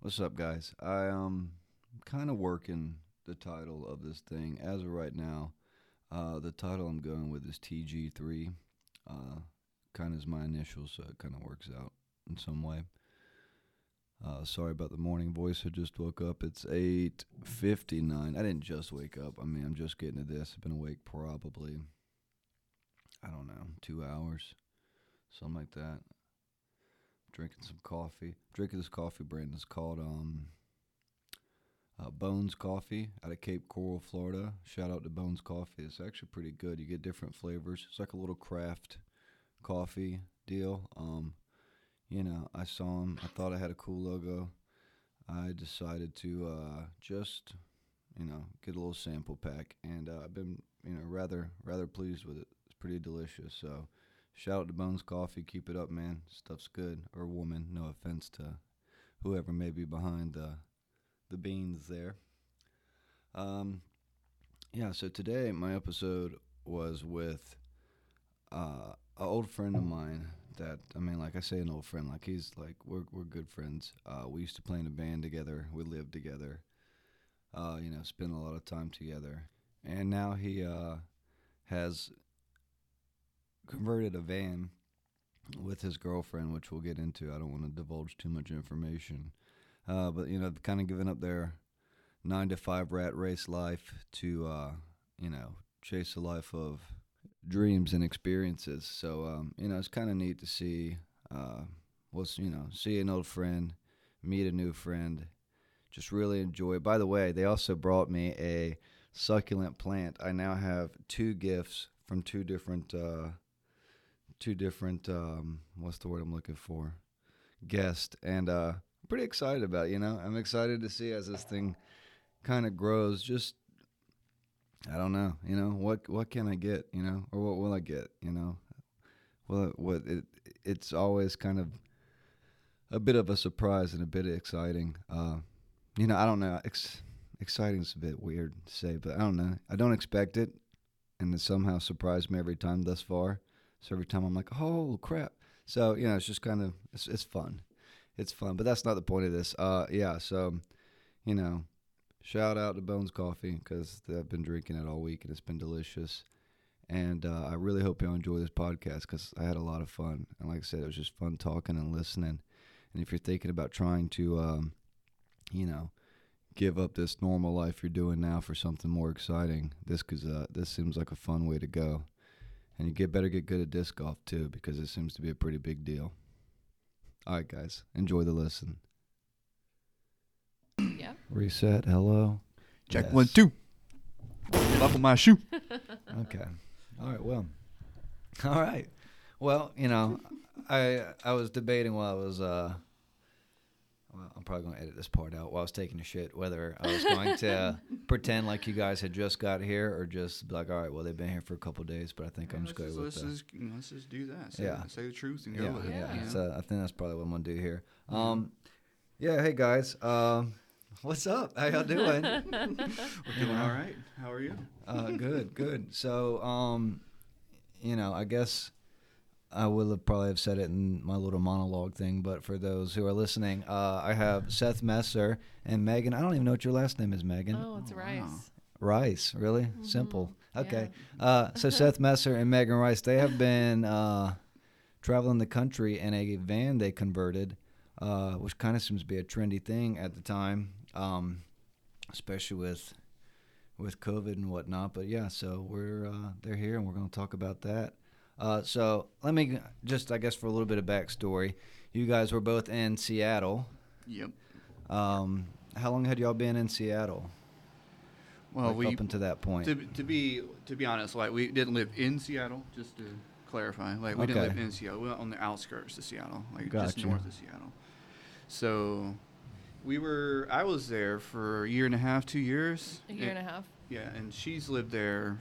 What's up, guys? I um kind of working the title of this thing as of right now. Uh, the title I'm going with is TG3. Uh, kind of is my initial, so it kind of works out in some way. Uh, sorry about the morning voice. I just woke up. It's eight fifty nine. I didn't just wake up. I mean, I'm just getting to this. I've been awake probably, I don't know, two hours, something like that. Drinking some coffee. Drinking this coffee brand is called um, uh, Bones Coffee out of Cape Coral, Florida. Shout out to Bones Coffee. It's actually pretty good. You get different flavors. It's like a little craft coffee deal. Um, you know, I saw them. I thought I had a cool logo. I decided to uh, just, you know, get a little sample pack, and uh, I've been, you know, rather rather pleased with it. It's pretty delicious. So, shout out to Bones Coffee. Keep it up, man. Stuff's good. Or woman. No offense to whoever may be behind the the beans there. Um, yeah. So today my episode was with uh, an old friend of mine that I mean, like I say, an old friend. Like he's like we're we're good friends. Uh, we used to play in a band together. We lived together. Uh, you know, spent a lot of time together. And now he uh, has converted a van with his girlfriend, which we'll get into. I don't want to divulge too much information, uh, but you know, they've kind of given up their nine to five rat race life to uh, you know chase a life of dreams and experiences. So um, you know, it's kind of neat to see uh, what's you know see an old friend, meet a new friend, just really enjoy. By the way, they also brought me a succulent plant. I now have two gifts from two different uh, two different um, what's the word I'm looking for guests, and uh, I'm pretty excited about. It, you know, I'm excited to see as this thing kind of grows. Just I don't know. You know what? What can I get? You know, or what will I get? You know, well, what it it's always kind of a bit of a surprise and a bit exciting. Uh, you know, I don't know. Ex- exciting's a bit weird to say, but I don't know. I don't expect it, and it somehow surprised me every time thus far. So every time I'm like, oh crap. So you know, it's just kind of it's it's fun. It's fun, but that's not the point of this. Uh, yeah. So, you know, Shout out to Bones Coffee because I've been drinking it all week and it's been delicious. And uh, I really hope y'all enjoy this podcast because I had a lot of fun. And like I said, it was just fun talking and listening. And if you're thinking about trying to, um, you know, give up this normal life you're doing now for something more exciting, this cause, uh, this seems like a fun way to go. And you get better get good at disc golf too because it seems to be a pretty big deal. All right, guys, enjoy the listen. Yeah. Reset. Hello. Check Yes. one, two. Buckle my shoe. Okay. All right. Well. All right. Well, you know, I I was debating while I was uh. Well, I'm probably going to edit this part out while I was taking a shit. Whether I was going to pretend like you guys had just got here, or just be like, all right, well, they've been here for a couple days, but I think I'm let's, just going just, with let's, the just, let's just do that. Say, Yeah. say the truth and go yeah, with it. yeah. you know? So I think that's probably what I'm gonna do here. Um, yeah. Hey guys, um, what's up? How y'all doing? We're doing all right. How are you? uh, good, good. So, um, you know, I guess I would have probably have said it in my little monologue thing, but for those who are listening, uh, I have Seth Messer and Megan. I don't even know what your last name is, Megan. Oh, it's Oh, rice. wow. Rice, really simple. Okay, uh, so Seth Messer and Megan Rice, they have been uh, traveling the country in a van they converted, uh, which kind of seems to be a trendy thing at the time, um, especially with with COVID and whatnot. But yeah, so we're uh, they're here and we're going to talk about that. Uh, so let me just, I guess, for a little bit of backstory, you guys were both in Seattle. Yep. Um, how long had y'all been in Seattle? Well, like, we up until that point. to, to be to be honest, like we didn't live in Seattle. Just to clarify, like we didn't Okay. live in Seattle. We were on the outskirts of Seattle, like Gotcha. just north of Seattle. So we were. I was there for a year and a half, two years. A year and a half. Yeah, and she's lived there,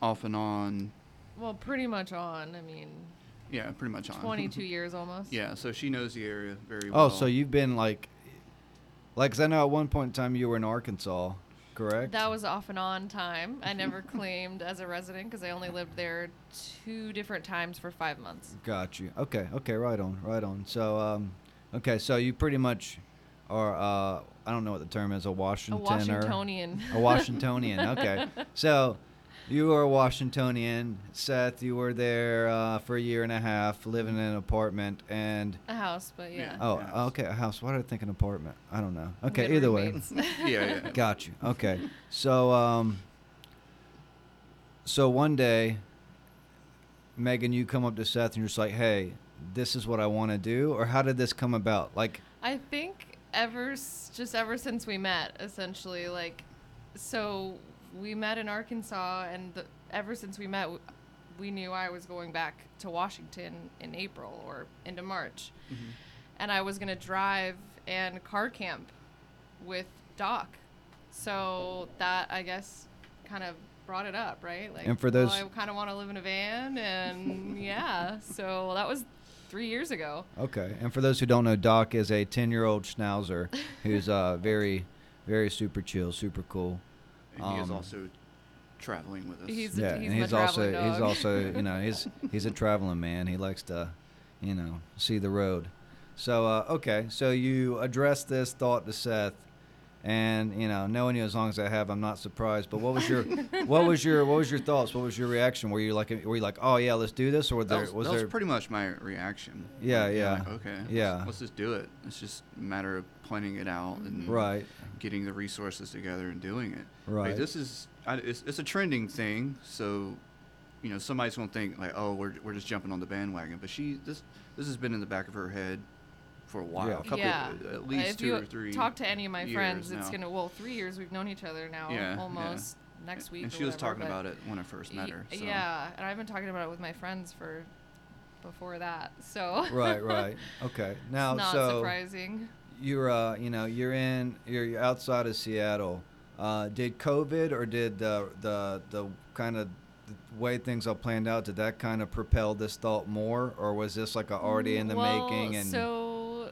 off and on. Well, pretty much on. I mean, Yeah, pretty much on. 22 years almost. Yeah, so she knows the area very well. Oh, so you've been like, like, 'cause I know at one point in time you were in Arkansas, correct? That was off and on time. I never claimed as a resident because I only lived there two different times for five months. Got you. Okay, okay, right on, right on. So, um, okay, so you pretty much or uh, I don't know what the term is, a A Washingtoner. Washingtonian. A Washingtonian. Okay. So you were a Washingtonian. Seth, you were there uh, for a year and a half living in an apartment. And, a house, but yeah. Yeah. oh, House. okay, a house. Why did I think an apartment? I don't know. We Okay, had either roommates. way. yeah, yeah. Got you. Okay. So, um, so one day, Megan, you come up to Seth and you're just like, hey, this is what I want to do? Or how did this come about? Like, I think ever s- just ever since we met, essentially, like, so we met in Arkansas, and the, ever since we met, w- we knew I was going back to Washington in April or into March, Mm-hmm. and I was gonna drive and car camp with Doc, so that I guess kind of brought it up, right? Like, And for well, those- I kind of want to live in a van, and yeah, so that was three years ago. Okay. And for those who don't know, Doc is a 10 year old schnauzer who's uh, very, very super chill, super cool. And he is Um, also traveling with us. He's- yeah. my and he's also, traveling he's dog. also, you know, he's, he's a traveling man. He likes to, you know, see the road. So, uh, okay. So you address this thought to Seth. And you know, knowing you as long as I have, I'm not surprised. But what was your, what was your, what was your thoughts? What was your reaction? Were you like, were you like, oh yeah, let's do this, or was that there, was, was that was there, pretty much my reaction. Yeah, Like, yeah. like, okay. let's- Yeah. Let's, just do it. It's just a matter of planning it out and right? getting the resources together and doing it. Like, Right. this is I, it's, it's a trending thing, so you know somebody's gonna think like, oh, we're, we're just jumping on the bandwagon. But she this this has been in the back of her head for a while. Yeah. A couple, at least if two you or three. Talk to any of my years friends. It's now. gonna well, three years we've known each other now, Yeah, yeah. almost next week. And or she was whatever, talking but about it when I first met y- her. So. Yeah, and I've been talking about it with my friends for before that, so Right, right. Okay. Now, it's not so surprising. you're uh, you know you're in you're, you're outside of Seattle. Uh, did COVID or did the the the kind of the way things all planned out did that kind of propel this thought more or was this like a already in the well, making and so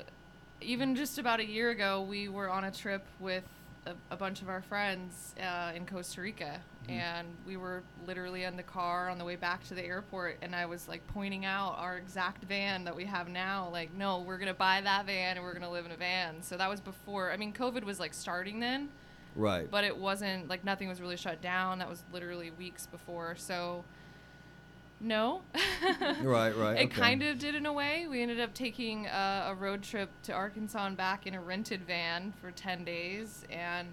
even just about a year ago, we were on a trip with a, a bunch of our friends uh, in Costa Rica, Mm-hmm. and we were literally in the car on the way back to the airport, and I was like pointing out our exact van that we have now. Like, no, we're gonna buy that van, and we're gonna live in a van. So that was before. I mean, COVID was like starting then right but it wasn't like nothing was really shut down. That was literally weeks before. So, no. Right, right, okay. It kind of did in a way. We ended up taking uh, a road trip to Arkansas and back in a rented van for 10 days. And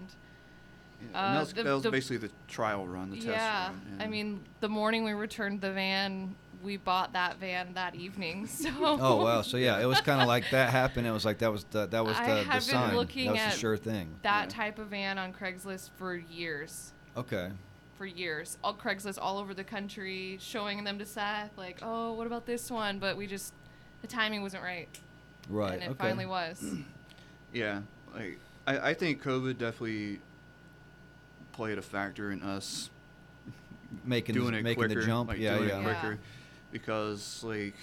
Yeah, and uh, that was, the- that was the- basically the trial run, the test yeah, run. I and- mean, the morning we returned the van, we bought that van that evening. So, oh wow so yeah it was kind of like that happened it was like that was the that was I the, have the been sign looking that was at the sure thing that Yeah. type of van on Craigslist for years. okay for years. All Craigslist all over the country, showing them to Seth, like, oh, what about this one? But we just, the timing wasn't right. right And it okay finally was. Yeah, like I, I think COVID definitely played a factor in us making doing the, it making quicker, the jump like, yeah doing yeah it quicker, because like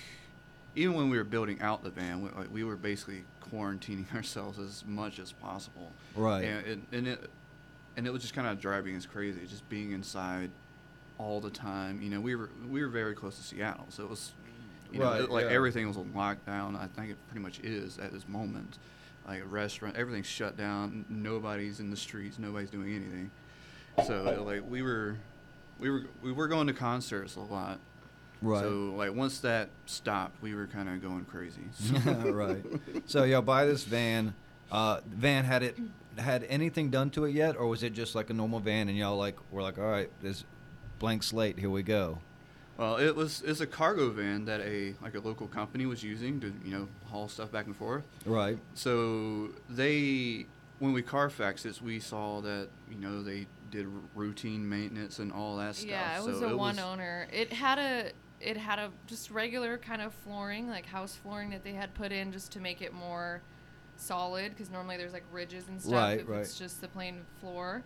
even when we were building out the van, we, like, we were basically quarantining ourselves as much as possible. Right. and it, and it and it was just kind of driving us crazy, just being inside all the time. You know, we were we were very close to Seattle, so it was. You know, Right, it- like yeah. everything was on lockdown. I think it pretty much is at this moment. Like a restaurant, everything's shut down. n- Nobody's in the streets. Nobody's doing anything. So like we were, we were we were going to concerts a lot. right So like once that stopped, we were kind of going crazy. So, right. So y'all buy this van. Uh, van had it had anything done to it yet, or was it just like a normal van? And y'all like were like, all right, this blank slate, here we go. well, it was it's a cargo van that a like a local company was using to you know haul stuff back and forth. Right. So they, when we Carfaxed it, we saw that you know they did r- routine maintenance and all that stuff. Yeah, it was so a it one was, owner. It had a it had a just regular kind of flooring, like house flooring that they had put in just to make it more solid because normally there's like ridges and stuff Right, if right. it's just the plain floor.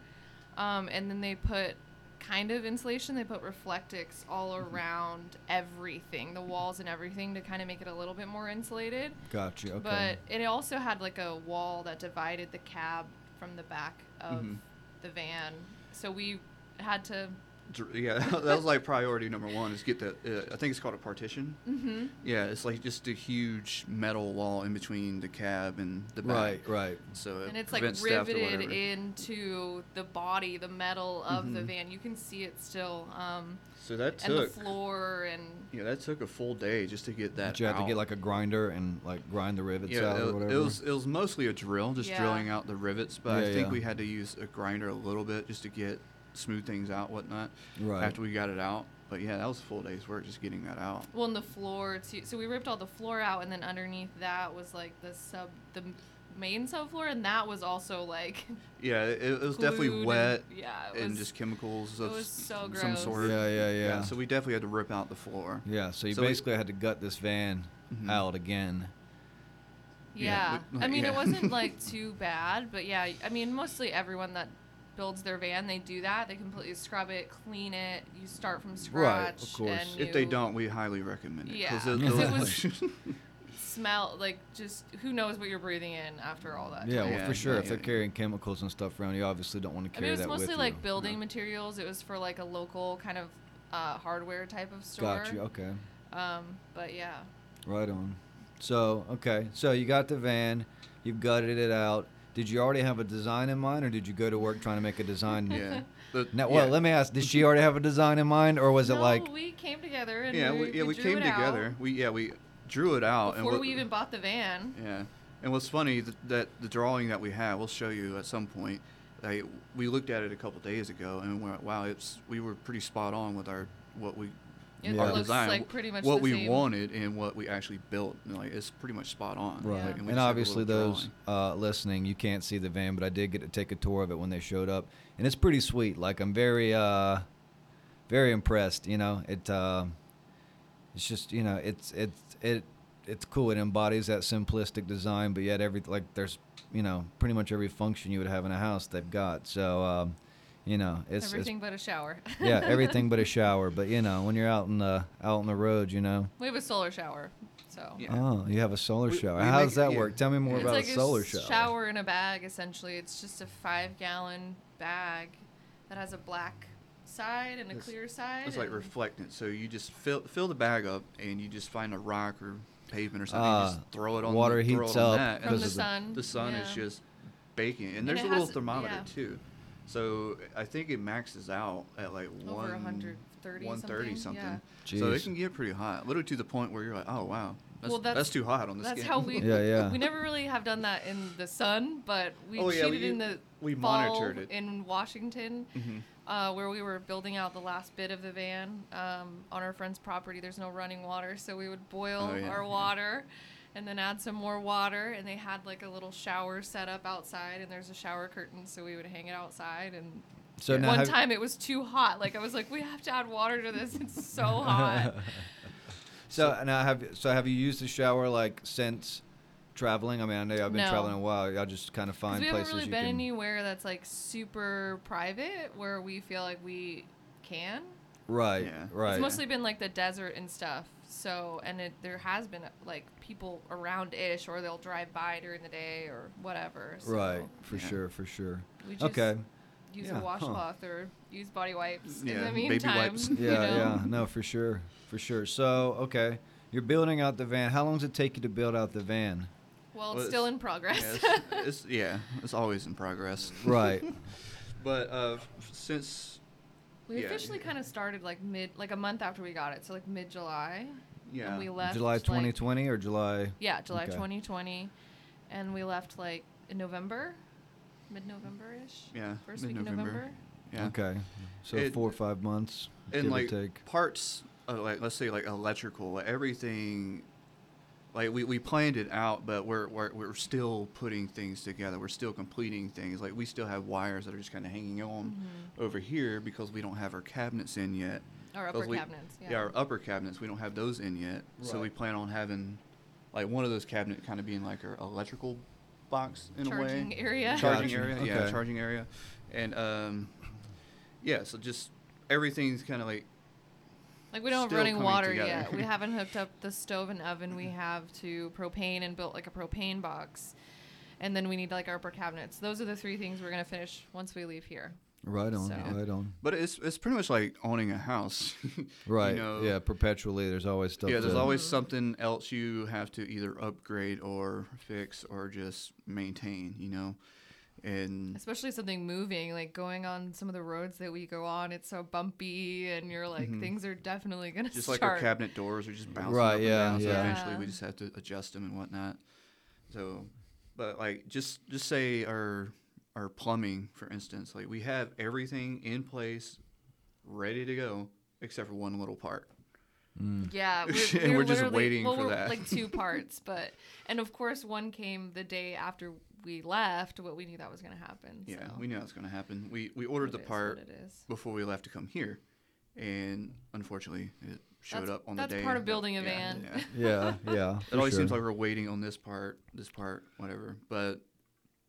Um, and then they put kind of insulation. They put Reflectix all Mm-hmm. around everything, the walls and everything, to kind of make it a little bit more insulated. Gotcha. Okay. But it also had like a wall that divided the cab from the back of Mhm. the van. So we had to dr- yeah, that was like priority number one is get that. Uh, I think it's called a partition. Mm-hmm. Yeah, it's like just a huge metal wall in between the cab and the Right, back. right. So it And it's like prevents theft or riveted whatever. into the body, the metal of the Mhm. van. You can see it still. Um, So that and the took floor and yeah, that took a full day just to get that. Did you have to out. get like a grinder and like grind the rivets yeah, out it, or whatever? it was it was mostly a drill, just Yeah. drilling out the rivets. But Yeah, I think yeah. we had to use a grinder a little bit just to get smooth things out, whatnot. Right. After we got it out, but yeah, that was a full day's work just getting that out. well, and the floor too. So we ripped all the floor out, and then underneath that was like the sub, the m- main subfloor, and that was also like Yeah, it, it was glued definitely and- wet yeah, it and was- just chemicals of was so some gross. sort. yeah, yeah, yeah. So we definitely had to rip out the floor. yeah, so you so we- basically had to gut this van Mhm. out again. Yeah, Yeah. we- I mean, yeah. it wasn't like too bad, but yeah, I mean, mostly everyone that builds their van, they do that. They completely scrub it, clean it. You start from Right, scratch. of course. And If they you don't, we highly recommend it. Yeah, 'cause it was- smell like just who knows what you're breathing in after all that. Yeah, time. well, Yeah, for sure. yeah, if they're yeah. carrying chemicals and stuff around, you obviously don't want to I mean, carry it was that with you. mostly like building materials. It was for like a local kind of uh, hardware type of store. Got you. Okay. Um, but yeah. Right on. So, okay. So you got the van, you've gutted it out. Did you already have a design in mind, or did you go to work trying to make a design? yeah. The- Now, well, yeah. let me ask. Did she already have a design in mind, or was it No, like? we came together and Yeah, we, we, yeah, we drew came it out together. We yeah, we drew it out. before and what- we even bought the van. Yeah, and what's funny that, that the drawing that we have, we'll show you at some point. I, we looked at it a couple days ago, and we're like, wow, it's we were pretty spot on with our what we It Yeah. our looks design, like pretty much what the we same. wanted and what we actually built. And, like it's pretty much spot on. Right. Yeah. Like, we And just have a obviously, little those uh, listening, you can't see the van, but I did get to take a tour of it when they showed up, and it's pretty sweet. Like I'm very, uh, very impressed. You know, it. Uh, it's just you know, it's it's it it's cool. It embodies that simplistic design, but yet every like there's you know pretty much every function you would have in a house they've got. So um, you know, it's, it's Everything but a shower. yeah, everything but a shower. But you know, when you're out in the out on the road, you know. We have a solar shower, so Yeah. Oh, you have a solar We- shower. we How make does it- that yeah. work? Tell me more It's about like a solar s- shower. shower in a bag. Essentially, it's just a five-gallon bag that has a black side and a It's- clear side. It's like and- reflectant. So you just fill fill the bag up, and you just find a rock or pavement or something. you Ah, just throw it on. water the, throw heats it on up that, and From the sun, The sun is yeah. just baking, and And there's it a little has- thermometer yeah. too. So I think it maxes out at like Over one 130 130 something, something. yeah. So Jeez. it can get pretty hot, literally to the point where you're like, oh wow, that's, Well, that's, that's- too hot on this. That's skin." how we. Yeah, yeah. We never really have done that in the sun, but we Oh, yeah, cheated we in u- the we fall monitored it. in Washington, Mhm. uh, where we were building out the last bit of the van um, on our friend's property. There's no running water, so we would boil Oh, yeah, our yeah. water. And then add some more water, and they had like a little shower set up outside, and there's a shower curtain, so we would hang it outside. And So now one have- time it was too hot. Like I was like, we have to add water to this. It's so hot. So, now have so have you used the shower like since traveling? I mean, I know I've been No. traveling a while. I just kind of find we haven't places really you been can. anywhere that's like super private where we feel like we can. right, Yeah. It's right. It's mostly been like the desert and stuff. So and it there has been like people around ish or they'll drive by during the day or whatever. So right, for Yeah. sure, for sure. We just Okay. Use Yeah, a huh. washcloth or use body wipes in Yeah, the baby meantime. wipes. you Yeah, know? yeah. No, for sure, for sure. So, okay, you're building out the van. How long does it take you to build out the van? Well, Well, it's still it's- in progress. Yeah, it's, it's- yeah, it's always in progress. Right. But uh, f- since we yeah. officially kind of started like mid like a month after we got it, so like mid July. yeah, And we left July like- 2020 or July? Yeah, July Okay. 2020. And we left like in November, mid November ish. yeah, First week in mid-November. November. Yeah. Okay. So It- four or five months, give and or like take. parts of like let's say like electrical like everything like we, we planned it out but we're, we're we're still putting things together we're still completing things like we still have wires that are just kind of hanging on over here because we don't have our cabinets in yet Mm-hmm. Our 'Cause upper we- cabinets. Yeah. yeah. our upper cabinets we don't have those in yet so Right. we plan on having like one of those cabinet kind of being like our electrical box in a way Charging area. charging Gotcha. area. Yeah, Okay. charging area, and um, yeah. So just everything's kind of like Like we don't have still running coming water together. Mm-hmm. yet. We haven't hooked up the stove and oven. We have to propane and built like a propane box. And then we need like our upper cabinets. Those are the three things we're gonna finish once we leave here. Right on. So- Right on. But it's it's pretty much like owning a house. Right. know- yeah. Perpetually, there's always stuff. yeah, there's to- always something else you have to either upgrade or fix or just maintain, you know. And especially something moving like going on some of the roads that we go on it's so bumpy and you're like Mm-hmm. things are definitely gonna just start like our cabinet doors are just bouncing Right, up yeah, and down, so yeah. eventually we Yeah. just have to adjust them and whatnot. So, but like just just say our our plumbing, for instance, like we have everything in place, ready to go, except for one little part. yeah we're, And we're just literally- waiting well, for we're, that. like two parts but and of course one came the day after we left what we knew that was gonna happen Yeah, so we know it's going to happen. We we ordered it the is what part it is before we left to come here, and unfortunately, it showed That's- up on that's the day. part of that- building a yeah, van. yeah. Yeah. Yeah. It always seems like we're waiting on this part, this part, whatever. But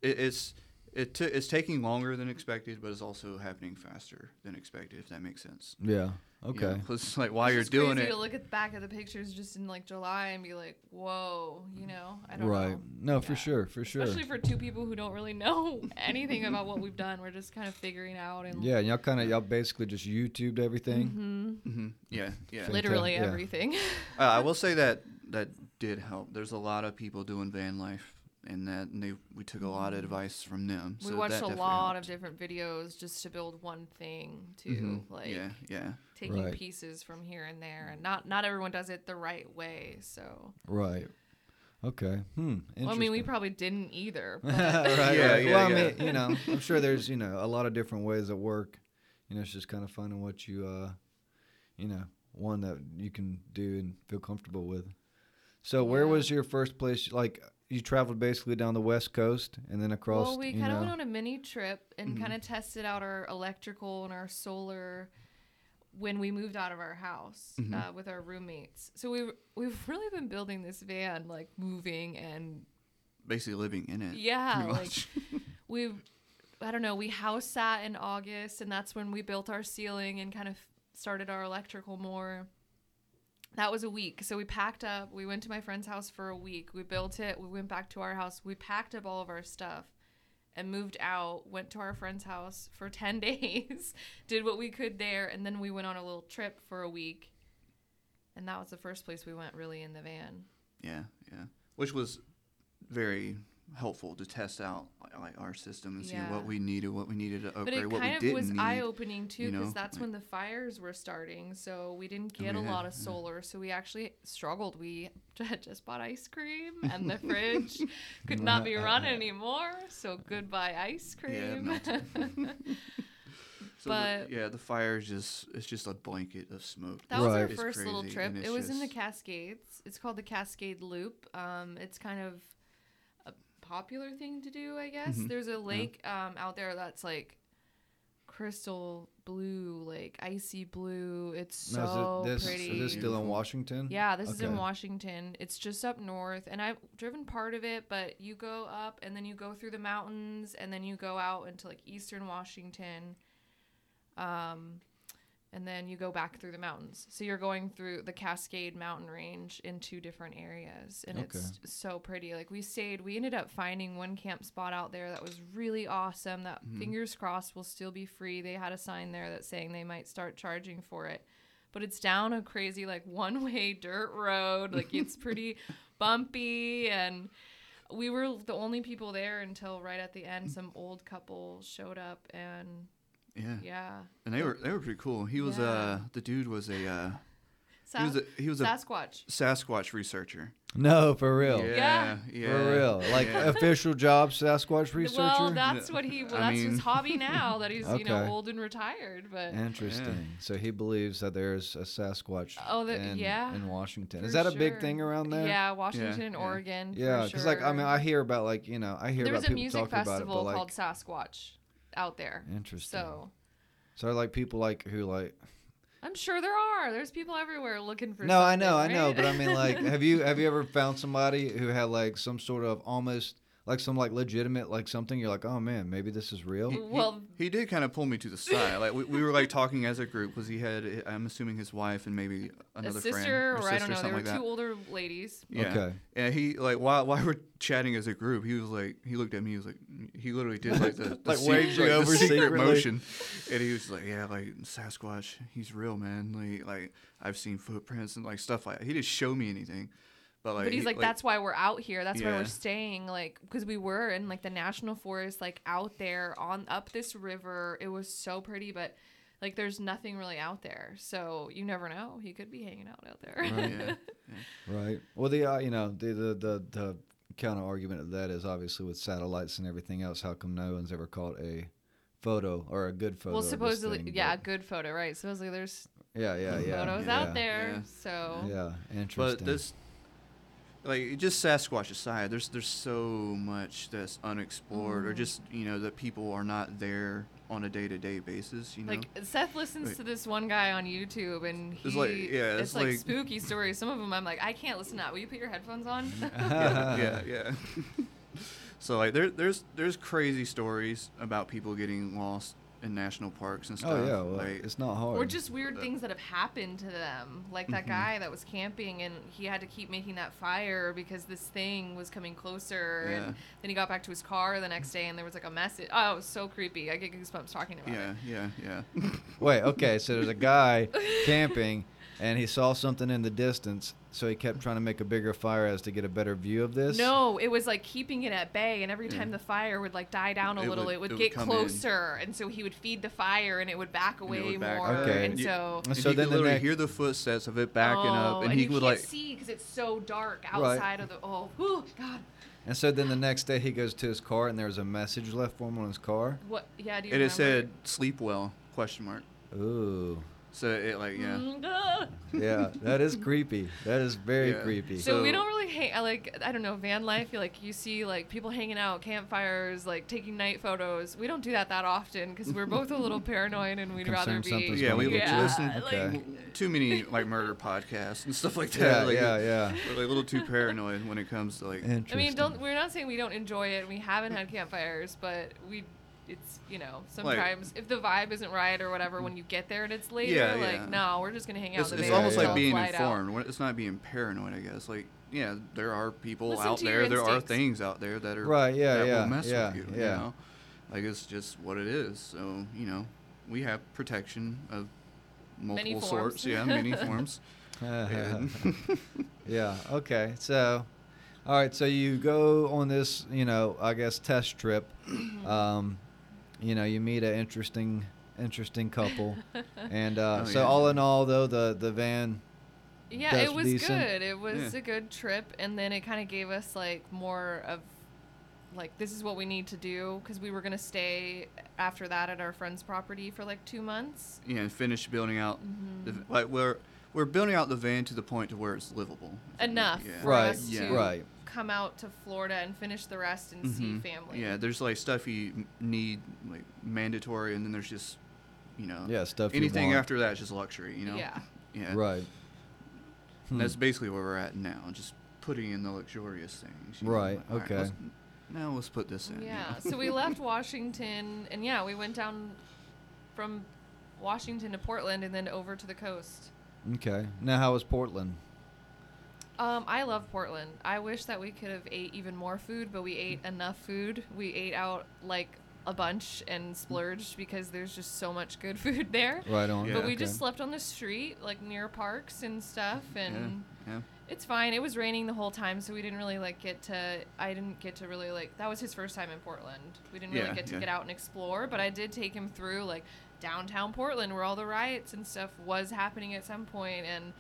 it, it's it t- it's taking longer than expected, but it's also happening faster than expected. If that makes sense. Yeah. You Okay. know, it's like while you're It's doing crazy it, to look at back at the pictures just in like July and be like, whoa, you know, I don't Right. know. No, for Yeah. sure. For sure. Especially for two people who don't really know anything about what we've done, we're just kind of figuring out and Yeah, and y'all kind of y'all basically just YouTubed everything. Mm-hmm. Mhm, yeah, yeah. Fantastic. literally Yeah. everything. Uh, I will say that that did help. There's a lot of people doing van life, and that and they we took a lot of advice from them. we so watched that a definitely lot helped. of different videos just to build one thing too, like Mm-hmm. yeah, yeah. taking Right. pieces from here and there, and not not everyone does it the right way. So Right. Okay. Hmm. Interesting. well, I mean, we probably didn't either. But right, right. Yeah, yeah, well, I yeah. mean, you know, I'm sure there's you know a lot of different ways that work. You know, it's just kind of finding what you, uh, you know, one that you can do and feel comfortable with. So, where Yeah. was your first place? Like, you traveled basically down the West Coast and then across. Well, we you kind of know, Mm-hmm. went on a mini trip and kind of tested out our electrical and our solar when we moved out of our house Mm-hmm. uh, with our roommates. So we we've really been building this van, like moving and Basically living in it. yeah, pretty like much. we I don't know, we house sat in August and that's when we built our ceiling and kind of started our electrical more. That was a week. So we packed up, we went to my friend's house for a week. We built it, we went back to our house, we packed up all of our stuff and moved out, went to our friend's house for 10 days, did what we could there, and then we went on a little trip for a week. And that was the first place we went really in the van. Yeah, yeah. Which was very helpful to test out like our system and seeing Yeah. what we needed, what we needed to But upgrade, it uh, what we kind of didn't was need. eye opening too, you because know, that's like- when the fires were starting. So we didn't Oh, get a yeah, lot of yeah. solar. So we actually struggled. We had just bought ice cream, and the fridge could not be run anymore. So goodbye ice Yeah, it cream. so but- the, yeah, the fire is just it's just a blanket of smoke. that was our Right. It's first little crazy, trip. and It it's was in the just- Cascades. It's called the Cascade Loop. Um, it's kind of a popular thing to do, I guess. Mm-hmm. There's a lake um, out there that's like crystal blue, like icy blue. It's Now, is it- so this, pretty. Is this still in Beautiful. Washington? Yeah, this is in Okay. Washington. It's just up north, and I've driven part of it, but you go up and then you go through the mountains and then you go out into like eastern Washington. Um and then you go back through the mountains. So you're going through the Cascade Mountain Range in two different areas and it's so pretty. Like we stayed, we ended up finding one camp spot out there that was really awesome. That Mm-hmm. fingers crossed will still be free. They had a sign there that saying they might start charging for it but it's down a crazy like one way dirt road like it's pretty bumpy and we were the only people there until right at the Mm. end some old couple showed up and Yeah. yeah and they were they were pretty cool. He was Yeah. uh the dude was a uh, he was Sas- a he was a sasquatch Sasquatch researcher. No, for real. Yeah, Yeah. yeah, For real. Like uh, yeah. official job Sasquatch researcher. well that's what he well, that's mean- his hobby now that he's you know Okay. old and retired but Interesting. So he believes that there's a Sasquatch. Oh, the- in, yeah, in Washington. Is for that a big sure. thing around there? yeah washington Yeah, and yeah. oregon Yeah, because because like I mean, I hear about like you know, I hear there's about a people music talking about it, festival but like, called sasquatch out there Interesting. so so like people like who like. I'm sure there are. There's people everywhere looking for. No, I know, I something, know, right? but I mean, like, have you have you ever found somebody who had like some sort of almost like some like legitimate like something you're like oh man maybe this is real He- Well- he, he did kind of pull me to the side. Like we, we were like talking as a group because he had, I'm assuming his wife and maybe another a sister, friend or, or sister, I don't know. They something were like two that. older ladies. Yeah. Okay. And he like while while we're chatting as a group, he was like he looked at me. He was like he literally did like the, the Like secret- waved you like, the over secret secretly. motion, and he was like yeah like Sasquatch, he's real man. Like like I've seen footprints and like stuff like he didn't show me anything, but like but he's he- like, that's why we're out here. That's why Yeah. we're staying. Like, because we were in like the national forest, like out there on up this river. It was so pretty, but like there's nothing really out there. So you never know. He could be hanging out out there. yeah. Right. Well, the uh, you know the the the, the counter argument of that is obviously with satellites and everything else. How come no one's ever caught a photo or a good photo? well, of this supposedly, thing, yeah, but- good photo, right? Supposedly there's yeah, yeah, yeah. photos yeah, out there. yeah, So Yeah, interesting. But this, like, just Sasquatch aside, there's there's so much that's unexplored, Mm. or just you know that people are not there on a day to day basis. You know, Like Seth listens Like- to this one guy on YouTube, and he, It's like- yeah, it's, it's like, like- spooky stories. Some of them, I'm like, I can't listen to that. Will you put your headphones on? yeah, yeah, yeah. so like there there's there's crazy stories about people getting lost in national parks and stuff. oh yeah, well, like, it's not hard. or just weird things that have happened to them, like that Mm-hmm. guy that was camping and he had to keep making that fire because this thing was coming closer. Yeah. And then he got back to his car the next day, and there was like a message. Oh, it was so creepy. I get goosebumps talking about yeah, it. yeah, yeah. wait. Okay, so there's a guy camping. And he saw something in the distance, so he kept trying to make a bigger fire as to get a better view of this. No, it was like keeping it at bay, and every time the fire would like die down a It little, would- it would it would get come in. closer, and so he would feed the fire, and it would back it away would back more, up. Okay. and You- so. And And so so he then could the literally next- hear the footsteps of it backing Oh, up, and, he you would can't like see because it's so dark Right. outside of the. Oh, whew, God. And so then the next day he goes to his car, and there was a message left for him on his car. What? Yeah. Do you and remember? it said sleep well question mark. Ooh, So it like yeah. Mm, ah. yeah, that is creepy. That is very Yeah. creepy. So, we So- don't really hang. I like I don't know van life. You like you see like people hanging out, campfires, like taking night photos. We don't do that that often because we're both a little paranoid and we'd rather Concerned be. something's Yeah, we gonna we get you. listen Yeah, Okay. like- too many like murder podcasts and stuff like yeah, that. like, yeah, yeah. We're like a little too paranoid when it comes to like. I mean, don't we're not saying we don't enjoy it. and We haven't had campfires, but we. It's you know sometimes if the vibe isn't right or whatever when you get there and it's later Yeah, like yeah. no we're just gonna hang out. It's, in the it's bay almost yeah. until like being light out. informed. We're- It's not being paranoid, I guess. Like, yeah, there are people Listen out to your there. There are instincts. things out there that are Right, yeah, That yeah, will mess yeah, with you. yeah. You know? Like it's just what it is. So you know, we have protection of multiple forms. sorts. Yeah, many forms. And- yeah. Okay. So, all right. So you go on this, you know, I guess test trip. Mm-hmm. Um, you know, you meet an interesting, interesting couple, and uh, Oh, so yeah. all in all, though, the the van. Yeah, That's it was decent. good. It was Yeah. a good trip, and then it kind of gave us like more of like this is what we need to do because we were gonna stay after that at our friend's property for like two months. yeah, and finish building out. Mm-hmm. The, v- like we're we're building out the van to the point to where it's livable. Enough Yeah. for Right, us yeah. to right. come out to Florida and finish the rest and see Mhm. family. Yeah, there's like stuff you m- need like mandatory, and then there's just you know Yeah, stuff you Anything want. after that is just luxury, you know. Yeah. Yeah. Right. Hmm. And That's basically where we're at now, just putting in the luxurious things. you know, Right, all okay. let's- now let's put this in. you Yeah, know. so we left Washington, and yeah, we went down from Washington to Portland and then over to the coast. Okay. Now, how was Portland? Um, I love Portland. I wish that we could have ate even more food, but we ate enough food. We ate out like a bunch and splurged because there's just so much good food there. Right on. Yeah. But we okay. just slept on the street, like near parks and stuff, and yeah, yeah. it's fine. It was raining the whole time, so we didn't really like get to. I didn't get to really like. That was his first time in Portland. We didn't really Yeah, get to yeah. get out and explore, but I did take him through like downtown Portland, where all the riots and stuff was happening at some point, and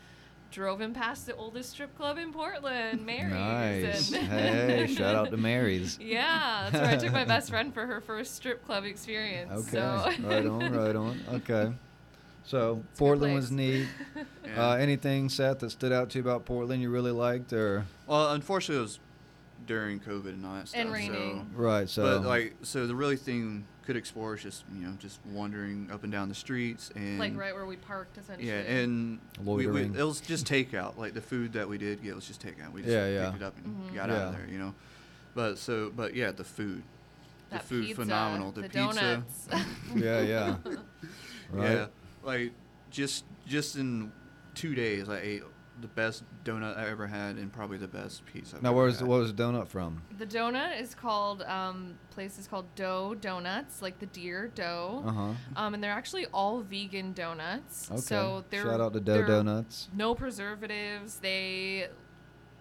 drove him past the oldest strip club in Portland, Mary's. Nice. and- hey, shout out to Mary's. Yeah, that's where I took my best friend for her first strip club experience. Okay. so. right on. Right on. Okay. So It's a good Portland was place. neat. yeah. Uh, anything, Seth, that stood out to you about Portland you really liked, or well, unfortunately, it was during COVID and all that stuff. So, raining. right? So, But like, so the really thing could explore is just you know just wandering up and down the streets and like right where we parked, essentially. Yeah, and we, we, Loitering. it was just takeout. Like the food that we did get was just takeout. We just Yeah, yeah. Mm-hmm. picked it up and got out of Yeah. there, you know. But so, but yeah, the food, That the food, pizza, phenomenal. The, The, pizza, donuts. yeah, yeah. Right. yeah, like just just in two days, I ate the best donut I ever had and probably the best pizza. I've Now, ever where's had. what was the donut from? the donut is called um, place is called Dough Donuts, like the deer dough. Uh huh. Um, and they're actually all vegan donuts. Okay. So they're Shout out to Dough they're Donuts. No preservatives. They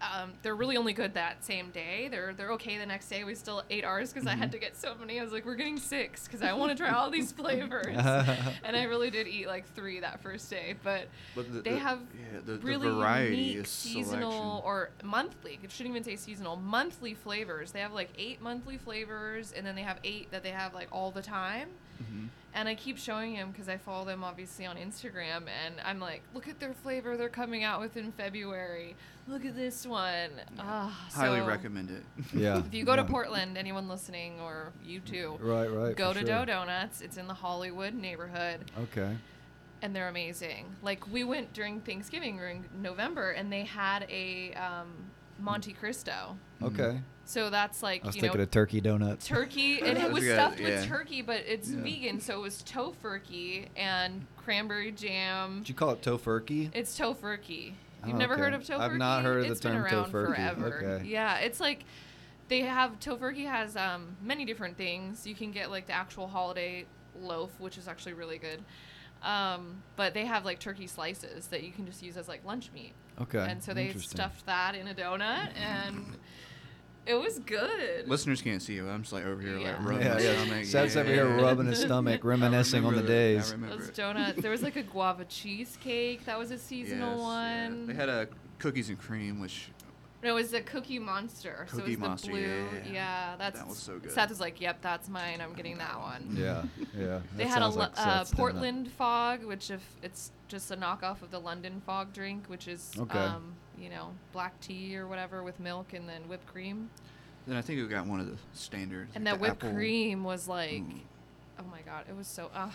um, they're really only good that same day. They're they're okay the next day. We still ate ours because I Mm-hmm. had to get so many. I was like, we're getting six because I want to try all these flavors. and I really did eat like three that first day, but But the, they the- have yeah, the, really the variety unique is seasonal selection. or monthly. It shouldn't even say seasonal. Monthly flavors. They have like eight monthly flavors, and then they have eight that they have like all the time. Mhm. And I keep showing him because I follow them obviously on Instagram, and I'm like, look at their flavor they're coming out with in February. Look at this one. Ah, Highly so recommend it. Yeah. If you go to yeah. Portland, anyone listening or you too, Right, right. go for to sure. Dough Donuts. It's in the Hollywood neighborhood Okay. and they're amazing. Like we went during Thanksgiving during November, and they had a um, Monte Cristo. Okay. So that's like I was you Mm-hmm. know thinking of turkey donuts. turkey, and I it was was gonna- stuffed with yeah. turkey, but it's Yeah. vegan, so it was tofurkey and cranberry jam. Did you call it tofurkey? It's tofurkey. You've Oh, never heard of okay. tofurkey? I've not heard of the It's been term around tofurkey. Forever. Okay. Yeah, it's like they have tofurkey has um, many different things. You can get like the actual holiday loaf, which is actually really good. Um, but they have like turkey slices that you can just use as like lunch meat. Okay. and so they Interesting. stuffed that in a donut, and it was good. Listeners can't see you. I'm just like over here, Yeah. like rubbing Yeah, my yeah. stomach. Seth's over here Yeah. rubbing his stomach, I reminiscing on the remember it. days. I remember Those it. donuts. There was like a guava cheesecake. That was a seasonal Yes, yeah. one. They had a cookies and cream, which No, it was the Cookie Monster. so it Cookie was Monster, the blue. yeah. that's That was so good. Seth was like, "Yep, that's mine. I'm getting that one." Yeah, yeah. They that had a sounds lo- like uh, Seth's donut. Portland Fog, which if it's just a knockoff of the London Fog drink, which is Okay. um, you know black tea or whatever with milk and then whipped cream. then I think we got one of the standards. And like that the whipped apple- cream was like, Mm. oh my god, it was so. Uh,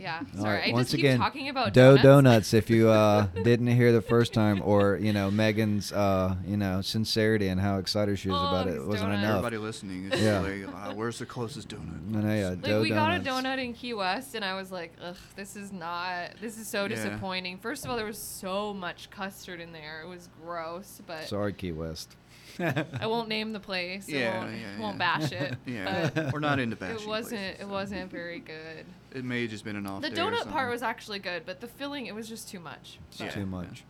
yeah, All sorry. right, I once just keep again, talking about Dough donuts. donuts. If you uh, didn't hear the first time, or you know Megan's, uh, you know sincerity and how excited she was Oh, about it, these wasn't donuts. enough. Everybody listening is just Yeah. like, "Ah, where's the closest donut? I uh, know, yeah, Like dough we donuts. got a donut in Key West, and I was like, "Ugh, this is not. This is so Yeah. disappointing." First of all, there was so much custard in there; it was gross. But Sorry, Key West. I won't name the place. Yeah, I won't, yeah, won't yeah. bash it. Yeah, But we're not into bashing. Uh, it wasn't. places, it so. wasn't very good. It may have just been an off The day or donut part something. was actually good, but the filling it was just too much. It's Yeah. too much.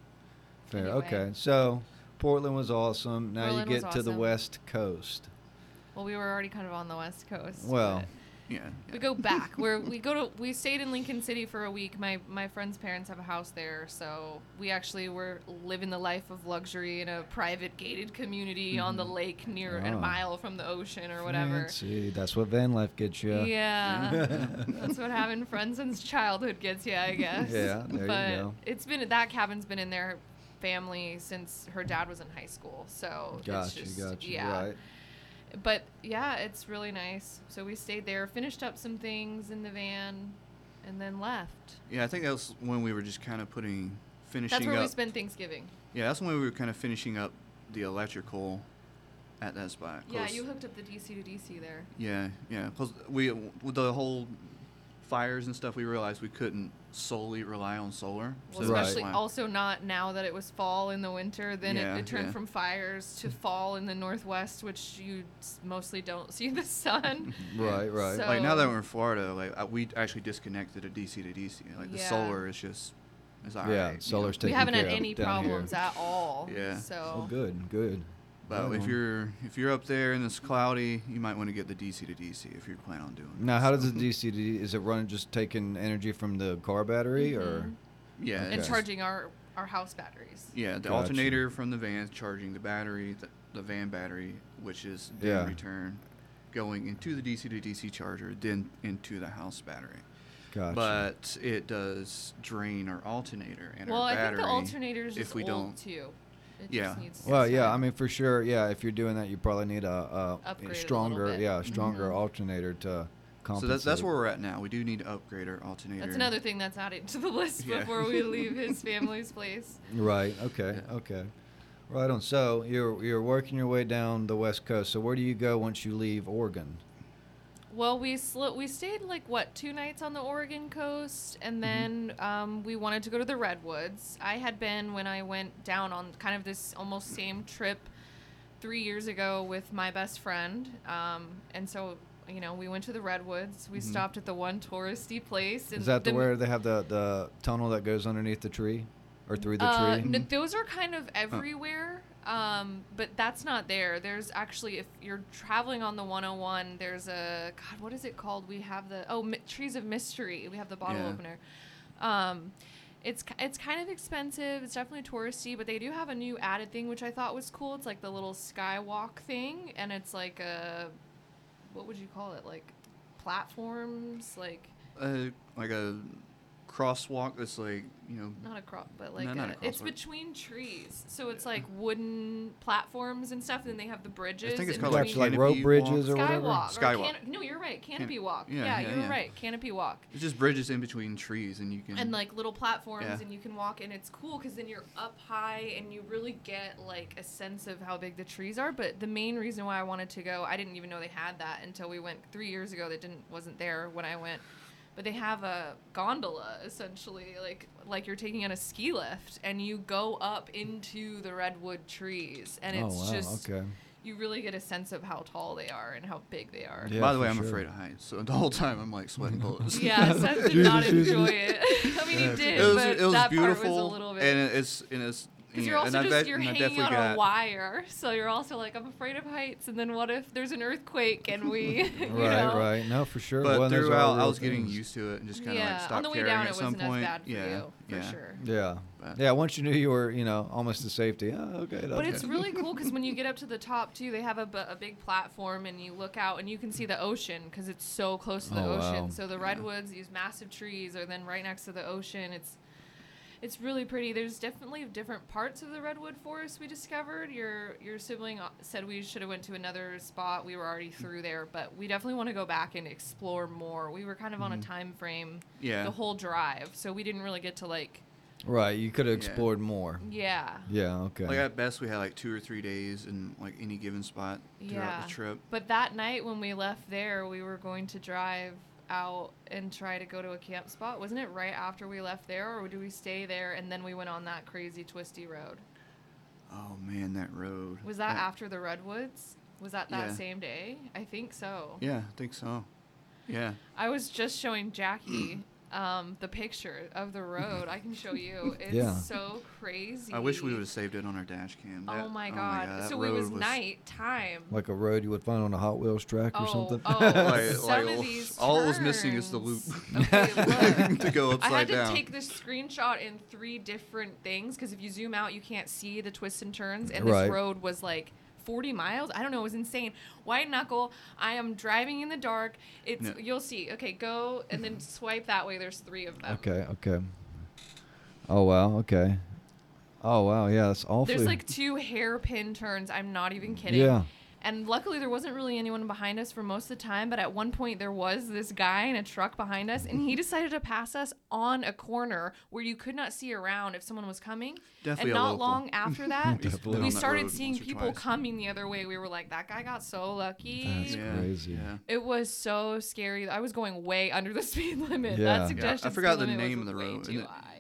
Fair. Anyway. Okay, so Portland was awesome. Now Portland you was get to the awesome. West Coast. Well, we were already kind of on the West Coast. Well, but- Yeah. We go back. Where we go to, we stayed in Lincoln City for a week. My my friend's parents have a house there, so we actually were living the life of luxury in a private gated community on the lake near a Ah. mile from the ocean or whatever. Fancy. That's what van life gets you. Yeah, uh, that's what having friends since childhood gets you, I guess. Yeah, there you but go. it's been that cabin's been in their family since her dad was in high school, so it's Gotcha, just gotcha. yeah Right. but yeah, it's really nice. So we stayed there, finished up some things in the van, and then left. Yeah, I think that was when we were just kind of putting finishing That's where up. we spent Thanksgiving. Yeah, that's when we were kind of finishing up the electrical at that spot. Yeah, close- you hooked up the DC to DC there. Yeah, yeah. Cause we with the whole fires and stuff, we realized we couldn't solely rely on solar. Well, Right. especially that's why- also not now that it was fall in the winter. Then Yeah, it, it turned yeah. from fires to fall in the northwest, which you s- mostly don't see the sun. Right, right. So- Like now that we're in Florida, like I, we actually disconnected a DC to DC. Like the Yeah. solar is just is alright. yeah, you know. solar's we taken haven't had care of any down here. problems at all. Yeah. So Oh, good, good. But Right if on. you're if you're up there and it's cloudy, you might want to get the DC to DC if you're planning on doing. it. Now, how does So- the DCD? Is it running just taking energy from the car battery, Mm-hmm. or Yeah, and it's- Okay. charging our our house batteries. Yeah, the Gotcha. alternator from the van charging the battery, the, the van battery, which is then Yeah. return going into the DC to DC charger, then into the house battery. gotcha? But it does drain our alternator and well, our I think battery. the alternator's just if we old don't- too. It Yeah. Just needs well, some- yeah, I mean for sure, yeah. If you're doing that, you probably need a, a Upgrade it a little stronger, bit. yeah, a stronger Mhm. alternator to so compensate. that's that's where we're at now. We do need to upgrade our alternator. That's another thing that's added to the list Yeah. before we leave his family's place. Right. Okay. Yeah. Okay. Right on. So you're you're working your way down the west coast. So where do you go once you leave Oregon? Well, we sl- we stayed like what two nights on the Oregon coast, Mm-hmm. and then um, we wanted to go to the redwoods. I had been when I went down on kind of this almost Mm. same trip three years ago with my best friend, um, and so you know we went to the redwoods. We stopped at the one touristy place. And Mm-hmm. Is that the, the- where they have the, the tunnel that goes underneath the tree, or through the uh, tree? no, those are kind of everywhere, um, but that's not there. There's actually, if you're traveling on the 101, there's a God, what is it called? We have the oh, mi- trees of mystery. We have the bottle Yeah. opener. Um, it's ki- it's kind of expensive. It's definitely touristy, but they do have a new added thing which I thought was cool. It's like the little skywalk thing, and it's like a what would you call it? Like platforms, like Uh, like a crosswalk that's like you know not a crop, but like No, a, not a it's crosswalk. between trees. So it's like wooden platforms and stuff. And then they have the bridges. I think it's in called like between. like canopy rope bridges or whatever. skywalk. Or Skywalk. can- no, you're right. Canopy walk. Yeah, yeah, yeah, you're yeah. right. Canopy walk. it's just bridges in between trees and you can And like little platforms, Mm-hmm. Yeah. and you can walk, and it's cool because then you're up high and you really get like a sense of how big the trees are. But the main reason why I wanted to go, I didn't even know they had that until we went three years ago. That didn't wasn't there when I went. But they have a gondola essentially, like like you're taking on a ski lift, and you go up into the redwood trees, and oh it's wow. just okay. you really get a sense of how tall they are and how big they are. Yeah, By the for way, I'm sure. afraid of heights, so the whole time I'm like sweating bullets. Yeah, Seth did not Jesus, Jesus. enjoy it. I mean, he did, it was, but it was that beautiful, part was a little bit. and it's and it's Because yeah, you're also and I just bet- you're and I hanging definitely on got, a wire, so you're also like, I'm afraid of heights, and then what if there's an earthquake and we, you right, know? right. No, for sure. But Well, those are all throughout, I real was getting things. used to it and just kind of like Yeah, stopped on the way caring down, at it some wasn't point. as bad for yeah, you, for yeah. sure. Yeah. But- Yeah. Once you knew you were, you know, almost to safety. Oh, okay. That's But it's good. really cool because when you get up to the top too, they have a, bu- a big platform and you look out and you can see the ocean because it's so close to the Oh, ocean. wow. So the redwoods, these massive trees, are then right next to the ocean. It's it's really pretty. There's definitely different parts of the redwood forest we discovered. Your your sibling uh, said we should have went to another spot. We were Mm. already through there, but we definitely want to go back and explore more. We were kind of on Mm-hmm. a time frame Yeah. the whole drive, so we didn't really get to like right. You could have Yeah. explored more. yeah. Yeah. Okay. Like at best, we had like two or three days in like any given spot throughout the trip. But that night when we left there, we were going to drive out and try to go to a camp spot. Wasn't it right after we left there, or do we stay there and then we went on that crazy twisty road? Oh man, that road. Was that after the redwoods? Was that that Yeah. same day? I think so. Yeah, I think so. Yeah. I was just showing Jackie um, the picture of the road. I can show you. It's Yeah. so crazy. I wish we would have saved it on our dash cam. That- Oh my god! that so it road was, night time. like a road you would find on a Hot Wheels track or Oh, something. oh, Like- some like of all- these all that was missing is the turns. loop. Okay, look. to go I upside had to down. take this screenshot in three different things because if you zoom out, you can't see the twists and turns. And Right. this road was like 40 miles. I don't know. It was insane. White knuckle. I am driving in the dark. It's No. you'll see. Okay, go and then swipe that way. There's three of them. Okay. Okay. Oh wow. Okay. Oh wow. Yeah. That's awful. There's like two hairpin turns. I'm not even kidding. Yeah. And luckily, there wasn't really anyone behind us for most of the time. But at one point, there was this guy in a truck behind us, and he decided to pass us on a corner where you could not see around if someone was coming. Definitely a and not local. long after that, He's been on we that started road seeing once or people twice. coming the other way. We were like, "That guy got so lucky." That's yeah, crazy. Yeah. It was so scary. I was going way under the speed limit. Yeah. Yeah, I That suggestion. forgot the name of the road, Too isn't it? high.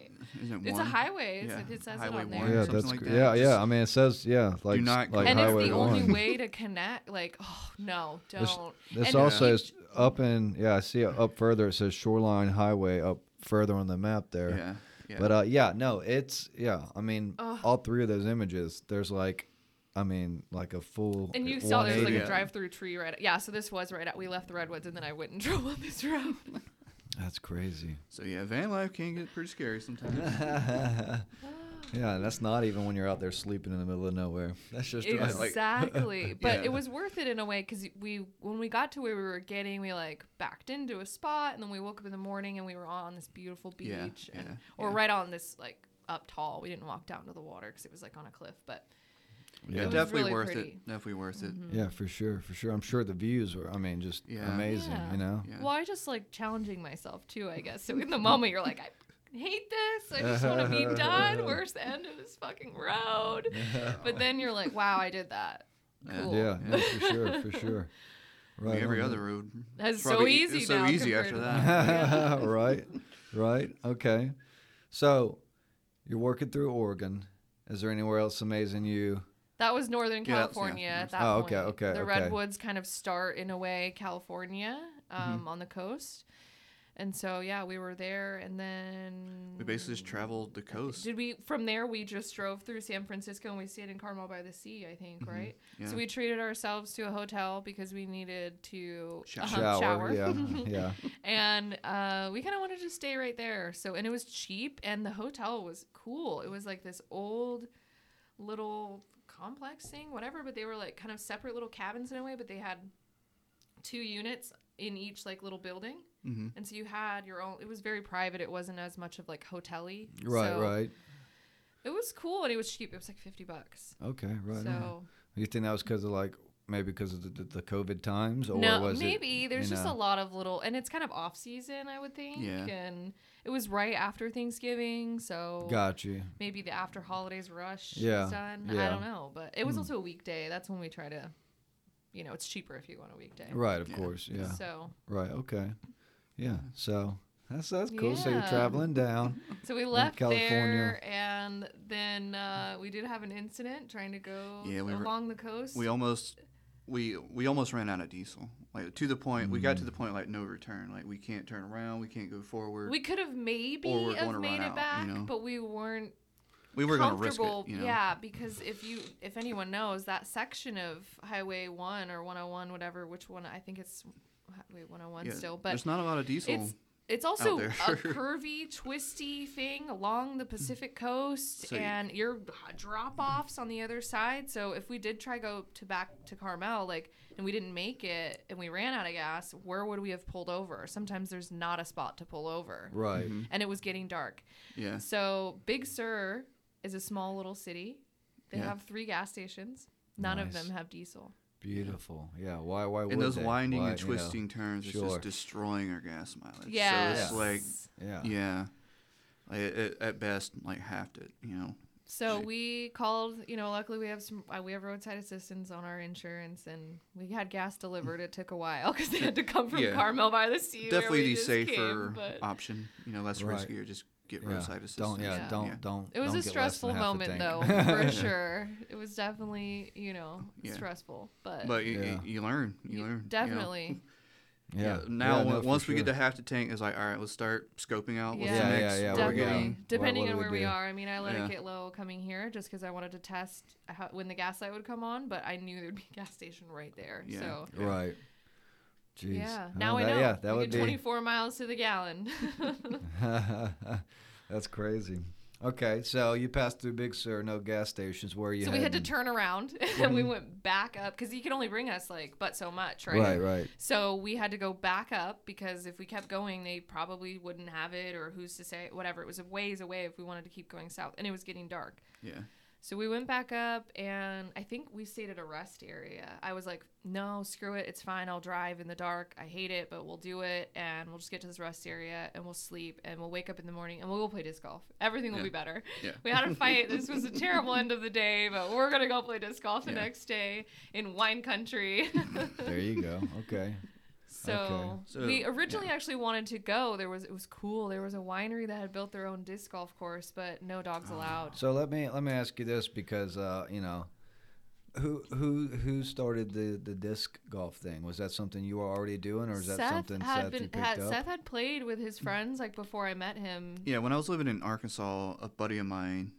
Isn't it It's a one? highway. It's Yeah, It says Highway it on one there. or yeah, something that's like cr- that. yeah, yeah. Just- I mean, it says yeah, like not s- like go and it's highway the one. only way to connect. Like, oh no, don't. There's- This and also you- is up in yeah. I see it up further. It says Shoreline Highway up further on the map there. Yeah. Yeah. But uh, yeah, no, it's yeah. I mean, Ugh. all three of those images. There's like, I mean, like a full. And you saw there's like 180. a Yeah. drive-through tree right. Yeah, so this was right. At, we left the redwoods, and then I went and drove on this road. That's crazy. so yeah, van life can get pretty scary sometimes. Yeah, and that's not even when you're out there sleeping in the middle of nowhere. That's just right. like- exactly, but Yeah. it was worth it in a way because we, when we got to where we were getting, we like backed into a spot, and then we woke up in the morning and we were on this beautiful beach, Yeah, and, yeah, or yeah. right on this like up tall. We didn't walk down to the water because it was like on a cliff, but yeah, It was definitely really worth pretty. Mm-hmm. it. Definitely worth it. yeah, for sure, for sure. I'm sure the views were. I mean, just Yeah. amazing. Yeah. You know. Yeah. Well, I just like challenging myself too, I guess. So in the moment, you're like, I hate this. I just want to be done. Where's the end of this fucking road? But then you're like, wow, I did that. Yeah. Cool. Yeah, yeah, for sure, for sure. I mean, every on. other road. That's it's so probably- e-, easy It's so now easy compared after to- that. right, right. Okay. So you're working through Oregon. Is there anywhere else amazing you? That was Northern Yeah, that's- yeah, California at that Oh, point. okay, okay, The okay. redwoods kind of start in a way California, Mm-hmm. um, on the coast, and so yeah, we were there, and then We basically just traveled the coast. Did we from there? We just drove through San Francisco and we stayed in Carmel by the Sea, I think, Mm-hmm. right? yeah. So we treated ourselves to a hotel because we needed to Shower. um, Shower. Yeah, yeah. and uh, we kind of wanted to stay right there. So and it was cheap, and the hotel was cool. It was like this old little complex thing, whatever. But they were like kind of separate little cabins in a way, but they had two units in each like little building. Mm-hmm. Mhm. And so you had your own. It was very private. It wasn't as much of like hotel-y. Right, So right. It was cool and it was cheap. It was like fifty bucks. Okay, right. so on. You think that was because of like maybe because of the, the, the COVID times, or no, was maybe it, there's you just know- a lot of little, and it's kind of off season, I would think. Yeah. And it was right after Thanksgiving, so Got you. maybe the after holidays rush Yeah, is done. yeah. Hmm. I don't know, but it was also a weekday. That's when we try to, you know, it's cheaper if you go on a weekday. Right, of Yeah. course. Yeah. So, Right. Okay. Yeah. So that's that's cool. So you're Yeah. traveling down. so we left California. there, and then uh, we did have an incident trying to go Yeah, we were- along the coast. We almost, we we almost ran out of diesel. Like to the point, we Mm. got to the point like no return. Like we can't turn around, we can't go forward. we could have maybe Or we're gonna have run made it out, you back, know? but we weren't we were going to risk comfortable. it. You know? Yeah, because if you if anyone knows that section of Highway One or 101, whatever, which one I think it's Highway 101 Yeah, still, but there's not a lot of diesel. it's it's also a there. curvy, twisty thing along the Pacific coast, So you- and your drop offs on the other side. So if we did try go to back to Carmel, like, and we didn't make it, and we ran out of gas, where would we have pulled over? Sometimes there's not a spot to pull over, Right. Mm-hmm. and it was getting dark. yeah, So Big Sur is a small little city. They Yeah. have three gas stations. None of Nice. them have diesel. Beautiful. Yeah. Why? Why? would and those they? winding Why, and you know? twisting turns is Sure. just destroying our gas mileage. Yeah. so it's like Yeah. yeah, like, it, it, at best like halved it. You know, So Shit. we called, you know, luckily we have some, uh, we have roadside assistance on our insurance and we had gas delivered. It took a while because they had to come from Yeah. Carmel by the sea. where definitely we the just safer came, but option. You know, less Right. riskier. Just get Yeah. roadside assistance. Don't. Yeah. Yeah. Don't. Yeah. Don't. It was don't get less a than stressful half a moment tank. though, for sure. It was definitely, you know, Yeah. stressful, but, But you, Yeah. you, you learn. You you- learn. you know. definitely. Yeah. Now, Yeah, on- no, for once we get sure. to half the tank, it's like, all right, let's start scoping out what's Yeah. the Yeah, yeah, next. yeah, where we're we're Definitely. going. What- Depending what do on we where we do? are. I mean, I let Yeah. it get low coming here just because I wanted to test how, when the gas light would come on, but I knew there'd be a gas station right there. Yeah. So, Yeah. Right. Jeez. yeah. Oh, Now I that- know. Yeah, that we would get be. 24 miles to the gallon. That's crazy. Okay, so you passed through Big Sur, no gas stations. Where are you? so we had to heading? turn around and Mm-hmm. we went back up because you can only bring us like but so much, right? Right, right. So we had to go back up because if we kept going, they probably wouldn't have it, or who's to say, whatever. It was a ways away if we wanted to keep going south, and it was getting dark. Yeah. So we went back up, and I think we stayed at a rest area. I was like, no, screw it. It's fine. I'll drive in the dark. I hate it, but we'll do it. And we'll just get to this rest area, and we'll sleep, and we'll wake up in the morning, and we'll go play disc golf. Everything will Yeah. be better. Yeah. We had a fight. this was a terrible end of the day, but we're going to go play disc golf the Yeah. next day in wine country. There you go. Okay. So, So, we originally actually wanted to go. There was it was cool. There was a winery that had built their own disc golf course, but no dogs Ah. allowed. So let me let me ask you this because uh, you know, who who who started the the disc golf thing? Was that something you were already doing, or is that something Seth had you been, picked had, up? Seth had played with his friends like before I met him. Yeah. When I was living in Arkansas, a buddy of mine,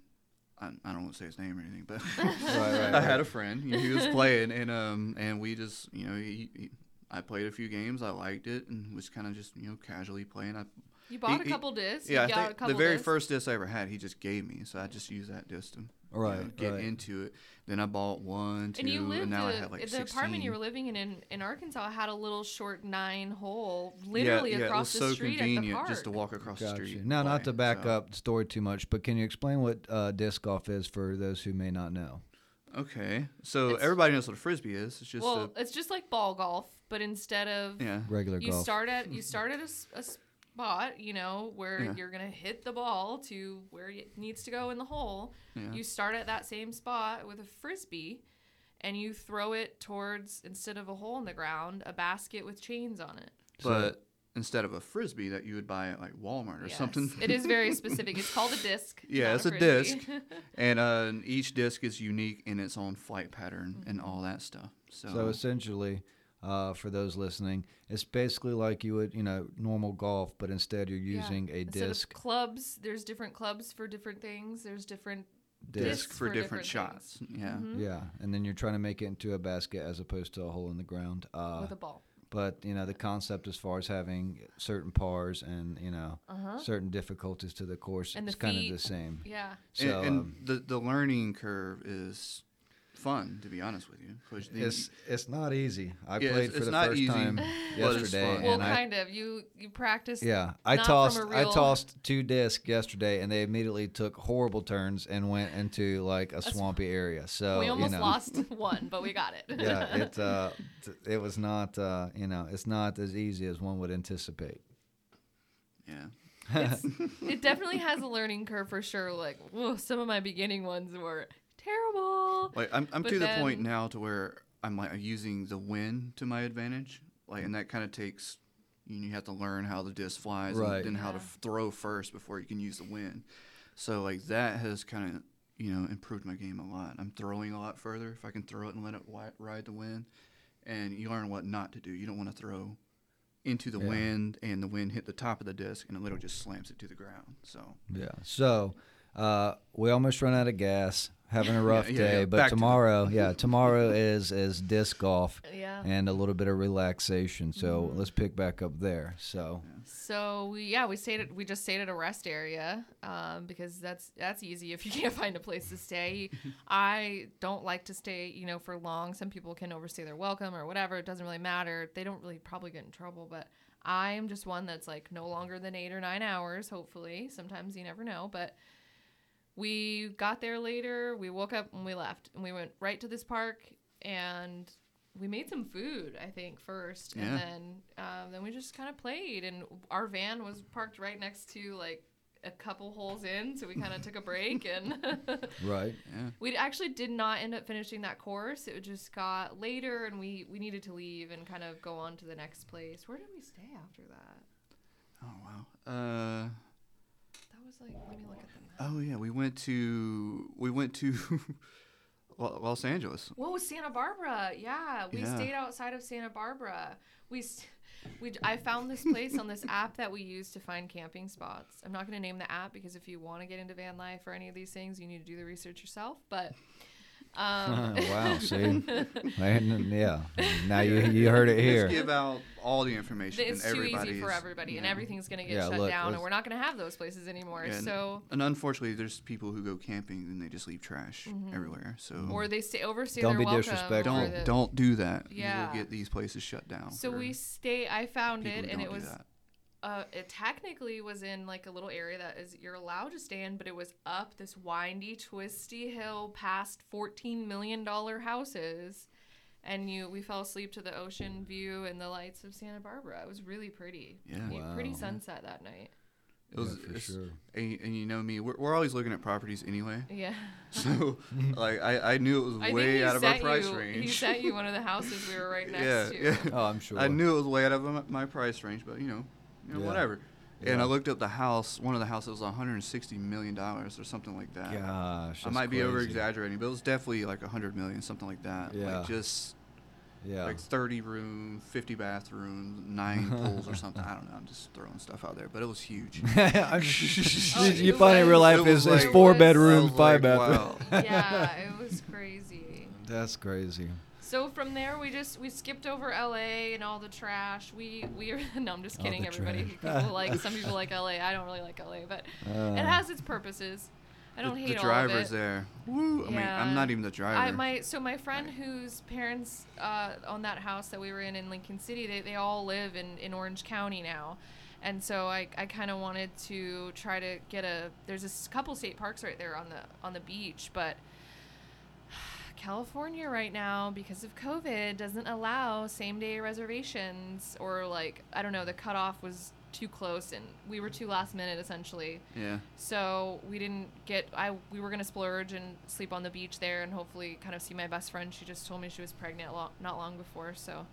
I, I don't want to say his name or anything, but right, right, I had a friend. You know, he was playing, and um, and we just, you know, he, he, I played a few games. I liked it, and was kind of just, you know, casually playing. I, You bought He- a he- couple discs. yeah, you I got a think the couple very discs. first disc I ever had, he just gave me, so I just used that disc to you know, Right, get right. into it. Then I bought one, two, And you lived now I the, have like the apartment you 16. were living in, in in Arkansas had a little short nine hole literally across the street at the park. just to walk across Gotcha. the street. Now, and not to play, back so- up the story too much, but can you explain what uh, disc golf is for those who may not know? Okay, so It's- everybody knows what a frisbee is. It's just well, it's just like ball golf, but instead of a yeah, Regular you golf. start at you start at a, s- a s- spot, you know, where Yeah. you're going to hit the ball to where it needs to go in the hole. Yeah. You start at that same spot with a frisbee and you throw it towards, instead of a hole in the ground, a basket with chains on it. So- but instead of a frisbee that you would buy at like Walmart or Yes. something. it is very specific. It's called a disc. Yeah, not it's a frisbee. disc. and uh, each disc is unique in its own flight pattern and all that stuff. So, So essentially, uh, for those listening, it's basically like you would, you know, normal golf, but instead you're Yeah. using a Instead of disc, clubs, there's different clubs for different things. There's different disc. disc discs for, for different, different shots. Yeah. Yeah, and then you're trying to make it into a basket as opposed to a hole in the ground. Uh, with a ball. but you know the concept as far as having certain pars and you know Uh-huh. certain difficulties to the course And the is kind feet. of the same. Yeah. So and and um, the, the learning curve is fun, to be honest with you. 'cause the- it's it's not easy. I Yeah, it's- played for it's the not first easy, time but it's yesterday, fun. well, and I kind of. You you practice. yeah I not from tossed a I real- tossed two discs yesterday, and they immediately took horrible turns and went into like a sw- swampy area. So we almost you know, lost one, but we got it. yeah, it uh, t- it was not uh, you know it's not as easy as one would anticipate. yeah. It's- it definitely has a learning curve for sure. Like, whoa, some of my beginning ones were terrible. Like I'm, I'm But to the point then- now to where I'm like using the wind to my advantage. Like, and that kind of takes you have to learn how the disc flies Right. and then how to Yeah. f- throw first before you can use the wind. So like that has kind of you know improved my game a lot. I'm throwing a lot further if I can throw it and let it wi- ride the wind. And you learn what not to do. You don't want to throw into the Yeah. wind and the wind hit the top of the disc and it literally just slams it to the ground. So Yeah. So uh, we almost run out of gas. Having a rough yeah, day, yeah. but Back to the- tomorrow, yeah, tomorrow is is disc golf Yeah. Mm-hmm. and a little bit of relaxation. So let's pick back up there. So So we yeah we stayed at, we just stayed at a rest area um, because that's that's easy if you can't find a place to stay. I don't like to stay you know for long. Some people can overstay their welcome or whatever. It doesn't really matter. They don't really probably get in trouble. But I am just one that's like no longer than eight or nine hours. Hopefully, sometimes you never know. But we got there later. We woke up and we left and we went right to this park and we made some food I think first Yeah. and then um, then we just kind of played and our van was parked right next to like a couple holes in so we kind of took a break and right, yeah, we actually did not end up finishing that course it just got later and we we needed to leave and kind of go on to the next place where did we stay after that oh wow. Uh, that was like let me look at the map Oh yeah, we went to we went to Lo- Los Angeles. Whoa, Santa Barbara. Yeah, we Yeah. stayed outside of Santa Barbara. We, st- we, I found this place on this app that we use to find camping spots. I'm not going to name the app because if you want to get into van life or any of these things, you need to do the research yourself. But, um, Oh, Wow, see? and, yeah. Now you you heard it Just here. give out all the information. it's and too easy for everybody's- everybody, and yeah. everything's going to get Yeah, shut look, down, let's- and we're not going to have those places anymore. And, so. and unfortunately, there's people who go camping and they just leave trash everywhere. So Mm-hmm. Or they stay overstay Don't their be welcome. or disrespectful. don't the- don't do that. Yeah. you will get these places shut down. So for we stay. I found people it, who and don't it do was that. uh, it technically was in like a little area that is you're allowed to stay in, but it was up this windy, twisty hill past fourteen million dollar houses, and you we fell asleep to the ocean view and the lights of Santa Barbara. It was really pretty. Yeah. Pretty- pretty Wow. sunset that night. It was Yeah, for it's- sure. And, and you know me, we're, we're always looking at properties anyway. Yeah, So like I, I knew it was I think way he out of our sent price you, range. He sent you one of the houses we were right next yeah, to. yeah. Oh, I'm sure. I knew it was way out of my- my price range, but you know, you know Yeah. whatever. And Yeah. I looked up the house. One of the houses was 160 million dollars or something like that. Gosh, I that's might be over crazy. exaggerating, but it was definitely like 100 million, something like that. Yeah. Like just Yeah. like 30 room, 50 bathrooms, nine pools or something. I don't know. I'm just throwing stuff out there, but it was huge. I'm- Oh, you- you it find in real was- life it is, was is like- four it was- I bedroom, was five like, bathroom. wow. yeah, it was crazy. That's crazy. So from there, we just we skipped over LA and all the trash. We we are no, I'm just All kidding. the Everybody, trash. people like some people like LA. I don't really like LA, but Uh, it has its purposes. I don't the, hate the all of driver's it. there. Woo! I mean, Yeah. I'm not even the driver. I, my so my friend whose parents uh, own that house that we were in in Lincoln City, they, they all live in, in Orange County now, and so I, I kind of wanted to try to get a there's a s- couple state parks right there on the on the beach, but California right now because of COVID doesn't allow same day reservations or like I don't know the cutoff was too close and we were too last minute essentially. Yeah. So we didn't get. I we were gonna splurge and sleep on the beach there, and hopefully kind of see my best friend. She just told me she was pregnant lo- not long before, so.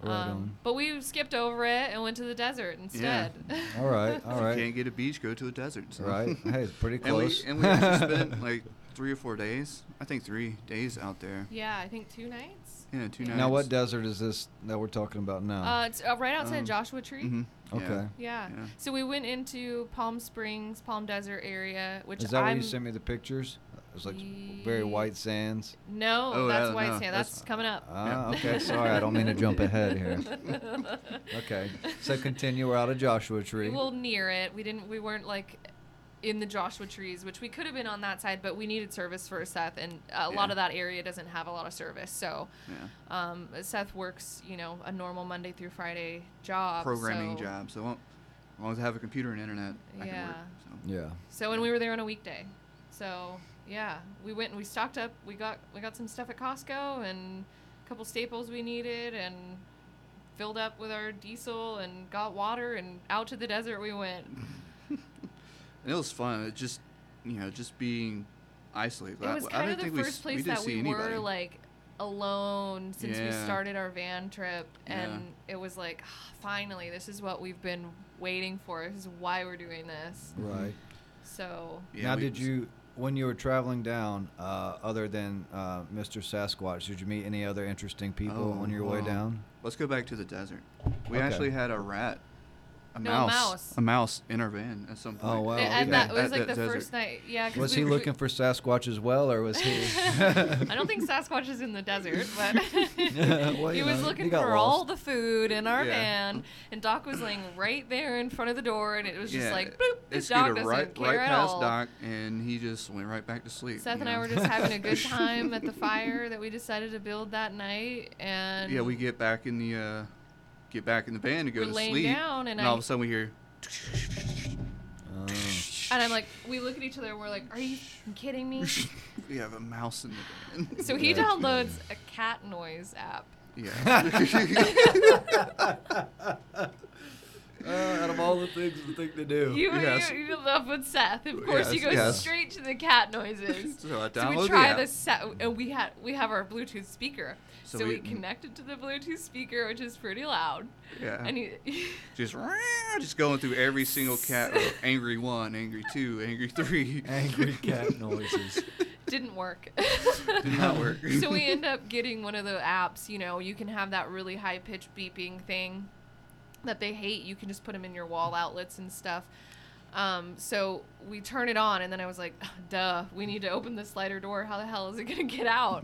Right Um, on. but we skipped over it and went to the desert instead. All right, all If right. you can't get a beach, go to a desert. so. Right. Hey, it's pretty and we close. and we actually spent like three or four days. I think three days out there. yeah, I think two nights. Yeah, two Yeah. nights. Now, what desert is this that we're talking about now? Uh, it's uh, right outside Um, Joshua Tree. mm-hmm. Mhm, yeah. okay. Yeah. Yeah. So we went into Palm Springs, Palm Desert area, which Is that where I'm you sent me the pictures? It's like very white sands. no, Oh, that's uh, white no, sand. that's- That's, coming up. Ah, okay. Sorry, I don't mean to jump ahead here. Okay. So continue. We're out of Joshua Tree. Well, near it, we didn't. We weren't like in the Joshua trees, which we could have been on that side, but we needed service for Seth, and a lot Yeah. of that area doesn't have a lot of service. So Yeah. um, Seth works, you know, a normal Monday through Friday job. Programming so- job. So I won't- as long as I have a computer and internet, I can work. Yeah. So. yeah. So and we were there on a weekday. So yeah, we went and we stocked up. We got we got some stuff at Costco and a couple staples we needed and filled up with our diesel and got water and out to the desert we went. And it was fun. It just, you know, just being isolated. It was I, kind I of didn't the think we, first s- place we didn't that see we anybody. were like alone since we Yeah. started our van trip Yeah. and it was like "Ah, finally this is what we've been waiting for this is why we're doing this Right. so Yeah, now, we- did you, when you were traveling down, uh, other than uh, Mr. Sasquatch, did you meet any other interesting people Oh, on your way wow. down? Let's go back to the desert. We Okay. actually had a rat, a No, a mouse, mouse. a mouse in our van at some point. Oh, wow. And- okay. and that it was At like the that desert. first night yeah 'cause Was we he were- looking for Sasquatch as well, or was he? I don't think Sasquatch is in the desert, but Well, he you was know, looking he got for all lost. the food in our Yeah. van, and Doc was laying right there in front of the door, and it was just Yeah, like bloop. it This dog scooted doesn't right, care at right past all. Doc, and he just went right back to sleep. Seth you and I know? were just having a good time at the fire that we decided to build that night, and yeah, we get back in the, uh, get back in the van to go We're to laying sleep, down, and I- all of a sudden we hear, Oh. and I'm like, we look at each other, and we're like, "Are you f***ing kidding me?" we have a mouse in the van. So he That's downloads a cat noise app. yeah. Uh, out of all the things, the thing to do. You, Uh, Yes. you, you love with Seth. Of course, you go Yes, yes. straight to the cat noises. so I So download we the try app. this set, and we had we have our Bluetooth speaker. So, So we, we- connected to the Bluetooth speaker, which is pretty loud. Yeah. And he, just just going through every single cat row. angry one angry two angry three Angry cat noises. didn't work. did not work so we end up getting one of the apps. You know, you can have that really high pitched beeping thing that they hate. You can just put them in your wall outlets and stuff. Um, so we turn it on, and then I was like, "Duh, we need to open the slider door. How the hell is it gonna get out?"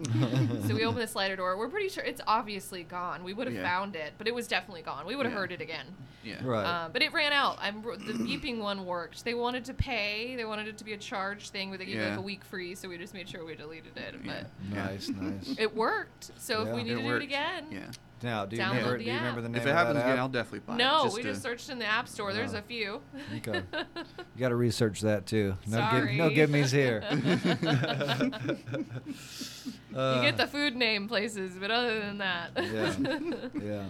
so we open the slider door. We're pretty sure it's obviously gone. We would have Yeah. found it, but it was definitely gone. We would have Yeah. heard it again. yeah Right. Uh, but it ran out. I'm the beeping one worked. They wanted to pay. They wanted it to be a charge thing where they gave Yeah. like a week free. So we just made sure we deleted it. Yeah. But Yeah. nice, nice. it worked. So Yeah. if we It need to do it worked. again, yeah Now, do you Download remember? the Do you app. remember the name if it of happens that again app? i'll definitely buy no, it just we to- just searched in the app store. There's a few. Okay. You got to research that too. No, Sorry. Give, no give me's here. you Uh, get the food name places, but other than that, Yeah. yeah.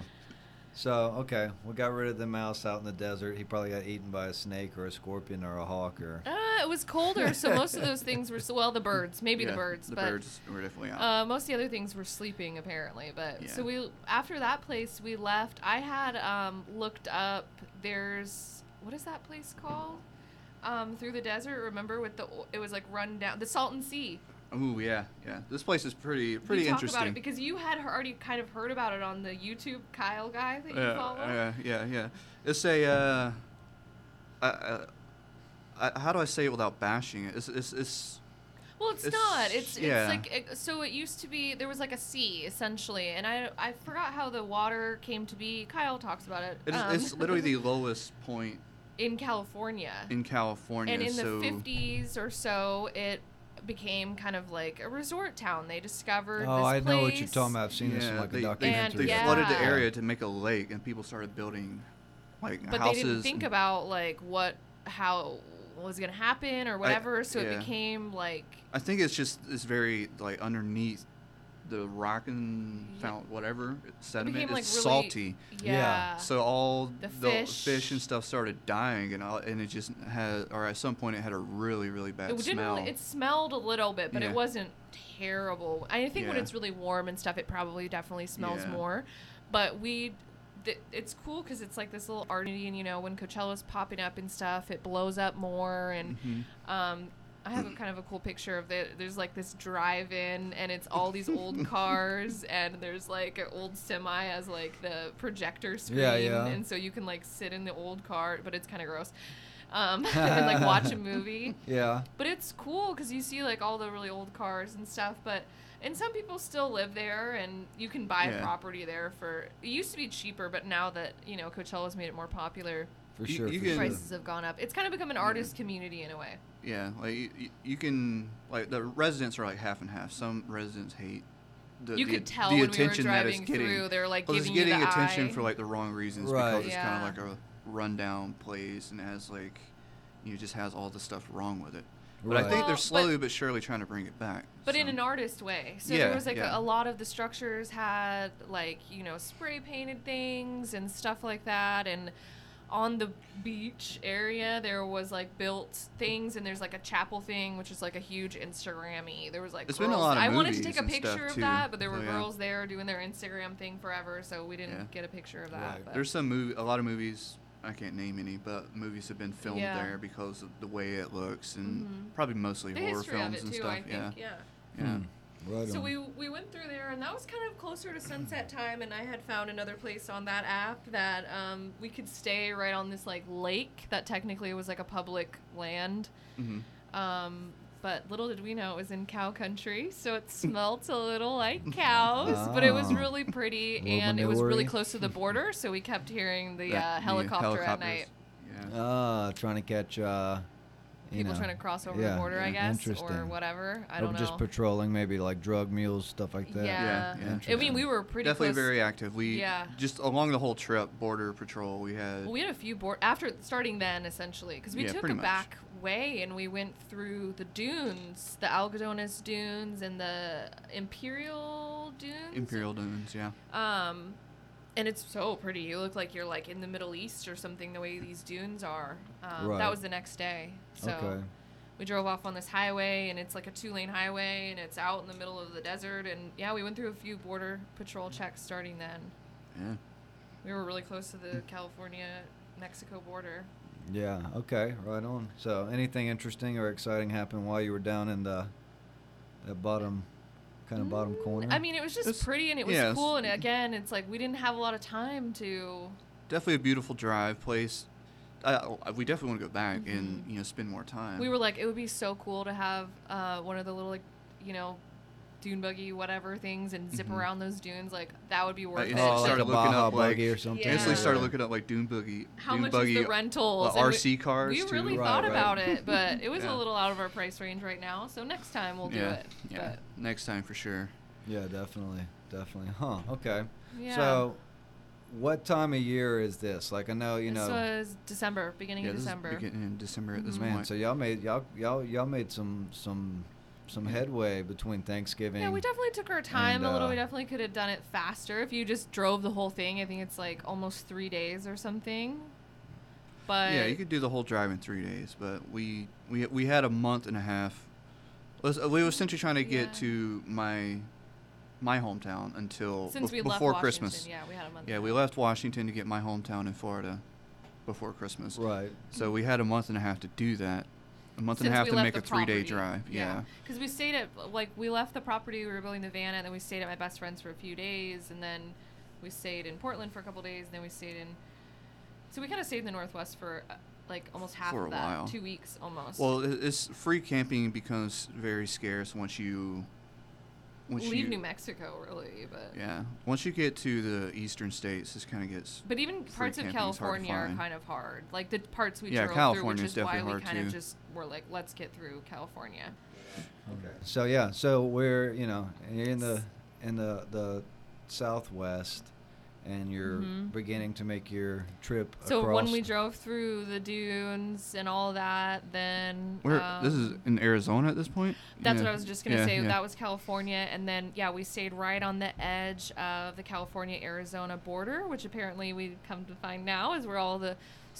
So okay, we got rid of the mouse out in the desert. He probably got eaten by a snake or a scorpion or a hawk or. Uh, it was colder, so most of those things were so well the birds, maybe yeah, the birds, the but birds were definitely out Uh, most of the other things were sleeping apparently, but so Yeah. we after that place we left. I had um, looked up. There's what is that place called? Um, through the desert. Remember with the o- it was like run down the Salton Sea. oh yeah yeah this place is pretty We pretty talk interesting about it because you had already kind of heard about it on the YouTube Kyle guy that you yeah, follow. yeah yeah yeah it's a uh I, uh, I, how do i say it without bashing it it's it's, it's Well, it's, It's- not. It's yeah. it's like it, so. It used to be there was like a sea essentially, and I I forgot how the water came to be. Kyle talks about it. it is, um, it's literally the lowest point in California. in California. and in so the 50s or so it became kind of like a resort town they discovered Oh, this I know what you're place. talking about. I've seen this in Yeah, like they, a they, documentary. they And, flooded the yeah. area to make a lake, and people started building like but houses. they didn't think and- about like what how was going to happen or whatever so yeah. it became like I think it's just it's very like underneath the rockin' found whatever sediment became, is like, really- salty. Yeah. Yeah. So all The the, fish. and stuff started dying, and all, and it just had, or at some point, it had a really, really bad it didn't. smell. really- It smelled a little bit, but Yeah. it wasn't terrible. I think when Yeah. it's really warm and stuff, it probably definitely smells Yeah. more. But we, th- it's cool because it's like this little arty, and you know, when Coachella's popping up and stuff, it blows up more. Mm-hmm. And um, I have a kind of a cool picture of it. There's like this drive-in, and it's all these old cars, and there's like an old semi as like the projector screen, Yeah, yeah. and so you can like sit in the old car, but it's kind of gross. Um, and like watch a movie. Yeah. But it's cool because you see like all the really old cars and stuff. But and some people still live there, and you can buy Yeah. a property there for. It used to be cheaper, but now that you know Coachella's made it more popular, For You- sure. you for can- sure. prices have gone up. It's kind of become an artist community in a way. yeah, like you, you- you can like the residents are like half and half. Some residents hate. The, you the, could at- tell the when we were attention that it's driving getting. through, they're like Well, it's giving you the getting attention eye. for like the wrong reasons Right. because it's Yeah. kind of like a rundown place and has like, you know, just has all the stuff wrong with it. But I Right. think Well, they're but- slowly but, surely trying to bring it back. But in so. an artist way. So Yeah, there was like yeah. a, a lot of the structures had like, you know, spray painted things and stuff like that. And on the beach area, there was like built things. And there's like a chapel thing, which is like a huge Instagram y. There was like, There's been girls. a lot of I wanted to movies take a and stuff, picture of too. that, but there So, were yeah. girls there doing their Instagram thing forever. So we didn't Yeah. get a picture of Right. that. But There's some movie, a lot of movies. I can't name any, but movies have been filmed Yeah. Mm-hmm. there because of the way it looks, and probably mostly the horror history of films it and too, stuff. I think. yeah, yeah. yeah. Hmm. Right So on. we we went through there, and that was kind of closer to sunset time. And I had found another place on that app that um, we could stay right on this like lake that technically was like a public land. Mhm. Um, but little did we know it was in cow country, so it smelt a little like cows. But it was Ah. really pretty, Little and it was really manure-y. close to the border, so we kept hearing the That- uh, helicopter at helicopters, night. Yeah. Ah, trying to catch. Uh, you People know, trying to cross over yeah, the border, I yeah, guess, or interesting. whatever. I or don't know. just patrolling, maybe like drug mules, stuff like that. yeah. Yeah, I mean, we were pretty Definitely close. very active. We Yeah. just along the whole trip, border patrol. We had Well, we had a few board after starting then essentially because we Yeah, took a pretty much. back way and we went through the dunes, the Algodones dunes and the Imperial dunes. imperial dunes. Yeah, Um, and it's so pretty. You look like you're like in the Middle East or something. The way these dunes are. Um, Right. That was the next day. So Okay. we drove off on this highway and it's like a two lane highway and it's out in the middle of the desert and yeah, we went through a few border patrol checks starting then. yeah. We were really close to Mm. the California Mexico border. Yeah. Okay. Right on. So, anything interesting or exciting happened while you were down in the that bottom, kind of bottom Mm, corner? I mean, it was just It's- pretty and it was yeah, it's- cool. And again, it's like we didn't have a lot of time to. Definitely a beautiful drive place. I, I- we definitely want to go back and you know spend more time. Mm-hmm. We were like, it would be so cool to have uh, one of the little, like, you know, dune buggy whatever things and Mm-hmm. zip around those dunes. Like that would be worth you it. know, oh, like started a looking Baja up, like- buggy or something. Yeah. instantly started Yeah. looking up like dune buggy. How dune much buggy, is the rentals? uh, And we- RC cars. We too. really Right, thought right. about it, but it was Yeah. a little out of our price range right now. So next time we'll do yeah, it. yeah. But Next time for sure. Yeah, definitely, definitely. Huh. Okay. Yeah. So, what time of year is this? Like, I know you this know, was December, beginning yeah, of this is December. Mm-hmm. beginning in December at this man. point. So y'all made y'all y'all y'all made some some some headway between Thanksgiving. Yeah, we definitely took our time And, a little. uh, we definitely could have done it faster if you just drove the whole thing. I think it's like almost three days or something. But yeah, you could do the whole drive in three days, but we we we had a month and a half. Was- uh, We were essentially trying to get Yeah. to my my hometown until since bef- we left before Washington, Christmas. yeah, we had a month. Yeah, we left Washington to get my hometown in Florida before Christmas. Right. So we had a month and a half to do that. A month and Since a half we to left make the a three day property. drive. Yeah. Because we stayed at like we left the property. We were building the van, and then we stayed at my best friend's for a few days, and then we stayed in Portland for a couple days, and then we stayed in. So we kind of stayed in the Northwest for uh, like almost half For a of that, while. two weeks almost. Well, it- it's free camping becomes very scarce once you once leave you New Mexico really, but yeah once you get to the eastern states, this kind of gets But even parts of camping is hard to California are find. kind of hard. Like the parts we Yeah, drove California through, is which is why definitely we hard, kind too. of just were like, let's get through California. Okay. So yeah, so we're you know you're in the in the the Southwest, and you're Mhm. beginning to make your trip So across. when we drove through the dunes and all that, then Where this is um, in Arizona at this point. That's Yeah. what I was just gonna Yeah, say. yeah. That was California, and then yeah, we stayed right on the edge of the California Arizona border, which apparently we come to find now is where all the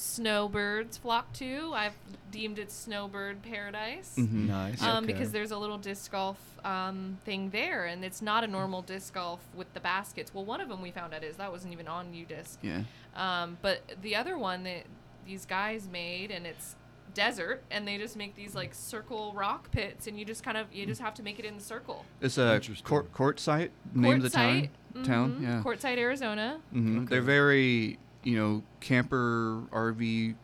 snowbirds flock to. I've deemed it snowbird paradise. Mhm. Mm-hmm. nice Um, okay. Because there's a little disc golf um, thing there, and it's not a normal disc golf with the baskets. Well, one of them we found out is that wasn't even on U Disc. Yeah. Um, but the other one that these guys made, and it's desert, and they just make these like circle rock pits, and you just kind of you just have to make it in the circle. It's a Interesting. court court site. Name of the town. Quartzsite, Town. mhm, Yeah. Quartzsite, Arizona. hmm Okay. They're very you know camper RV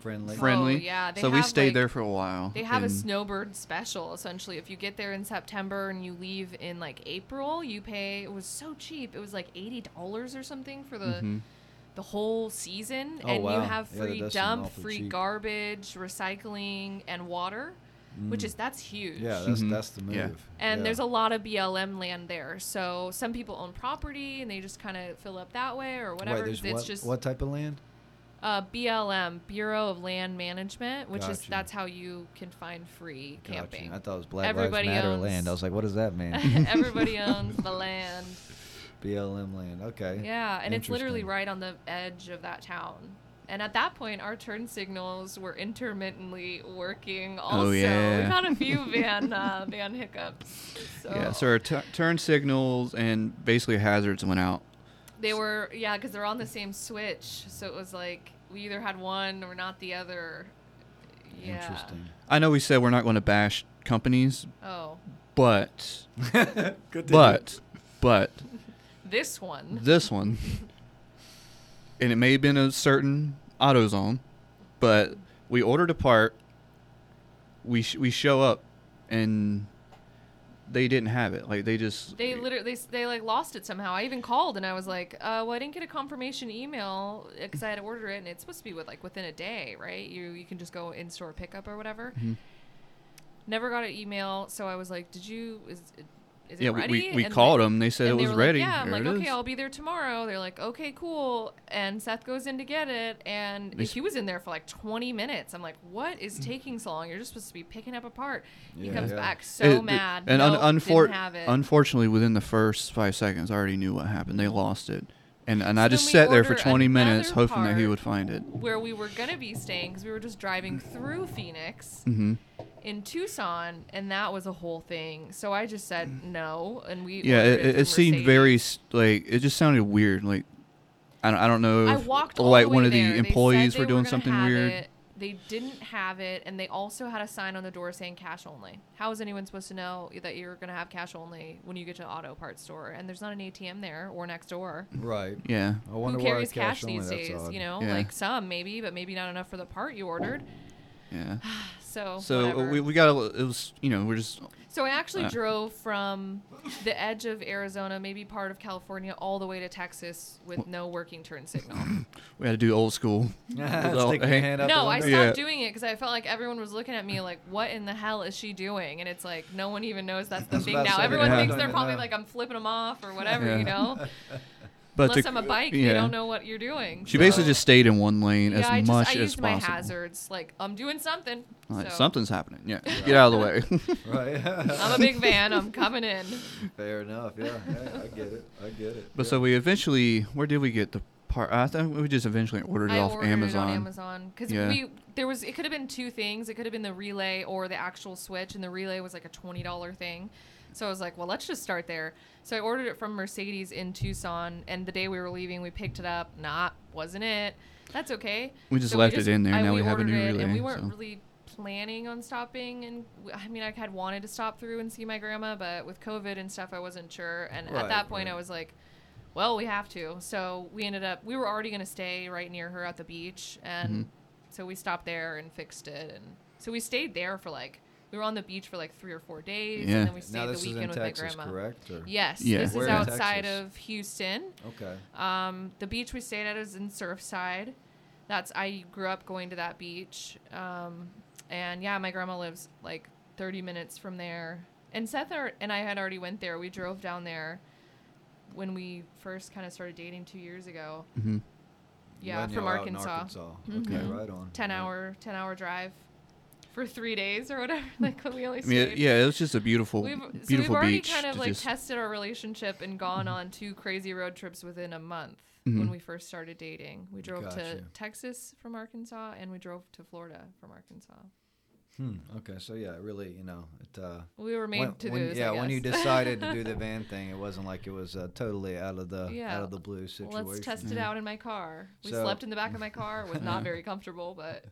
friendly. Friend- friendly. Oh, yeah, they so we have, stayed like- there for a while. They have a and- snowbird special essentially. If you get there in September and you leave in like April, you pay. It was so cheap. It was like eighty dollars or something for the Mm-hmm. Mhm. the whole season, Oh, and wow. you have Yeah, that free does seem dump, awfully free cheap. garbage, recycling, and water, which is that's huge. Mm. yeah, that's Mhm. that's the move. Yeah. And Mm-hmm. Yeah. there's a lot of BLM land there, so some people own property and they just kind of fill up that way or whatever. Wait, there's it's what, just what type of land? Uh, BLM Bureau of Land Management, which is Gotcha. that's how you can find free Gotcha. camping. I thought it was Black Everybody Lives Matter owns- land. I was like, what does that mean? Everybody owns the land. BLM land. Okay. Yeah, and it's literally Interesting. right on the edge of that town. And at that point, our turn signals were intermittently working. Also, Oh, yeah. we got a few van uh, van hiccups. So Yeah. So our tu- turn signals and basically hazards went out. they were yeah, because they're on the same switch. So it was like we either had one or not the other. Yeah. Interesting. I know we said we're not going to bash companies, Oh, but Good but but this one. this one, and it may have been a certain AutoZone, but we ordered a part. We sh- we show up, and they didn't have it. Like they just They literally they, they like lost it somehow. I even called and I was like, uh, "Well, I didn't get a confirmation email because I had to order it, and it's supposed to be with like within a day, right? You you can just go in store pickup or whatever." Mhm. Never got an email, so I was like, "Did you is is it yeah. We, ready?" we, we And called they- them. They said and it they was were ready. Like, yeah, I'm There like, it okay, is." I'll be there tomorrow. They're like, okay, cool. And Seth goes in to get it, and They s- Mm. he was in there for like 20 minutes. I'm like, what is taking so long? You're just supposed to be picking up a part. He Yeah. comes Yeah. back It- so it- mad. And un- Nope, unfor- didn't have it. unfortunately, within the first five seconds, I already knew what happened. They lost it, and and I So just then we sat there for order 20 minutes, another hoping that he part. would find it. where we were gonna be staying because we were just driving through Phoenix hmm in Tucson, and that was a whole thing. So I just said no, and we Yeah, ordered it, it, from it seemed Mercedes. very s- like it just sounded weird. Like I don't, I don't know. I if, walked all like the way one of there. the They said employees they were doing gonna something have weird. it. They didn't have it, and they also had a sign on the door saying cash only. How is anyone supposed to know that you're gonna have cash only when you get to an auto parts store and there's not an ATM there or next door? Right. Yeah, I wonder Who why carries cash, cash, these only, that's days? odd. You know, Yeah. like some maybe, but maybe not enough for the part you ordered. yeah. So So uh, Ah, whatever. we, we got a, it was you know we're just So I actually Uh. drove from the edge of Arizona, maybe part of California, all the way to Texas with no working turn signal. we had to do old school. Well, Sticking hey. your hand out no, the I window. stopped Yeah. doing it because I felt like everyone was looking at me like, "What in the hell is she doing?" And it's like no one even knows that's the That's thing what I now. said, Everyone yeah. thinks Don't they're even probably know. like, "I'm flipping them off" or whatever, Yeah. you know. But Unless to- I'm a bike, yeah. they don't know what you're doing. She basically So- just stayed in one lane yeah, as I just, much I as used possible. my hazards. Like I'm doing something. Like, so. Something's happening. Yeah, get out of the way. Right. I'm a big van. I'm coming in. Fair enough. Yeah, I, I get it. I get it. But yeah. so we eventually, where did we get the part? I think we just eventually ordered it I off ordered Amazon. it on Amazon because Yeah. we there was it could have been two things. It could have been the relay or the actual switch, and the relay was like a twenty dollar thing. So I was like, well, let's just start there. So I ordered it from Mercedes in Tucson, and the day we were leaving, we picked it up. Not wasn't it? That's okay. We just left it in there, I- now we we have a ordered new it, relay, and we weren't so. really planning on stopping. And w- I mean, I had wanted to stop through and see my grandma, but with COVID and stuff, I wasn't sure. And Right, at that point, right. I was like, well, we have to. So we ended up, we were already going to stay right near her at the beach. And Mm-hmm. so we stopped there and fixed it. And so we stayed there for like, we were on the beach for like three or four days. Yeah. And then we stayed now the this is weekend in with Texas, my grandma. correct? Or? Yes. Yeah. This Where is in outside Texas? of Houston. Okay. Um, the beach we stayed at is in Surfside. That's I grew up going to that beach. Um, and yeah, my grandma lives like 30 minutes from there. And Seth are, and I had already went there. We drove down there. when we first kind of started dating two years ago. Mm-hmm. Yeah, When from y'all out in Arkansas. Mm-hmm. Arkansas. Okay, right on. Ten Yeah. hour, ten hour drive for three days or whatever. like we only I mean, stayed. it, yeah, it was just a beautiful, We've, so we've beautiful already beach. kind of to like just- tested our relationship and Mm-hmm. gone on two crazy road trips within a month when Mhm. we first started dating. We drove to Gotcha. Texas from Arkansas and we drove to Florida from Arkansas. Hmm, okay, so yeah, really, you know, it. Uh, We were made when, to when- do this. I yeah, when you guess. decided to do the van thing, it wasn't like it was uh, totally out of the Yeah, out of the blue situation. Let's test it out in my car. We So- slept in the back of my car. It was not very comfortable, but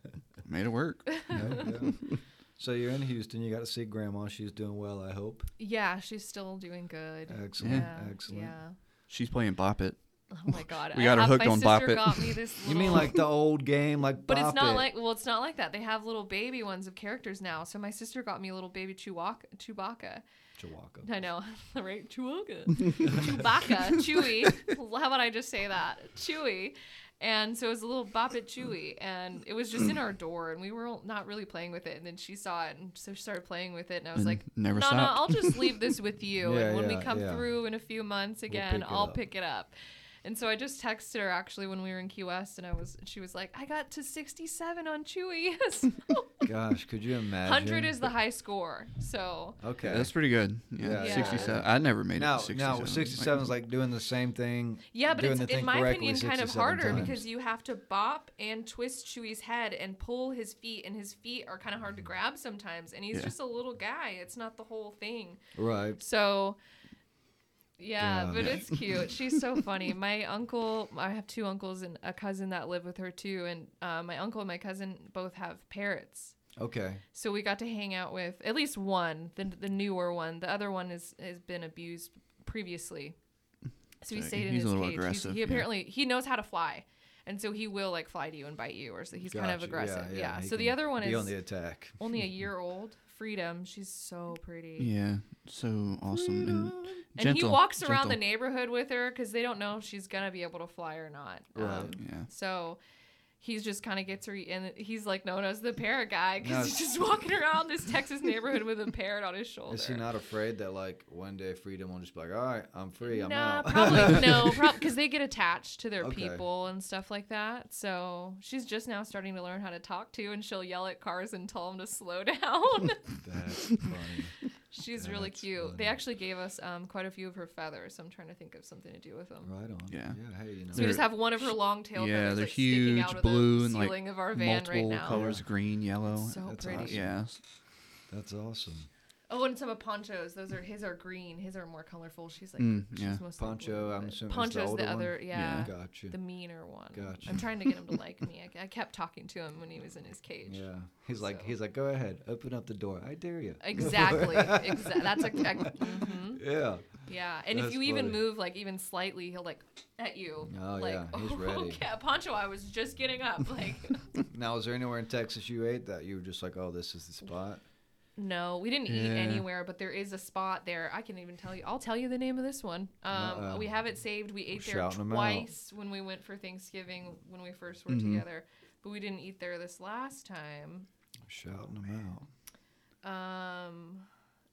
made it work. Yeah, yeah. so you're in Houston. You got to see Grandma. She's doing well, I hope. yeah, she's still doing good. Excellent, Yeah, excellent. Yeah. She's playing Bop It. Oh my god. We I got her have- hooked my on Bop sister It. Got me this You mean little- like the old game, like But Bop it's not It? like well, it's not like that. They have little baby ones of characters now. So my sister got me a little baby Chewbacca. Chewbacca. Chihuahua. I know, right? Chewbacca, Chewbacca, Chewy. How about I just say that Chewy? And so it was a little Bop It Chewy, and it was just in our door, and we were all- not really playing with it. And then she saw it, and so she started playing with it, and I was And like, never "No, no, stopped." I'll just leave this with you, Yeah, and when yeah, we come yeah. through in a few months again, pick it I'll up." pick it up." And so I just texted her actually when we were in Key West, and I was she was like, "I got to 67 on Chewy. So Gosh, could you imagine? 100 is the high score, so." Okay. That's pretty good. Yeah, Yeah. Yeah. 67. I never made now, it to 67. now, 67 is like doing the same thing. Yeah, but doing it's the thing in my correctly opinion kind of 67 harder times. because you have to bop and twist Chewie's head and pull his feet, and his feet are kind of hard to grab sometimes. And he's Yeah. just a little guy; it's not the whole thing. Right. So, yeah, Yeah. but Yeah. it's cute. She's so funny. My uncle, I have two uncles and a cousin that live with her too, and uh, my uncle and my cousin both have parrots. Okay. So we got to hang out with at least one, the, the newer one. The other one is has been abused previously. So he So stayed in he's his a little cage. He's- aggressive, he yeah. apparently he knows how to fly, and so he will like fly to you and bite you, or so he's kind of Gotcha. aggressive. Yeah. he So the can other one be on is the attack. only a year old. Freedom. She's so pretty. Yeah, so awesome. And, And he gentle, walks around the gentle. neighborhood with her because they don't know if she's gonna be able to fly or not. Um, Right. Yeah. So he's just kind of gets her, and he's like known as the parrot guy because Now- he's just walking around this Texas neighborhood with a parrot on his shoulder. Is he not afraid that like one day freedom will just be like, all right, I'm free, I'm nah, out. probably no, because they get attached to their Okay. people and stuff like that. So she's just now starting to learn how to talk to, and she'll yell at cars and tell them to slow down. That's funny. she's really That's cute. They funny. actually gave us um, quite a few of her feathers. So I'm trying to think of something to do with them. Right on. Yeah. Yeah. Hey, you know. So we just have one of her long tail yeah, feathers they're like, sticking out huge, of blue the and, like, ceiling of our van right Multiple now. colors, green, yellow. So That's pretty. awesome. Yeah. s- That's awesome. Oh, and some of Poncho's. Those are his are green. His are more colorful. She's like Mm, she's yeah. mostly Poncho, blue, I'm but- assuming is Poncho's the, older one? other, yeah, Gotcha. the meaner one. Gotcha. I'm trying to get him to like me. I, I kept talking to him when he was in his cage. Yeah. He's like, So- he's like, go ahead, open up the door. I dare you. Exactly. Exa- that's a, hmm Yeah. yeah. And if That's you even funny. move like even slightly, he'll like at you. Oh, like, yeah, he's ready." Okay, Poncho, I was just getting up. Like, Now, is there anywhere in Texas you ate that you were just like, oh, this is the spot? No, we didn't eat Yeah. anywhere, but there is a spot there. I can even tell you. I'll tell you the name of this one. Um, Uh-oh. we have it saved. We ate there shouting 'em out. Mm-hmm. twice when we went for Thanksgiving when we first were together, but we didn't eat there this last time. Shouting them out. Um,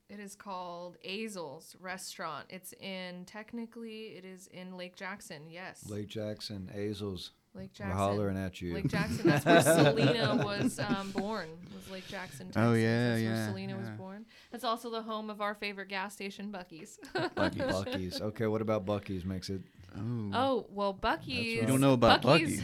it is called Azel's Restaurant. It's in technically it is in Lake Jackson. Yes, Lake Jackson, Azels, Lake we're Jackson. hollering at you. Lake Jackson. That's where Selena was um, born. Was Lake Jackson? Texas. Oh, yeah, That's yeah, Where Selena was yeah. born. That's also the home of our favorite gas station, Bucky's. Buc- Buc-ee's. Okay, what about Bucky's makes it? Oh. oh well, Bucky's. You don't know about Bucky's,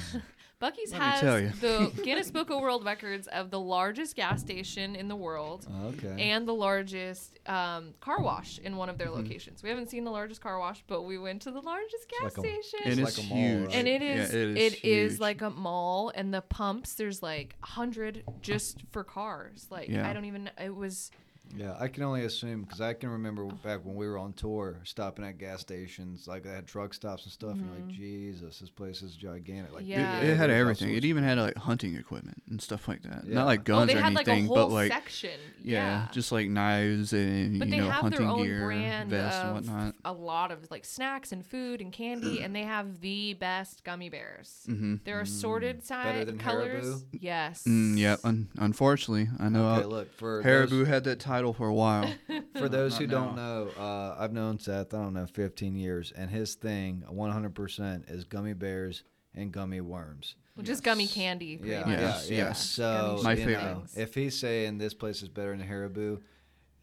Bucky's Let me tell you. has the Guinness Book of World Records of the largest gas station in the world. oh, Okay. And the largest um, car wash in one of Mm-hmm. their locations. We haven't seen the largest car wash, but we went to the largest gas like a- station. And It's it's, like a mall, huge. right? And it Yeah, is it is, it is huge. like a mall and the pumps there's like 100 just for cars. Like Yeah. I don't even it was oh, Yeah, I can only assume because I can remember back when we were on tour, stopping at gas stations, like they had truck stops and stuff, and you're like, Jesus, this place is gigantic. Like, It- Mm-hmm. Yeah. It, had there's all everything. sorts It of- even had like hunting equipment and stuff like that. Yeah. Not like Oh, guns they or had like a anything, whole but like section. yeah, Yeah. just like knives and but you they know have their hunting own gear, brand vests and of whatnot. a lot of like snacks and food and candy and they have the best gummy bears. Mm-hmm. They're assorted Better size than colors. Haribo? Yes. Mm, yeah. Un- unfortunately, I know. Okay, I- look for Haribo those- had that title for a while. For those who don't Not know, uh, I've known Seth, I don't know, 15 years, and his thing 100% is gummy bears and gummy worms. Well, just gummy Yes. candy. pretty Yeah, much. Yes, yeah, yeah. yes. So, My you know, favorite. if he's saying this place is better than Haribo,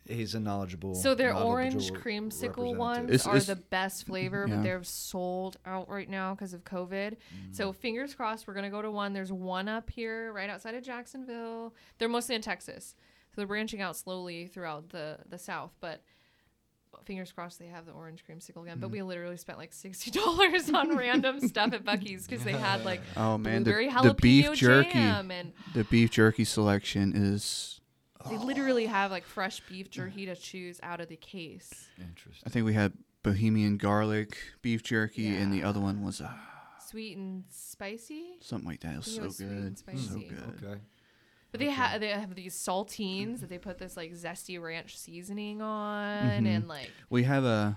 he's a knowledgeable. So their knowledgeable orange representative. creamsicle ones It's- are it's- the best flavor, Yeah. but they're sold out right now because of COVID. Mm. So fingers crossed, we're gonna go to one. There's one up here right outside of Jacksonville. They're mostly in Texas, so they're branching out slowly throughout the the South. But fingers crossed, they have the orange creamsicle again. Mm. But we literally spent like sixty dollars on random stuff at Bucky's because they had like Oh man, blueberry the, jalapeno the beef jerky, jam, and the beef jerky selection is. they Oh. literally have like fresh beef jerky to choose out of the case. Interesting. I think we had Bohemian garlic beef jerky, and the other one was uh, Sweet and spicy. something like that. It was Yeah, so it was sweet good, and so spicy. good. Okay. But they have they have these saltines that they put this like zesty ranch seasoning on, Mm-hmm. and like We have a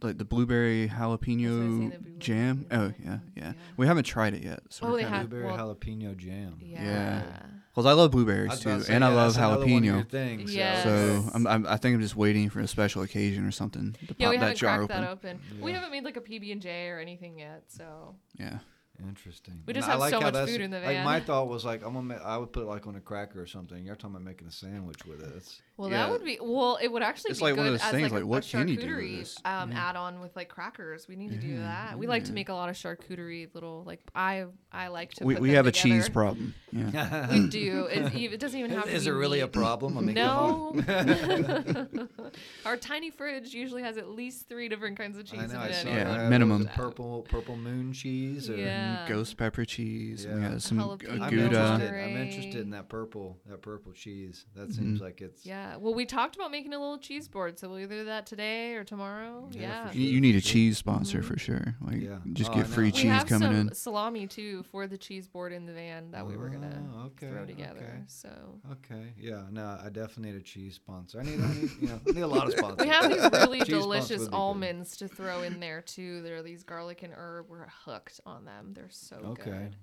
like the blueberry jalapeno saying, the blueberry jam. Oh jalapeno yeah, jam, yeah. yeah. We haven't tried it yet. So Oh, we're they kinda- have- Blueberry well- jalapeno jam. yeah, Yeah. Cause I love I blueberries was about too, to say, and I yeah, love that's another one of your jalapeno. things, Yes. So I'm, I'm, I think I'm just waiting for a special occasion or something to Yeah, pop we that haven't jar cracked open. that open. We Yeah. haven't made like a PB and J or anything yet, so Yeah, Interesting. We just And I have so how much that's- food in the Like my van. thought was like I'm gonna, ma- I would put it like on a cracker or something. You're talking about making a sandwich with it. It's, well Yeah. that would be well it would actually It's be like good one of those as things, like, like, a, what a can you do with charcuterie this? um, add-on with like crackers. We need to do Yeah, that. We like to yeah. make a lot of charcuterie little like I I like to. we, put we them have a together. cheese problem. Yeah, We do. It, it doesn't even have to is be it really a meat. problem? I mean, come No. Our tiny fridge usually has at least three different kinds of on. cheese I know. in I it. saw Yeah, that. What was it, minimum. purple purple moon cheese. Or, Yeah. ghost pepper cheese. and we Yeah. got some g- Jalapeno uh, I'm gouda. interested. I'm interested in that purple that purple cheese. Mm-hmm. That seems like it's Yeah. Well, we talked about making a little cheese board, so we'll either do that today or tomorrow. Yeah, Yeah. for You, you need a cheese sponsor for sure. Like, Yeah. just Oh, I get know. free We Mm-hmm. We cheese have coming some in. salami too for the cheese board in the van that we were gonna Oh, okay, throw together. okay. So Okay. Yeah. No, I definitely need a cheese sponsor. I need, I need, you know, I need a lot of sponsors. we have these really Cheese buns delicious would be good. almonds to throw in there too. There are these garlic and herb. We're hooked on them. They're so Okay. good.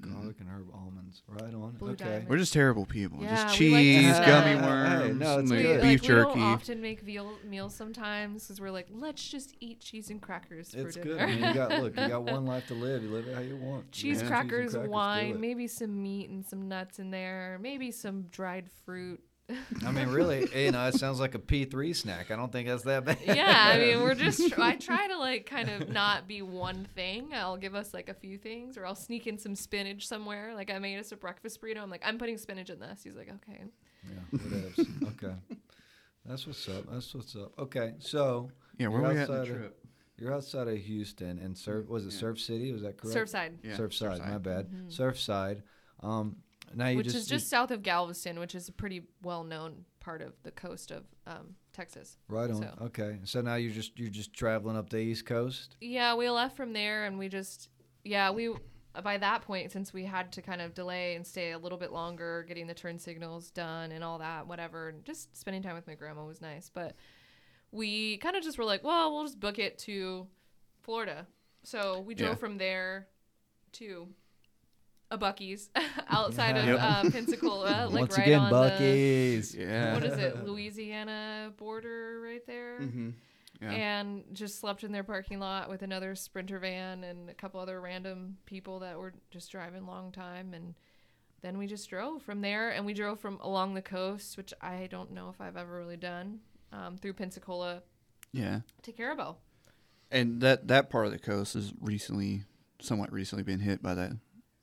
Garlic and herb almonds. Right on. Blue okay. diamond. We're just terrible people. Yeah, just we like to cheese, do gummy that. Hey, worms, no, it's like, good. We, Yeah. like, beef we jerky. don't often make veal meals sometimes because we're like, let's just eat cheese and crackers for It's dinner. good. I mean, you got look. You got one life to live. You live it how you want. cheese, Yeah. and crackers, do wine, it. maybe some meat and some nuts in there, maybe some dried fruit. I mean, really, you know, it sounds like a P three snack. I don't think that's that bad. Yeah, I mean, we're just. I try to like kind of not be one thing. I'll give us like a few things, or I'll sneak in some spinach somewhere. Like I made us a breakfast burrito. I'm like, I'm putting spinach in this. He's like, okay. Yeah, whatevs. okay, that's what's up. That's what's up. Okay, so Yeah, where You're we at in the outside of- trip? you're outside of Houston, and Surf was it Surf City? Was that correct? Surfside, Mm-hmm. Yeah, Surfside. My Surfside. bad. Surfside. Um, now you Mm-hmm. which just is just south of Galveston, which is a pretty well known part of the coast of um, Texas. right on. so. Okay, so now you're just you're just traveling up the East Coast. Yeah, we left from there and we just yeah, we by that point since we had to kind of delay and stay a little bit longer getting the turn signals done and all that whatever and just spending time with my grandma was nice, but we kind of just were like, well, we'll just book it to Florida. So we drove Yeah. from there to a Bucky's outside of Yep. uh, Pensacola, like Once right again, on the Bucky's. Yeah. what is it, Louisiana border right there. Mm-hmm. Mhm. Yeah. And just slept in their parking lot with another sprinter van and a couple other random people that were just driving long time. And then we just drove from there and we drove from along the coast, which I don't know if I've ever really done, um, through Pensacola Yeah. to Caribou. And that that part of the coast has recently, somewhat recently, been hit by that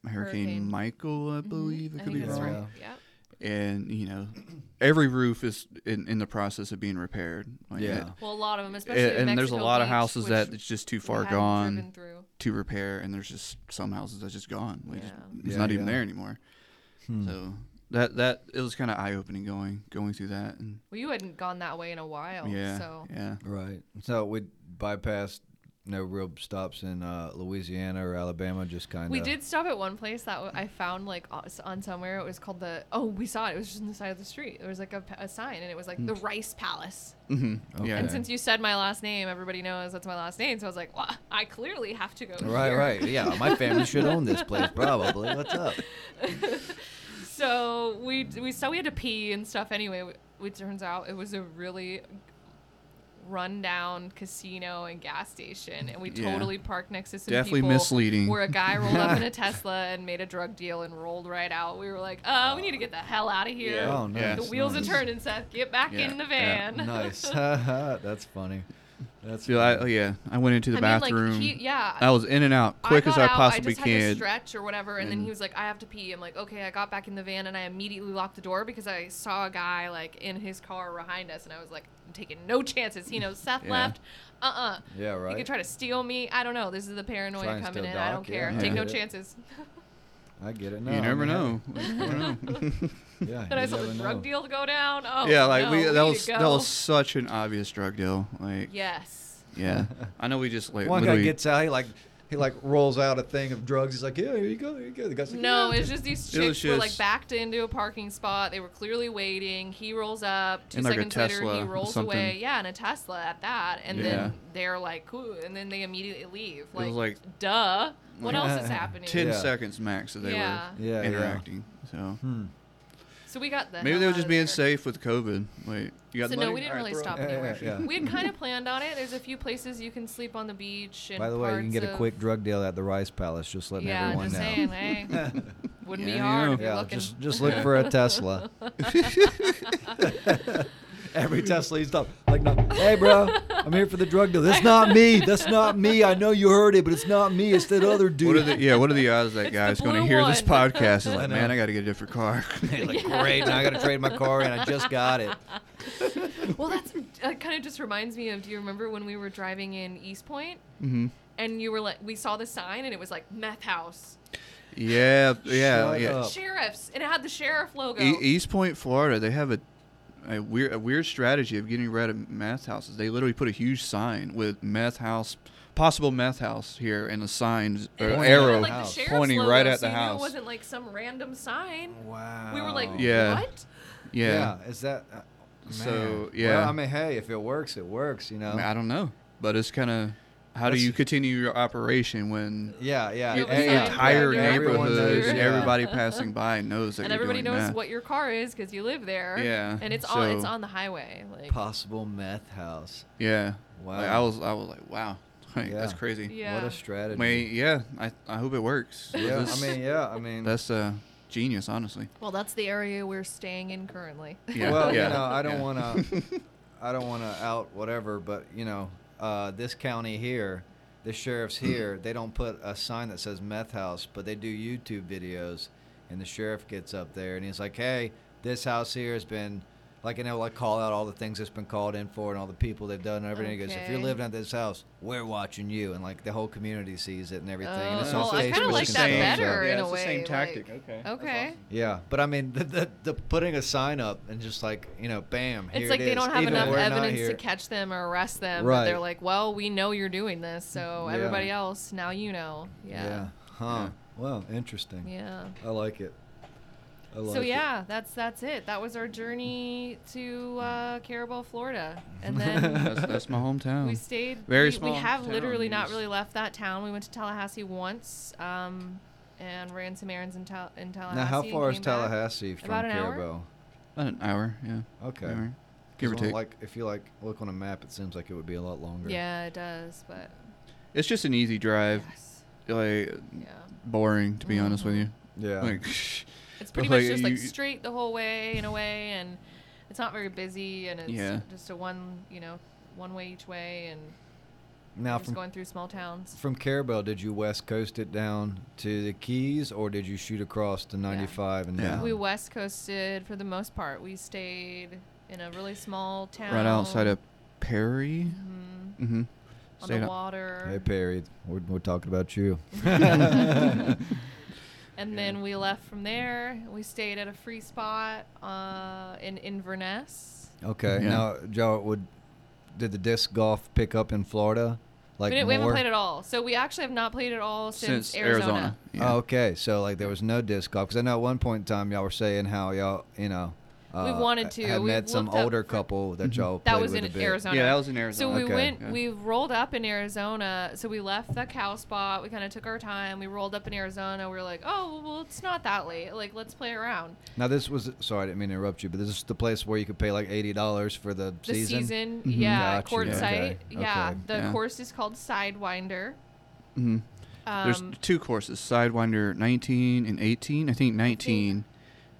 Hurricane, Hurricane. Mm-hmm. Michael, I believe. I It could think be that's wrong. right. Yeah. And you know, every roof is in, in the process of being repaired. Like, Yeah. Well, a lot of them, especially And, in and there's a Mexico lot of Beach, houses which that it's just too we far hadn't gone driven Through. to repair, and there's just some houses that's just gone. Like, Yeah. It's Yeah, not even yeah. Hmm. there anymore. So that that it was kind of eye opening going going through that. And Well, you hadn't gone that way in a while. yeah, Oh, So yeah. Right. So we bypassed no real stops in uh, Louisiana or Alabama. Just kind of. We did stop at one place that w- I found like o- s- on somewhere. It was called the oh we saw it. It was just on the side of the street. There was like a, p- a sign and it was like the Hmm. Rice Palace. Mm-hmm. Okay. Yeah. And since you said my last name, everybody knows that's my last name. So I was like, well, I clearly have to go. Right, here." right. Yeah, my family should own this place probably. What's up? So we d- we saw we had to pee and stuff anyway. We- It turns out it was a really rundown casino and gas station, and we Yeah. totally parked next to some Definitely people misleading. Where a guy rolled up in a Tesla and made a drug deal and rolled right out. We were like, "Oh, we need to get the hell out of here." Yeah. Oh, Yeah. nice. The wheels nice. are turning, Seth. Get back Yeah, in the yeah. van. nice. That's funny. That's So I, oh, funny. yeah, I went into the I bathroom. Mean, like, he, yeah. I was in and out quick as got I out, possibly I just Had to can. stretch or whatever, and, then And- he was like, "I have to pee." I'm like, "Okay." I got back in the van and I immediately locked the door because I saw a guy like in his car behind us, and I was like, "I'm taking no chances." You know, Seth Yeah. left. Uh-uh. oh, yeah, right. He could try to steal me. I don't know. This is the paranoia Try and coming steal in. I Doc, don't yeah, care. I Take no get it. chances. I get it now. you never I mean, know. hey, You never know. Yeah. Then I you saw the never drug know. deal to go down. Oh, yeah, like no, we, that need to was that go. was such an obvious drug deal. Like yeah, Yes. I know we just like One guy literally- gets out. He like he like rolls out a thing of drugs. He's like, yeah, here you go, here you go. The guy's like, No, yeah. it's just these It was chicks were like just- backed into a parking spot. They were clearly waiting. He rolls up. Two In, like, a seconds Tesla later, he or rolls something. away. Yeah, in a Tesla at that. And Yeah. then they're like, cool. And then they immediately leave. was Like, like- duh. What Like- else is happening? ten Yeah. seconds max that they Yeah. were Yeah, yeah. interacting. So Hmm. So we got the maybe hell they were out just of being there. safe with COVID. Like you got So money? no, we didn't All right, really throw stop Yeah, yeah, anywhere. yeah. We had kind of planned on it. There's a few places you can sleep on the beach. And By the way, you can parts get a of- quick drug deal at the Rice Palace. Just letting Yeah, everyone just know. saying. Hey, wouldn't Yeah, be you hard know. if you're Yeah, looking. just just look for a Tesla. Every Tesla you stop, like, no, hey, bro, I'm here for the drug deal. That's not me. That's not me. I know you heard it, but it's not me. It's that other dude. What are the yeah? What are the odds that guy's going to blue hear this one. podcast? And I like, know. man, I got to get a different car. They're like, great, now I got to trade my car, and I just got it. Well, that's that kind of just reminds me of. Do you remember when we were driving in East Point "Mm-hmm." hmm and you were like, we saw the sign and it was like meth house, Yeah, yeah, Shut yeah. up. sheriffs, and it had the sheriff logo. E- East Point, Florida, they have a, a weird a weird strategy of getting rid of meth houses. They literally put a huge sign with meth house, possible meth house here, and a sign or And it Pointing had, arrow like, the house. sheriff's pointing logo, right at so the you knew house. It wasn't like some random sign. Wow. We were like, Yeah. what? yeah. yeah. Is that uh, So, man. yeah. Well, I mean, hey, if it works, it works. You know. I, mean, I don't know, but it's kind of how do That's- you continue your operation when yeah, yeah. It was yeah, like- yeah, the entire yeah, everyone neighborhood knows, and yeah. everybody passing by knows that And you're everybody doing knows meth. what your car is because you live there. Yeah, And it's on it's so- on the highway. Like Possible meth house. Yeah. Wow. Like, I was I was like, wow, Like, that's Yeah. crazy. Yeah. What a strategy. I mean, yeah, I, I hope it works. yeah, I That's- mean, yeah, I mean, that's uh, genius, honestly. Well, that's the area we're staying in currently. Yeah. well, yeah, you know, I don't yeah. want to, I don't want to out whatever, but you know, uh, this county here, the sheriff's here, they don't put a sign that says meth house, but they do YouTube videos, and the sheriff gets up there and he's like, hey, this house here has been. Like and they'll like call out all the things it's been called in for and all the people they've done and everything. He goes, if you're Okay. living at this house, we're watching you, and like the whole community sees it and everything. and Oh, it's on well, I Facebook kinda and like that stuff, so- better in yeah, a it's the way, same like- tactic. okay. that's Okay. awesome. Yeah, but I mean, the, the, the putting a sign up and just like you know, bam, here It's like it they don't is, have even enough though we're not evidence here. to catch them or arrest them. Right. But they're like, well, we know you're doing this, so Yeah. everybody else, now you know. Yeah. Huh. Wow. Interesting. Yeah. I like it. I like so it. yeah, that's that's it. That was our journey to uh, Carabel, Florida, and then That's, that's my hometown. we stayed. Oh. Very we, small We have town, literally not yes. really left that town. We went to Tallahassee once, um, and ran some errands in, Tal- in Tallahassee. Now, how and far is came back. Tallahassee from About an hour. Carabel? About an hour, yeah. Okay. Hour, give or 'Cause on, take. Like, if you like look on a map, it seems like it would be a lot longer. Yeah, it does, but it's just an easy drive. yes, Like yeah, Mm-hmm. boring, to be honest with you. Yeah. Like, it's pretty Like, much just like you- straight the whole way in a way, and it's not very busy, and it's Yeah. just a one, you know, one way each way, and now we're just from going through small towns. from Carabel, did you west coast it down to the Keys, or did you shoot across to 95 and Yeah. down? We west coasted for the most part. We stayed in a really small town, right outside of Perry. mhm, Mm-hmm. on the water. Hey Perry, we're, we're talking about you. Mm-hmm. And then we left from there. We stayed at a free spot uh, in Inverness. Okay. Yeah. Now, Joe, would did the disc golf pick up in Florida? Like we, didn't, we haven't more? played at all. So we actually have not played at all since, Yeah. Oh, okay. So like there was no disc golf because I know at one point in time y'all were saying how y'all you know We wanted to. Had We met some looked up older for- couple that Mm-hmm. y'all That played was with a in bit. Arizona. Yeah, that was in Arizona. So we Okay. went, Yeah. we rolled up in Arizona. So we left the cow spot. We kind of took our time. We rolled up in Arizona. We were like, oh, well, it's not that late. Like, let's play around. Now this was sorry, I didn't mean to interrupt you, but this is the place where you could pay like eighty dollars for the, The season. season, yeah, Gotcha. court Okay. site. Yeah, Okay. the Mm-hmm. Yeah. course is called Sidewinder. Mhm. Um, There's two courses, Sidewinder 19 and 18. I think 19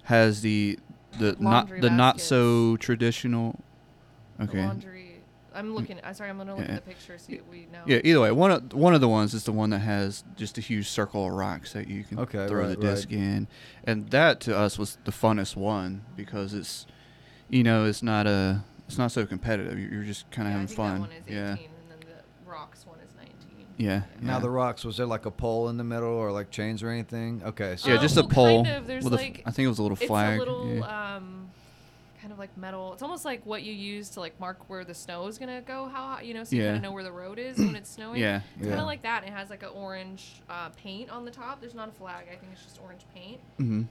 has the the not Laundry the not baskets. so traditional. The Okay. Mm. laundry. I'm looking. I'm sorry. I'm gonna look Yeah. at the picture so we know. Yeah. Either way, one of one of the ones is the one that has just a huge circle of rocks that you can Okay, throw right, the right. disc in, and that to us was the funnest one because it's, you know, it's not a it's not so competitive. You're you're just kind Yeah, of I having think fun. That one is 18, yeah. and then the rocks one is 19. Yeah. Now yeah. the rocks was there like a pole in the middle or like chains or anything? Okay, so yeah, Um, just well, a kind pole. of. There's with a f- like- I think it was a little It's flag. a little yeah. um, kind of like metal. It's almost like what you use to like mark where the snow is gonna go. How high, you know, so you Yeah. kind of know where the road is when it's snowing. Yeah. It's kind Yeah. of like that. And it has like an orange uh, paint on the top. There's not a flag. I think it's just orange paint. Mm-hmm. hmm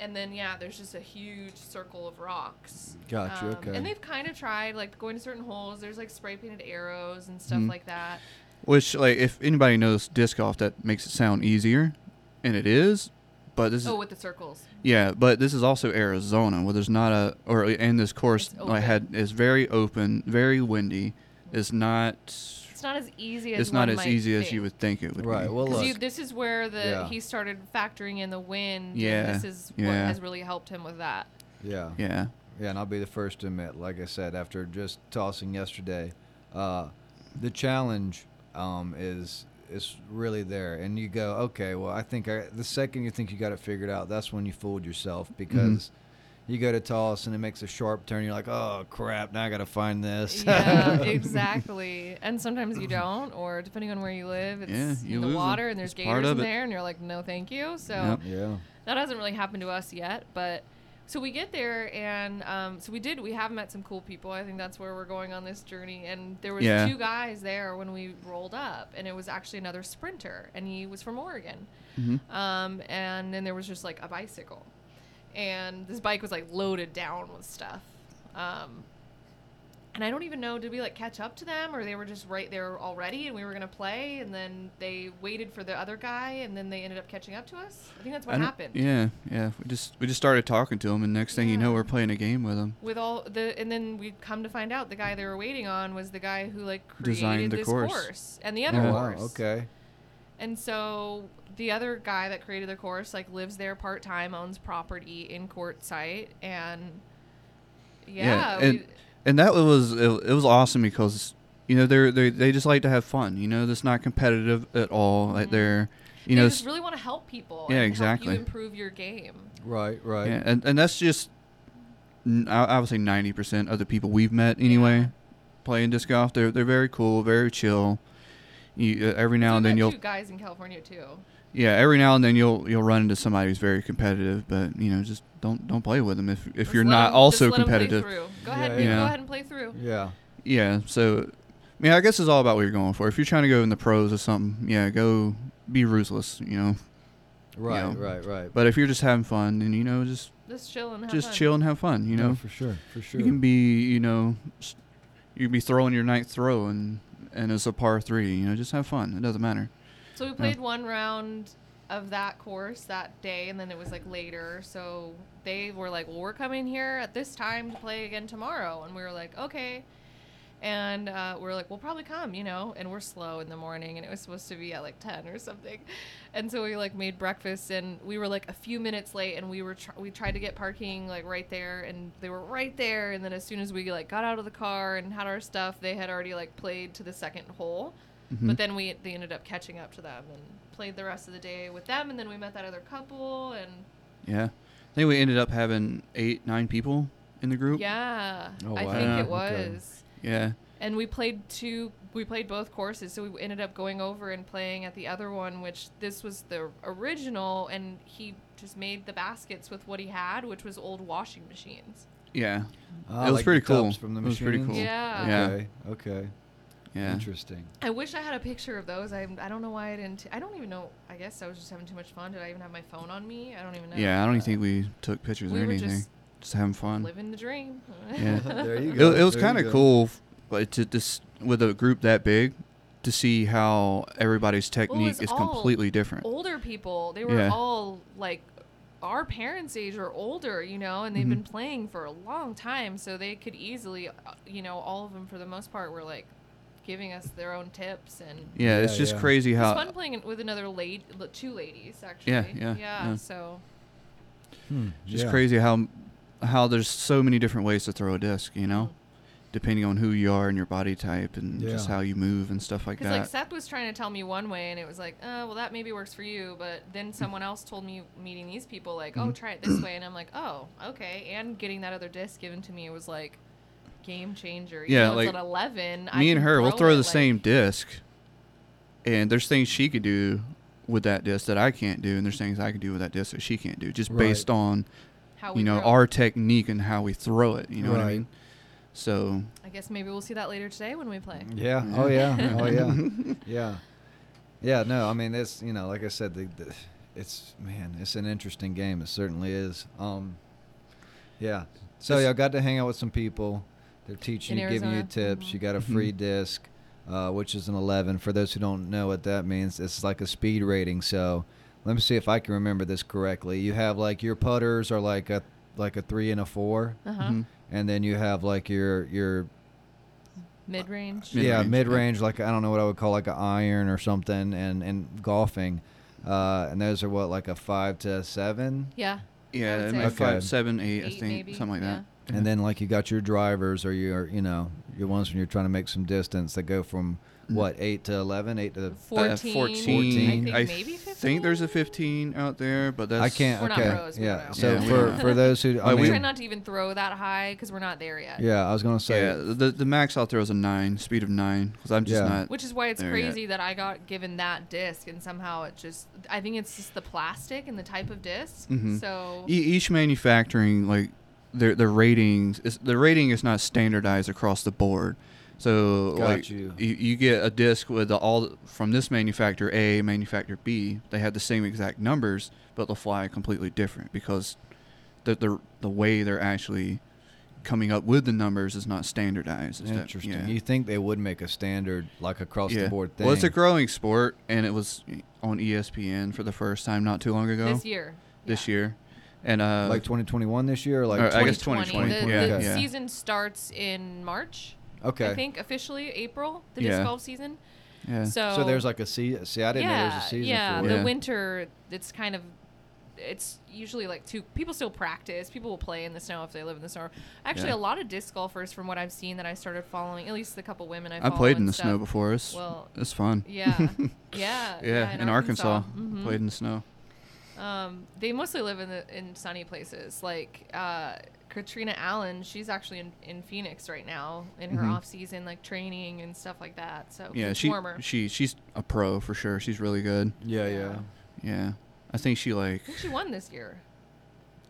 And then yeah, there's just a huge circle of rocks. Um, Gotcha, okay. And they've kind of tried like going to certain holes. There's like spray painted arrows and stuff Mhm. like that. Which, like, if anybody knows disc golf, that makes it sound easier, and it is. But this is Oh, with the circles. yeah, but this is also Arizona, where there's not a or and this course It's I had is very open, very windy. It's not. It's not as easy as It's not one as might easy think. as you would think it would be. Right, well, 'Cause look. you- this is where the Yeah. he started factoring in the wind. Yeah, And this is what yeah. has really helped him with that. yeah. yeah, Yeah, and I'll be the first to admit, like I said, after just tossing yesterday, uh, the challenge um, is is really there. And you go, okay, well, I think I, the second you think you got it figured out, that's when you fooled yourself Mm-hmm. because you go to toss and it makes a sharp turn. You're like, oh crap, now I got to find this. yeah, exactly. And sometimes you don't, or depending on where you live, it's Yeah, you in the lose 'em. water and there's It's part gators in of it. there, and you're like, no, thank you. So Yep. yeah. that hasn't really happened to us yet, but. So we get there, and um, so we did. We have met some cool people. I think that's where we're going on this journey. And there was Yeah. two guys there when we rolled up, and it was actually another sprinter, and he was from Oregon. hmm Um, and then there was just like a bicycle, and this bike was like loaded down with stuff. Um, and I don't even know, did we like catch up to them, or they were just right there already, and we were gonna play, and then they waited for the other guy, and then they ended up catching up to us. I think that's what I don't- happened. Yeah, yeah. We just we just started talking to him, and next thing you Yeah. know, we're playing a game with him. With all the, and then we come to find out the guy they were waiting on was the guy who like created Designed the this course. and the other Oh, wow, course. okay. And so the other guy that created the course like lives there part time, owns property in Quartzsite, and yeah, and and that was it, it was awesome because you know they're they they just like to have fun. You know, that's not competitive at all. Like they're Mm-hmm. you they know just really want to help people. Yeah, and help exactly. you improve your game. Right, right. Yeah, and, and that's just, n- I, I would say 90% of the people we've met anyway Yeah. playing disc golf. They're, they're very cool, very chill. You, uh, every now and then We've met you'll two guys in California too. yeah every now and then you'll you'll run into somebody who's very competitive but you know just don't don't play with them if if Just you're let not 'em- also just let 'em play competitive through. Go ahead, Yeah, and yeah. go ahead and play through. Yeah. yeah so I mean I guess it's all about what you're going for if you're trying to go in the pros or something yeah go be ruthless you know Right, know. right, right. but if you're just having fun then you know just Just chill and have just fun. chill and have fun you No, know for sure, for sure. You can be, you know, s- you can be throwing your ninth throw and and it's a par three. You know, just have fun. It doesn't matter. So we played one round of that course that day, and then it was like later. So they were like, "Well, we're coming here at this time to play again tomorrow," and we were like, "Okay." And uh, we are like, "We'll probably come," you know. And we're slow in the morning, and it was supposed to be at like ten or something. And so we like made breakfast, and we were like a few minutes late, and we were tr- we tried to get parking like right there, and they were right there. And then as soon as we like got out of the car and had our stuff, they had already like played to the second hole. Mm-hmm. But then we they ended up catching up to them and played the rest of the day with them, and then we met that other couple, and Yeah, I think we ended up having eight, nine people in the group. yeah, Oh, I wow. think Yeah, it okay. was. Yeah. And we played two. We played both courses, so we ended up going over and playing at the other one, which this was the original, and he just made the baskets with what he had, which was old washing machines. Yeah. Ah, It was like the pretty cool. tubs From the It was pretty machines? cool. Yeah. Yeah. Okay. Okay. Yeah. Interesting. I wish I had a picture of those. I I don't know why I didn't. I don't even know. I guess I was just having too much fun. Did I even have my phone on me? I don't even know. Yeah. I don't even but think we took pictures we or were anything. just just having fun. Living the dream. Yeah. there you go. It, it was There you kind of go. cool, f- like to this with a group that big, to see how everybody's technique was is all completely different. Older people, they were Yeah. all like our parents' age or older, you know, and they've Mm-hmm. been playing for a long time, so they could easily, uh, you know, all of them for the most part were like giving us their own tips and. Yeah, it's Yeah, just yeah. crazy It was how fun playing it with another lady, two ladies actually. Yeah, yeah, yeah. So Hmm, just yeah. crazy how how there's so many different ways to throw a disc, you know, depending on who you are and your body type and just Yeah. how you move and stuff like Because that. like Seth was trying to tell me one way, and it was like, oh, well, that maybe works for you. But Mm. then someone else told me meeting these people, like, Mm-hmm. oh, try it this way, and I'm like, oh, okay. And getting that other disc given to me was like game changer. Even Yeah, though it's like, at eleven. I Me and can her, we'll throw it, like- the same disc, and there's things she could do with that disc that I can't do, and there's things I can do with that disc that she can't do, just Right. based on How we you know throw it. our technique and how we throw it. You know what I Right. mean? So I guess maybe we'll see that later today when we play. Yeah. Yeah. Oh yeah. Oh yeah. yeah. Yeah. No, I mean it's you know like I said, the, the, it's man, it's an interesting game. It certainly is. Um, yeah. So It's- y'all got to hang out with some people. They're teaching In you, giving you Arizona? tips. Mhm. You got a free disc, uh, which is an 11. For those who don't know what that means, it's like a speed rating. So let me see if I can remember this correctly. You have like your putters are like a like a three and a four, Uh huh. mhm. and then you have like your your Mid range. Mid- yeah, Mid-range, mid yeah. range, like I don't know what I would call like an iron or something, and and golfing, uh, and those are what like a five to seven, Yeah. yeah, would it say might be Okay. five, seven, eight, I Eight, think, maybe, something like that. Yeah. and then like you got your drivers or your you know your ones when you're trying to make some distance that go from what eight to 11, 8 to. Uh, 14, 14. I think maybe 15. think there's a 15 out there, but that's I can't. We're not okay, pros, we don't yeah. know. So Yeah, we for don't for those who, I But we mean, try not to even throw that high because we're not there yet. yeah, I was gonna say, yeah, the, the max out there is a nine, speed of nine, because I'm just Yeah. not. Which is why it's there yet. crazy that I got given that disc and somehow it just I think it's just the plastic and the type of disk Mhm. So E- each manufacturing like their their ratings is the rating is not standardized across the board. So Got like you. You, you get a disc with the, all from this manufacturer A, manufacturer B. They have the same exact numbers, but they'll fly completely different because the the the way they're actually coming up with the numbers is not standardized. It's that- interesting. yeah. You think they would make a standard like across the board thing? Well, it's a growing sport, and it was on E ESPN for the first time not too long ago this year. this yeah. year, and uh, like 2021 this year, or like Or I 20 guess 2020. 2020, The, the yeah. season starts in March. okay. I think officially April, the Yeah. disc golf season. yeah. So so there's like a season. See, I didn't know there was a season yeah, for the it. Yeah. winter. It's kind of, it's usually like two people still practice. People will play in the snow if they live in the snow. Actually, Yeah. a lot of disc golfers, from what I've seen, that I started following, at least the couple women I I follow played and in the stuff, snow before. It's Well, it's fun. Yeah, yeah, Mm-hmm. yeah, in, Arkansas, I played in the snow. Mhm. Um, they mostly live in the in sunny places. Like uh, Katrina Allen, she's actually in, in Phoenix right now in her Mhm. off season, like training and stuff like that. So Yeah, it's she warmer. she she's a pro for sure. She's really good. Yeah, Yeah. yeah. Yeah, I think she like I think she won this year.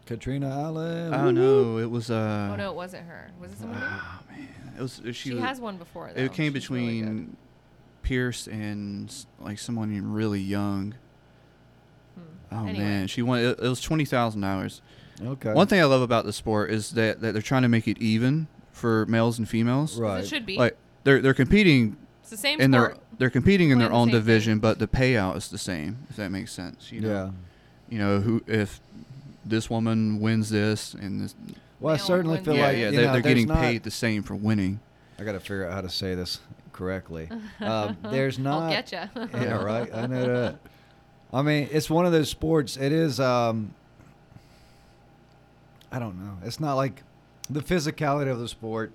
Katrina Allen. I don't know. It was uh Oh no, it wasn't her. Was it someone? new? ah, man, it was she, She, was- has one before. Though. it came She's really between good. Pierce and s- like someone really young. Hmm. Oh Anyway. man, she won. It, it was twenty thousand dollars. Okay. One thing I love about the sport is that, that they're trying to make it even for males and females. Right. It should be. Like they're they're competing it's the same and they're sport. they're competing Playing in their the own same division, thing. but the payout is the same. If that makes sense, you know, yeah. you know who if this woman wins this and this, Well, I Male certainly one feel yeah, like yeah, you they're, know, they're there's getting not- paid the same for winning. I got to figure out how to say this correctly. Um, there's not. I'll get you. yeah, right. I know that. I mean, it's one of those sports. It is. Um, I don't know. It's not like the physicality of the sport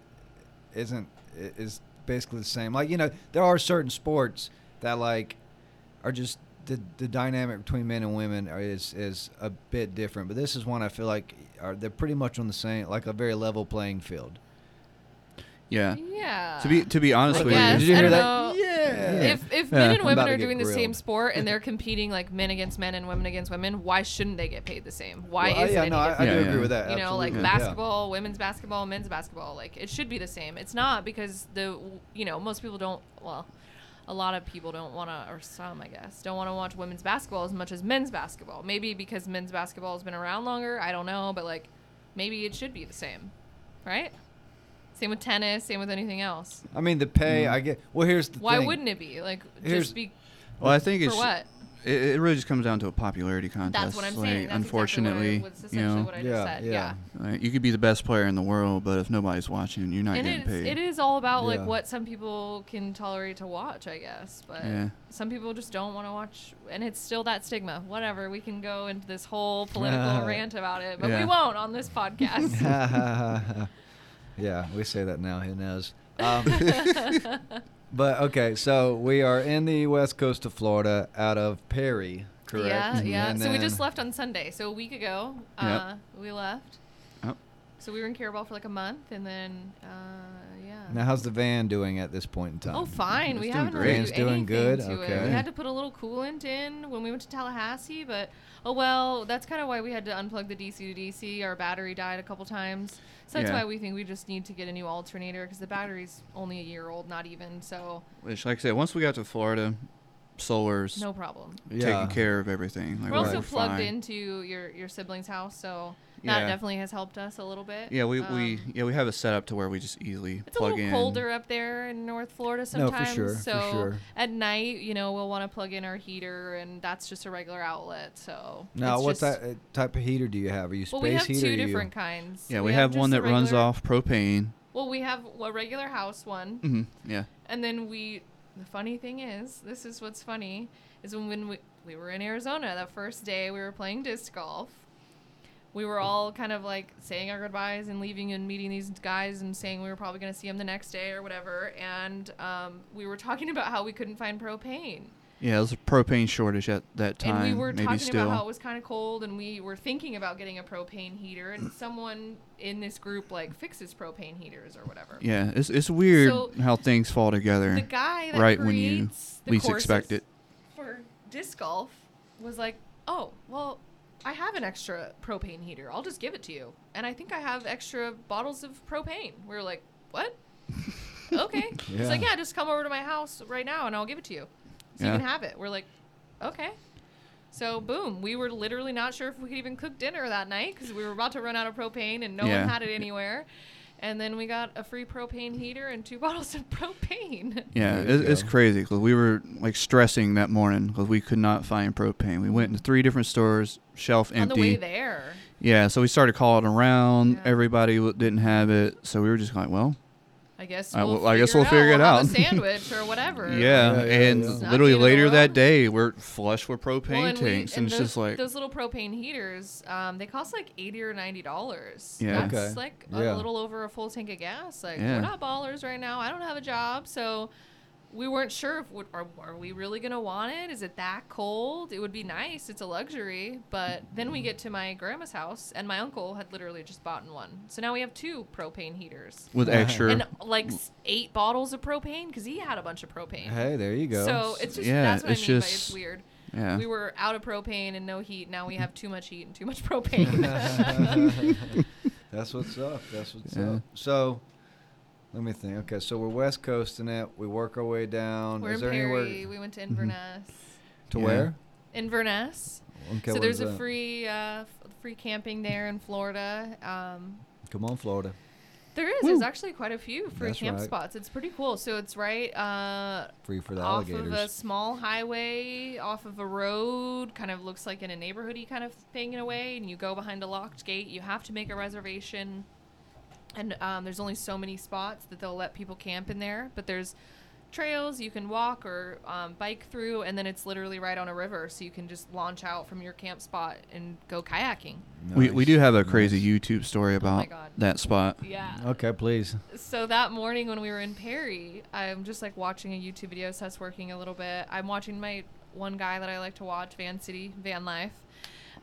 isn't i- is basically the same. Like you know, there are certain sports that like are just the the dynamic between men and women are, is is a bit different. But this is one I feel like are they're pretty much on the same, like a very level playing field. Yeah. yeah. To be to be honest I with guess. Did you, you I hear don't that? know. Yeah. If if Yeah. men I'm and about women to are get doing the same grilled. sport and they're competing like men against men and women against women, why shouldn't they get paid the same? Why Well, is yeah, it no, I, any I different? do Yeah, agree yeah. with that. you know, like absolutely. Yeah. basketball, women's basketball, men's basketball. Like it should be the same. It's not because the you know most people don't. Well, a lot of people don't want to, or some I guess, don't want to watch women's basketball as much as men's basketball. Maybe because men's basketball has been around longer. I don't know, but like maybe it should be the same, right? Same with tennis. Same with anything else. I mean, the pay I get. Well, here's the Mm. Why thing. wouldn't it be like Here's- just be Well, I think for it's what? It, it really just comes down to a popularity contest. That's what I'm like, saying. That's unfortunately, exactly what, I- that's you essentially know, what I Yeah, just said. yeah. Yeah. like, you could be the best player in the world, but if nobody's watching, you're not And getting it's, paid. it is all about Yeah. like what some people can tolerate to watch, I guess. But Yeah. some people just don't want to watch, and it's still that stigma. Whatever. We can go into this whole political rant about it, but Yeah. we won't on this podcast. yeah, we say that now. Who knows? Um, but okay, so we are in the west coast of Florida, out of Perry, correct? Mm-hmm. Yeah, yeah. And so we just then- left on Sunday. So a week ago, Yep. uh, we left. Oh, So we were in Carabao for like a month, and then uh, yeah. Now, how's the van doing at this point in time? Oh, fine. It's We doing haven't great. really It's do doing anything good? to it. Okay. We had to put a little coolant in when we went to Tallahassee, but oh well. That's kind of why we had to unplug the DC to DC. Our battery died a couple times, so that's Yeah. why we think we just need to get a new alternator because the battery's only a year old, not even. So which, like I said, once we got to Florida, solar's no problem. Yeah. taking care of everything. Like, We're also we're plugged fine. into your your sibling's house, so that Yeah. definitely has helped us a little bit. Yeah, we, we Um, yeah we have it set up to where we just easily It's a plug little in. colder up there in North Florida No, for sometimes. sure, for so sure. at night, you know, we'll want to plug in our heater, and that's just a regular outlet. So Now, it's what just- ty- uh, type of heater do you have? Are you space Well, we have heater? or two you- different kinds. Yeah, we, have, one just that the runs regular- off propane. Well, we have a regular house one, hmm Yeah. and then we. The funny thing is, this is what's funny is when, when we we were in Arizona that first day we were playing disc golf. We were all kind of like saying our goodbyes and leaving and meeting these guys and saying we were probably going to see them the next day or whatever. And um, we were talking about how we couldn't find propane. Yeah, there's a propane shortage at that time. And we were maybe talking still. about how it was kind of cold, and we were thinking about getting a propane heater, and someone in this group like fixes propane heaters or whatever. yeah, it's it's weird So, how things fall together. The guy that right when you creates the least courses expect it. for disc golf was like, "Oh, well, I have an extra propane heater. I'll just give it to you, and I think I have extra bottles of propane." We were like, "What?" okay. He's like, Yeah. "Yeah, just come over to my house right now, and I'll give it to you, so Yeah. you can have it." We're like, "Okay." So boom, we were literally not sure if we could even cook dinner that night because we were about to run out of propane and no Yeah. one had it anywhere. And then we got a free propane heater and two bottles of propane. Yeah, There you it, it's go. crazy because we were like stressing that morning because we could not find propane. We went into three different stores, shelf on empty. the way there. Yeah, so we started calling around. Yeah. Everybody w- didn't have it, so we were just like, well, I guess I we'll will- I guess figure Uh, we'll figure it We'll have out. a sandwich or whatever. yeah. Yeah, yeah, and yeah. It's not literally the end of the later that world. day, we're flush with propane Well, and we- tanks, and, and it's those, just like those little propane heaters. Um, they cost like eighty or ninety dollars. Yeah. that's Okay. like Yeah. a little over a full tank of gas. Like Yeah. we're not ballers right now. I don't have a job, so we weren't sure if would, are, are we really gonna want it. Is it that cold? It would be nice. It's a luxury, but then we get to my grandma's house, and my uncle had literally just bought one. So now we have two propane heaters. with extra. And like s- eight bottles of propane because he had a bunch of propane. Hey, there you go. So it's just Yeah, that's what I it's mean. by just- it's weird. yeah. We were out of propane and no heat. Now we have too much heat and too much propane. That's what's up. That's what's Yeah. up. So, let me think. Okay, so we're West Coasting it. We work our way down. we're Is in there Perry. anywhere We went to Inverness. to Yeah. where? Inverness. Okay, so what there's is a that? free uh, f- free camping there in Florida. Um, Come on, Florida. there is. There's actually quite a few free That's camp right. spots. It's pretty cool. So it's right uh, Free for the off alligators. of a small highway, off of a road, kind of looks like in a neighborhoody kind of thing in a way. And you go behind a locked gate. You have to make a reservation, and um, there's only so many spots that they'll let people camp in there. But there's trails you can walk or um, bike through, and then it's literally right on a river, so you can just launch out from your camp spot and go kayaking. We, we do have a Nice. crazy YouTube story Oh my about God. that spot. Yeah. Okay, please. so that morning when we were in Perry, I'm just like watching a YouTube video. So that's working a little bit. I'm watching my one guy that I like to watch, Van City, Van Life.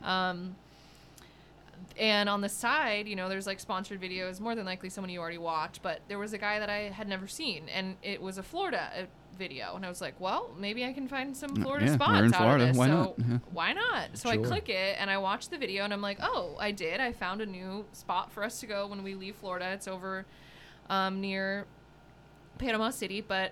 Um, and on the side, you know, there's like sponsored videos, more than likely someone you already watch. But there was a guy that I had never seen, and it was a Florida uh, video, and I was like, well, maybe I can find some Mm, Florida yeah, we're spots in out Florida, of this. why so not? Yeah. why not? So I Sure. click it and I watch the video, and I'm like, oh, I did. I found a new spot for us to go when we leave Florida. It's over um, near Panama City, but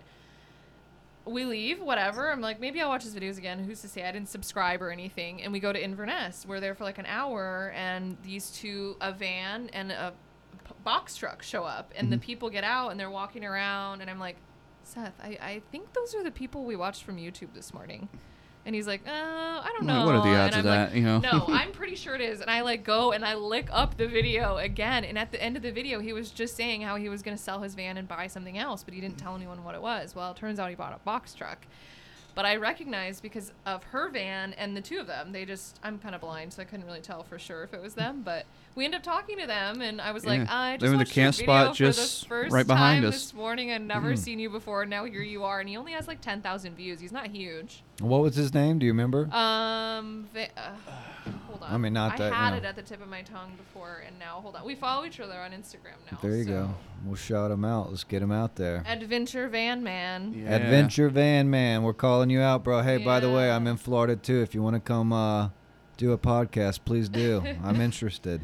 we leave, whatever. I'm like, maybe I'll watch his videos again. Who's to say? I didn't subscribe or anything. And we go to Inverness. We're there for like an hour, and these two, a van and a p- box truck, show up, and the people get out and they're walking around, and I'm like, Seth, I, I think those are the people we watched from YouTube this morning. And he's like, uh, I don't I'm know. like, what are the odds and of I'm that, you know? no, I'm pretty sure it is. And I like go and I lick up the video again. And at the end of the video, he was just saying how he was going to sell his van and buy something else, but he didn't tell anyone what it was. Well, it turns out he bought a box truck. But I recognized because of her van and the two of them. They just, I'm kind of blind, so I couldn't really tell for sure if it was them. But we ended up talking to them, and I was like, Yeah. I just They were in the watched your camp video spot for just the first right behind time us. Mm-hmm. this morning. I've never seen you before. and Now here you are, and he only has like 10,000 views. He's not huge. What was his name? Do you remember? Um, they, uh, hold on. I mean, not that, you I had know. it at the tip of my tongue before, and now hold on. We follow each other on Instagram now. there you so- go. We'll shout him out. Let's get him out there. Adventure Van Man. Yeah. Adventure Van Man, we're calling you out, bro. Hey, by the way, Yeah. I'm in Florida too. If you want to come uh, do a podcast, please do. I'm interested.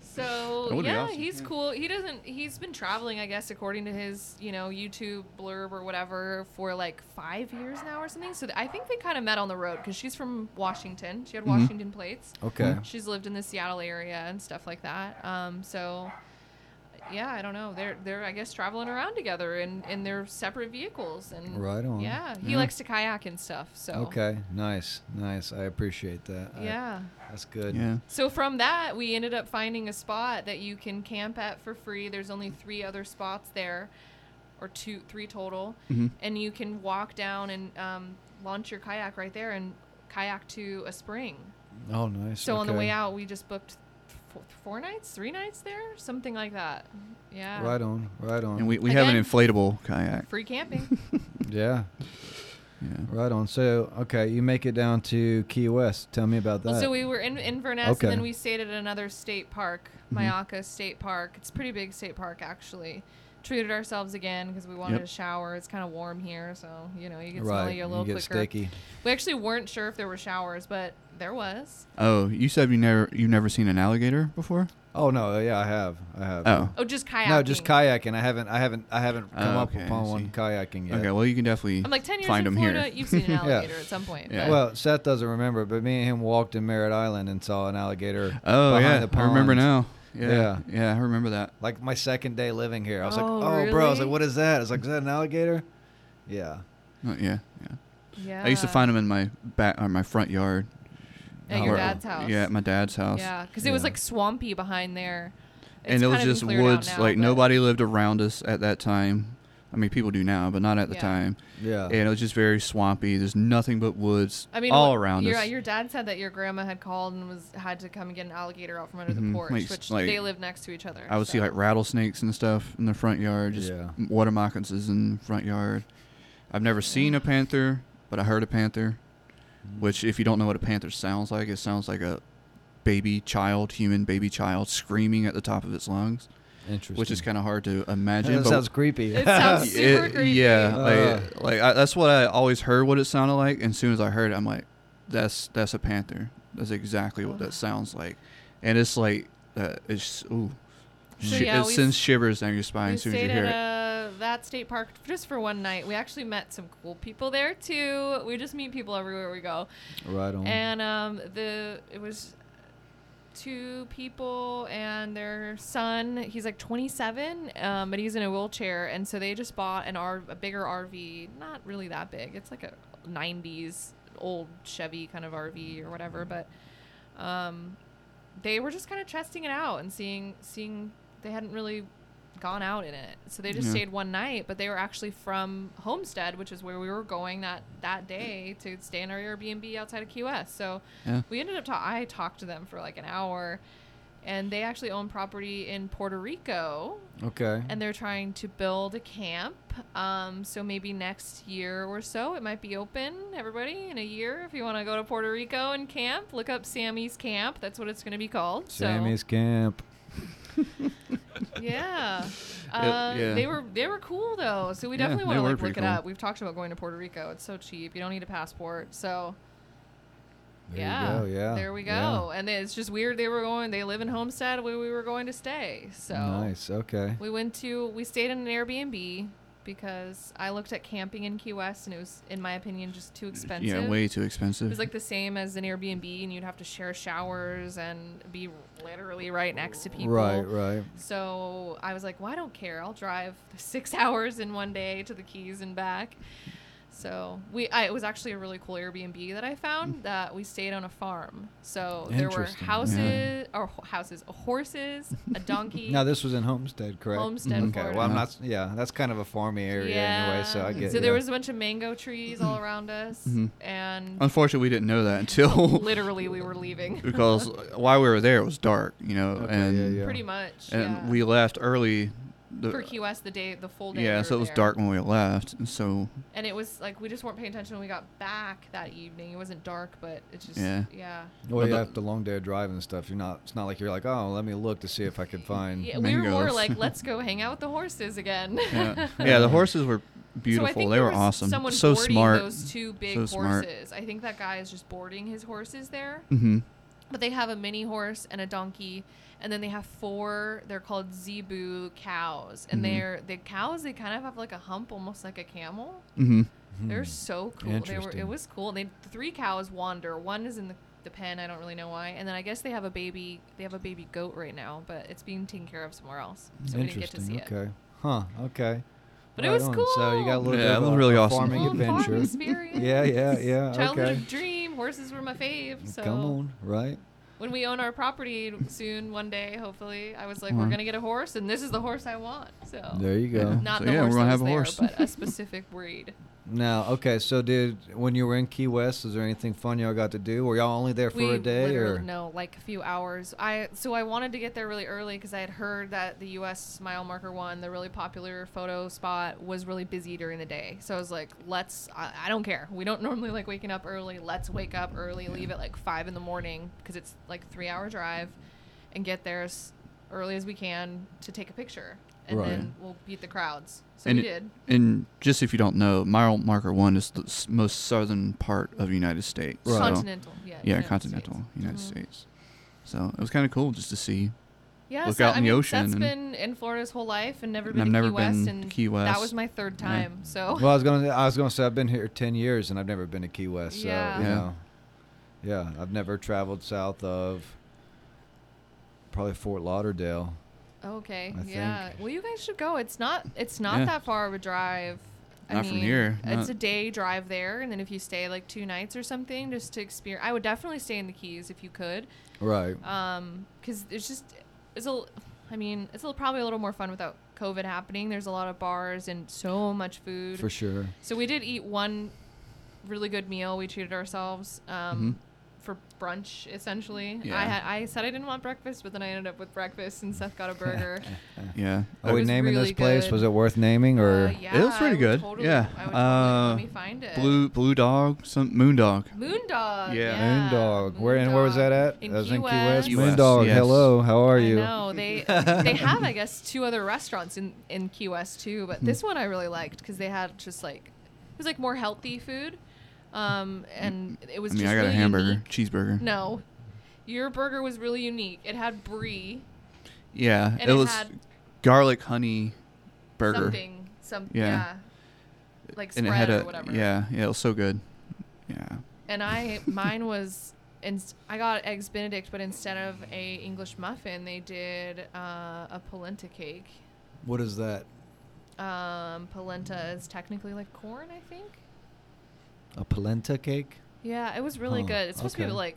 So That would be yeah, awesome, he's yeah. cool. He doesn't. He's been traveling, I guess, according to his you know YouTube blurb or whatever, for like five years now or something. So th- I think they kind of met on the road because she's from Washington. She had Mm-hmm. Washington plates. Hmm. Okay. She's lived in the Seattle area and stuff like that. Um, so yeah, I don't know. They're they're I guess traveling around together in in their separate vehicles and Right on. Yeah, he Yeah. likes to kayak and stuff. So Okay. Nice. Nice. I appreciate that. I- Yeah. that's good. Yeah. So from that, we ended up finding a spot that you can camp at for free. There's only three other spots there, or two, three total, Mm-hmm. and you can walk down and um, launch your kayak right there and kayak to a spring. Oh, nice. So on the Okay. way out, we just booked four, four nights, three nights there, something like that. Yeah. Right on. Right on. And we, we have an Again. inflatable kayak. Free camping. yeah. Yeah. Right on. So okay, you make it down to Key West. Tell me about that. Well, so we were in Inverness, Okay. Mm-hmm. and then we stayed at another state park, Mayaca State Park. It's a pretty big state park, actually. Treated ourselves again because we wanted Yep. a shower. It's kind of warm here, so you know you get right. smelly a little you get quicker. sticky. We actually weren't sure if there were showers, but there was. Oh, you said you never you never seen an alligator before? Oh no. Yeah, I have. I have. Oh. Oh, just kayaking. No, just kayaking. I haven't. I haven't. I haven't come Oh, up okay, I upon see. one kayaking yet. Okay, well you can definitely I'm like ten years find in them Florida. here. You've seen an Yeah. alligator at some point. Yeah. but- Well, Seth doesn't remember, but me and him walked in Merritt Island and saw an alligator. Oh behind yeah, the I remember pond. now. Yeah, Yeah. yeah, I remember that. Like my second day living here, I was Oh, like, "Oh, bro!" I was like, really? "What is that?" I was like, "Is that an alligator?" Yeah. Oh, yeah, yeah, yeah. I used to find them in my back or my front yard. at Or- your dad's house. Yeah, at my dad's house. yeah, because it was Yeah. like swampy behind there. It's and it was kind of been just cleared out woods. now, like but- nobody lived around us at that time. I mean, people do now, but not at the Yeah. time. Yeah. And it was just very swampy. There's nothing but woods I mean, all what- around your, us. Your dad said that your grandma had called and was had to come and get an alligator out from under the Mhm. porch, Like- which like- they live next to each other. I would see so. like rattlesnakes and stuff in the front yard, just Yeah. water moccasins in the front yard. I've never seen a panther, but I heard a panther, Mm-hmm. which if you don't know what a panther sounds like, it sounds like a baby child, human baby child screaming at the top of its lungs, Interesting. which is kind of hard to That imagine. but sounds creepy. It sounds- Yeah, super creepy. Yeah, Uh. like, like I, that's what I always heard what it sounded like, and as soon as I heard it, I'm like, that's that's a panther. That's exactly what that sounds like, and it's like uh, it's ooh, So Shi- yeah, it we sends s- shivers down your spine We as soon as you stayed hear at it. uh, that state park just for one night. We actually met some cool people there too. We just meet people everywhere we go. right on. And um, the it was two people and their son. He's like 27, um, but he's in a wheelchair, and so they just bought an R, a bigger RV. Not really that big. It's like a 90s old Chevy kind of RV or whatever, but um, they were just kind of testing it out and seeing seeing they hadn't really gone out in it so they just Yeah. stayed one night but they were actually from homestead which is where we were going that that day to stay in our airbnb outside of key west so Yeah. we ended up ta- i talked to them for like an hour and they actually own property in puerto rico okay. and they're trying to build a camp. Um, so maybe next year or so, it might be open. Everybody, in a year, if you want to go to Puerto Rico and camp, look up Sammy's Camp. That's what it's going to be called. Sammy's camp. So, yeah. Yeah, Uh, yeah. They were they were cool though. So we Yeah, definitely want they to were like, pretty look it cool. up. We've talked about going to Puerto Rico. It's so cheap. You don't need a passport. So There yeah, you go. Yeah. there we go. Yeah. And it's just weird. They were going. They live in Homestead where we were going to stay. So Nice. Okay. We went to we stayed in an Airbnb because I looked at camping in Key West and it was, in my opinion, just too expensive. Yeah, way too It expensive. was like the same as an Airbnb, and you'd have to share showers and be literally right next to people. Right, right. So I was like, well, I don't care. I'll drive six hours in one day to the Keys and back. So we, I, it was actually a really cool Airbnb that I found that we stayed on a farm. So there were Interesting. houses, Yeah. or ho- houses, horses, a donkey. Now this was in Homestead, correct? Mm-hmm. Homestead, Okay. Florida. Well, I'm not. Yeah, that's kind of a farmy area anyway, so I Yeah. get. So there yeah. was a bunch of mango trees all around us, Mhm. and Unfortunately, we didn't know that until literally we were leaving. because while we were there, it was dark, you know, Okay, and yeah. Pretty much. and yeah. we left early. The, for Key West the day, the full day. we yeah, were so it was there. dark when we left, and so and it was like we just weren't paying attention when we got back that evening. It wasn't dark, but it just yeah. Yeah. Well, No, yeah, but- after long day of driving and stuff, you're not. It's not like you're like, oh, let me look to see if I could find. Yeah, we were more Mangoes. like, let's go hang out with the horses again. yeah, yeah the horses were beautiful. So I think they there were was awesome. Someone so boarding smart. Those two big So horses. smart. I think that guy is just boarding his horses there. hmm But they have a mini horse and a donkey, and then they have four. They're called zebu cows, and Mm-hmm. Mhm. they're the cows. They kind of have like a hump, almost like a camel. hmm They're so cool. They were, it Interesting. was cool. And they the three cows wander. One is in the, the pen. I don't really know why. And then I guess they have a baby. They have a baby goat right now, but it's being taken care of somewhere else. So we didn't get to see Interesting. it. Okay. Huh. Okay. But it was So you got a cool. little Yeah, bit it of was a, really a awesome. farming Little farm adventure. experience. yeah, yeah, yeah. Childhood okay. dream. Horses were my fave. So Come on, right? when we own our property soon, one day, hopefully, I was like, we're Mhm. gonna get a horse, and this is the horse I want. So There you go. Yeah. Oh. not So the yeah, horse we're gonna that have was a there, horse. but a specific breed. Now, okay, so did when you were in Key West, is there anything fun y'all got to do? Were y'all only there for we a day literally- or? no like a few hours i so i wanted to get there really early because i had heard that the us mile marker one the really popular photo spot was really busy during the day so i was like let's i, I don't care we don't normally like waking up early let's wake up early leave at like five in the morning because it's like three hour drive and get there as early as we can to take a picture and Right. then we'll beat the crowds so And we it- did And just if you don't know, mile marker one is the s- most southern part of the United States. Right. So- continental yeah yeah, United States. continental United Mhm. States. So it was kind of cool just to see. Yeah, look so, out I in the mean, ocean That's and- been in Florida his whole life, and never And been I've to never Key West. been to and Key That West. was my third Yeah. time. So Well, I was gonna, I was gonna say I've been here ten years and I've never been to Key West, so Yeah. you Yeah. know, yeah, I've never traveled south of probably Fort Lauderdale. okay, I yeah. think- Well, you guys should go. It's not it's not Yeah. that far of a drive. I Not from mean, here, It's not- a day drive there, and then if you stay like two nights or something, just to experience. I would definitely stay in the Keys if you could, Right. um, because it's just it's a. l- I mean, it's a, little- probably a little more fun without COVID happening. There's a lot of bars and so much food. For sure. So we did eat one really good meal. We treated ourselves Mm-hmm. um, for brunch, essentially. I Yeah. had I said I didn't want breakfast, but then I ended up with breakfast, and Seth got a burger. Yeah. Are we was naming really this place? good. Was it worth naming or? Uh, yeah, was pretty I would good. totally- Yeah. I would totally- Uh, let me find it. Blue Blue Dog, some Moondog. Moondog. Yeah. yeah. Moondog. Where and where was that at? In that was Key in Key West. West. Key West, Moondog. yes. Hello. How are you? I know they they have I guess two other restaurants in in Key West Hmm. too, but this one I really liked because they had just like it was like more healthy food, um, Mm. and it was I mean, just I got really a hamburger, unique. cheeseburger. No. Your burger was really unique. It had brie, Yeah, And it, it was had- garlic honey burger. something, some yeah, Yeah. like spread and it had or a whatever. yeah, yeah, it was so good. Yeah. And I mine was and I got eggs benedict, but instead of a English muffin, they did uh, a polenta cake. What is that? Um, polenta is technically like corn, I think. A polenta cake? Yeah, it was really Huh, good. It's supposed to okay. be like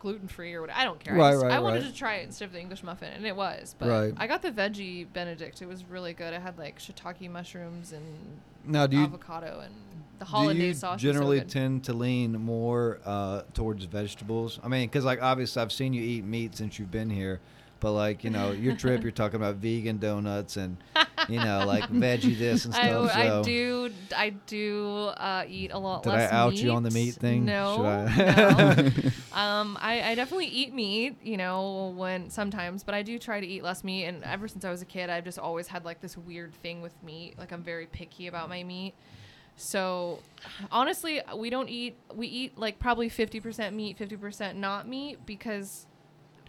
gluten free or whatever. I don't care. Right, I, just- right, I wanted right. to try it instead of the English muffin, and it was. But Right. I got the veggie Benedict. It was really good. I had like shiitake mushrooms and Now, Uh, do you avocado and the holiday do you sauce. was so generally good. tend to lean more uh, towards vegetables? I mean, because like obviously I've seen you eat meat since you've been here, but like you know your trip, you're talking about vegan donuts and you know like veggie this and I, stuff. I so. do I do uh, eat a lot Did less. I out you on the meat thing? No. Should no. um, I, I definitely eat meat, you know, when sometimes, but I do try to eat less meat. And ever since I was a kid, I've just always had like this weird thing with meat. Like I'm very picky about my meat. So, honestly, we don't eat. We eat like probably fifty percent meat, fifty percent not meat, because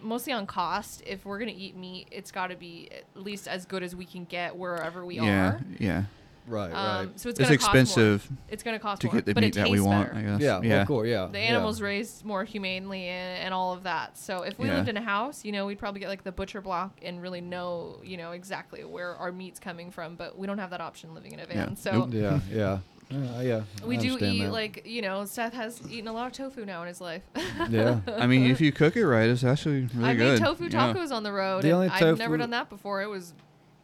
mostly on cost. If we're gonna eat meat, it's got to be at least as good as we can get wherever we yeah. are. Yeah. Right, Um, right. so it's, It's gonna cost more. expensive It's going to cost to more, get the but meat it that tastes we want. better. I guess. yeah, of course, yeah. The yeah. animals raised more humanely and, and all of that. So if we Yeah. lived in a house, you know, we'd probably get like the butcher block and really know, you know, exactly where our meat's coming from. But we don't have that option living in a van. Yeah. So Nope. Yeah, yeah, yeah. yeah I we do understand eat that. like you know, Seth has eaten a lot of tofu now in his life. Yeah. I mean, if you cook it right, it's actually really I good. made tofu Yeah. tacos on the road. The and only I've tofu- never done that before. It was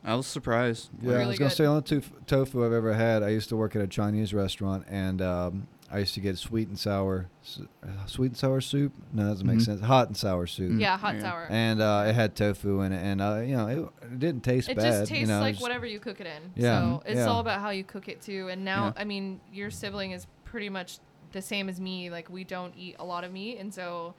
I was surprised. Yeah, I really was gonna good. say the only tof- tofu I've ever had. I used to work at a Chinese restaurant, and um, I used to get sweet and sour, s- uh, sweet and sour soup. No, that doesn't make Mhm. sense. Hot and sour soup. yeah, hot Mm. Yeah. sour. And uh, it had tofu in it, and uh, you know it, it didn't taste it bad. just tastes you know, like it's- whatever you cook it in. Yeah. So Mhm. it's Yeah. all about how you cook it too. And now, Yeah. I mean, your sibling is pretty much the same as me. Like we don't eat a lot of meat, and so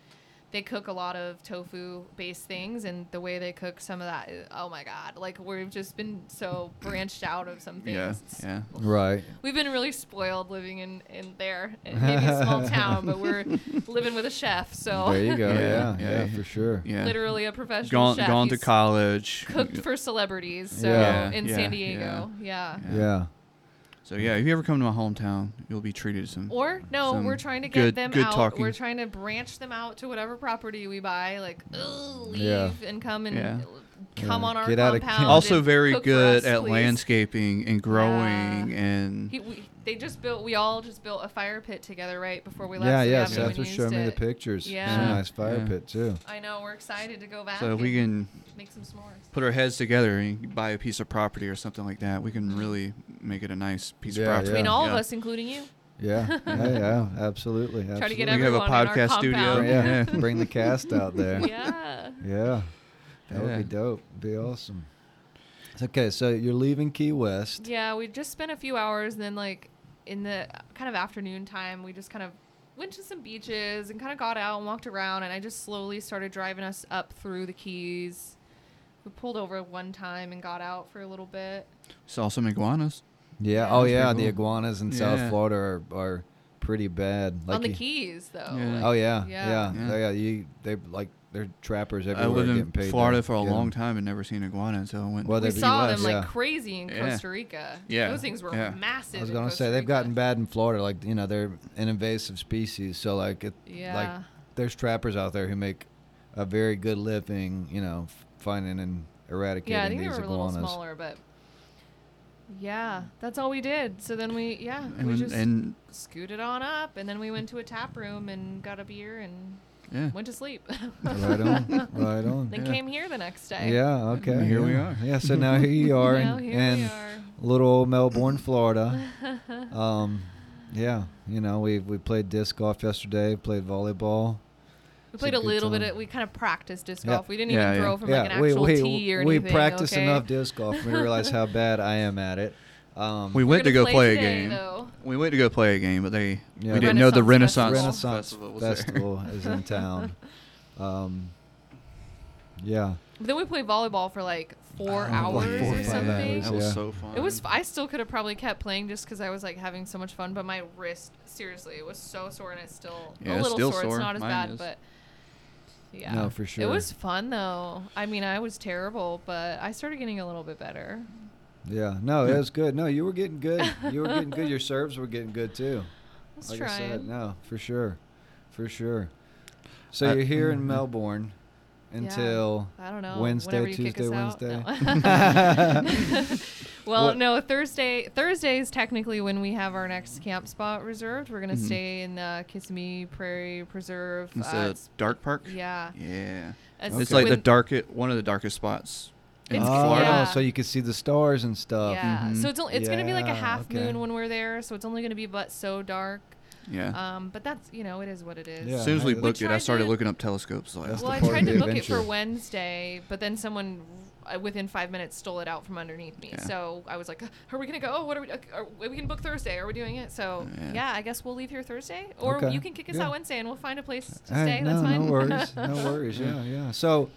they cook a lot of tofu-based things. And the way they cook some of that, is- oh my god! Like we've just been so branched out of some things. Yeah, It's- yeah. Right. We've been really spoiled living in in there, in maybe a small town, but we're living with a chef. So There you go. Yeah, Yeah, yeah, yeah, yeah. for sure. Yeah. literally a professional Gone, chef. gone to He's college. Cooked for celebrities, so Yeah. in Yeah, San yeah, Diego, yeah. Yeah. Yeah. So yeah, if you ever come to my hometown, you'll be treated some. Or no, Some we're trying to get good- them good out. talking. We're trying to branch them out to whatever property we buy. Like, ugh, leave Yeah. and come and Yeah. come Yeah. on our Get out of compound. Camp. and also very cook for good us, at please. landscaping and growing and He, we, they just built. We all just built a fire pit together right before we left. Yeah, so we yeah. haven't Seth even was used showing me the it. pictures. It's Yeah. a nice fire Yeah. pit too. I know. We're excited to go back. so we and can make some s'mores. put our heads together and buy a piece of property or something like that. We can really make it a nice piece Yeah, of property. yeah. I mean, all of Yeah. us, including you. Yeah, yeah, yeah. Absolutely. absolutely. Try to get We have a everyone in our podcast studio. compound. Yeah, bring the cast out there. yeah. Yeah. That would Yeah. be dope. Be awesome. It's okay, so you're leaving Key West. Yeah, we just spent a few hours, and then like in the kind of afternoon time, we just kind of went to some beaches and kind of got out and walked around. And I just slowly started driving us up through the Keys. We pulled over one time and got out for a little bit. Saw some iguanas. Yeah. Yeah. Oh That's yeah, pretty the cool. iguanas in South Yeah. Florida are, are pretty bad. On the you- Keys, though. Yeah. Oh yeah. Yeah. Yeah. Yeah. Yeah. you they like they're trappers everywhere I lived getting paid. in Florida to for a get 'em. long time and never seen iguana until I went. Well, we they'd be saw less, them like yeah. crazy in Yeah. Costa Rica. Yeah. Those things were Yeah. massive. I was in gonna Costa say they've Rica. gotten bad in Florida, like you know, they're an invasive species, so like it like Yeah. there's trappers out there who make a very good living, you know, f- finding and eradicating yeah, I think they these were a little iguanas. smaller, but yeah, that's all we did. So then we, yeah, and, we when- just and scooted on up, and then we went to a tap room and got a beer and yeah, went to sleep. right on. Right on. then Yeah. came here the next day. Yeah, okay. Here yeah. we are. Yeah, so now here you are Now in, here in we are. little old Melbourne, Florida. um, yeah, you know, we we played disc golf yesterday, played volleyball. We it's played a a good little bit. time. Of, we kind of practiced disc Yeah. golf. We didn't Yeah, even yeah. throw from like yeah, an we actual we tee or we anything. practiced okay? enough disc golf for me to realize how bad I am at it. Um, we We're went to gonna go play, a today, game. though. We went to go play a game, but they Yeah. we didn't know the Renaissance Renaissance, Renaissance Festival was there. Festival is in town. Um, yeah, But then we played volleyball for like four Oh, like hours four or five something. hours, That was yeah. so fun. It was. I still could have probably kept playing just because I was like having so much fun, but my wrist seriously it was so sore, and it's still Yeah, a it's little still sore. sore. It's not as Mine bad, is. but yeah, No, for It sure. was fun though. I mean, I was terrible, but I started getting a little bit better. yeah. No, it was good. No, you were getting good. You were getting good. Your serves were getting good too. I was like trying. I said, no, for sure, for sure. So I- you're here in Mhm. Melbourne Yeah. until I don't know. Wednesday, whenever you kick us Tuesday, out. Wednesday. No. well, What- no. Thursday. Thursday is technically when we have our next camp spot reserved. We're gonna Mhm. stay in uh, Kissimmee Prairie Preserve. It's uh, a dark park. yeah. Yeah. It's It's Okay. like the when- darkest, one of the darkest spots in It's- oh, Florida. yeah. so you could see the stars and stuff. Mm-hmm. Yeah. Mhm. So it's only, it's gonna be like a Yeah, half okay. moon when we're there. So it's only gonna be but so dark. Yeah. Um, but that's you know it is what it is. Yeah. as soon as we We booked it, I tried started to- looking up telescopes. Like, That's Well, the I part tried of to the book it for adventure. Wednesday, but then someone uh, within five minutes stole it out from underneath me. Yeah. So I was like, "Uh, "Are we gonna go? What are we? uh, Are, we can book Thursday. Are we doing it?" So yeah, Yeah. I guess we'll leave here Thursday, or Okay. you can kick us Yeah. out Wednesday, and we'll find a place to Hey, stay. no, That's fine. no worries, no worries. Yeah, yeah. So,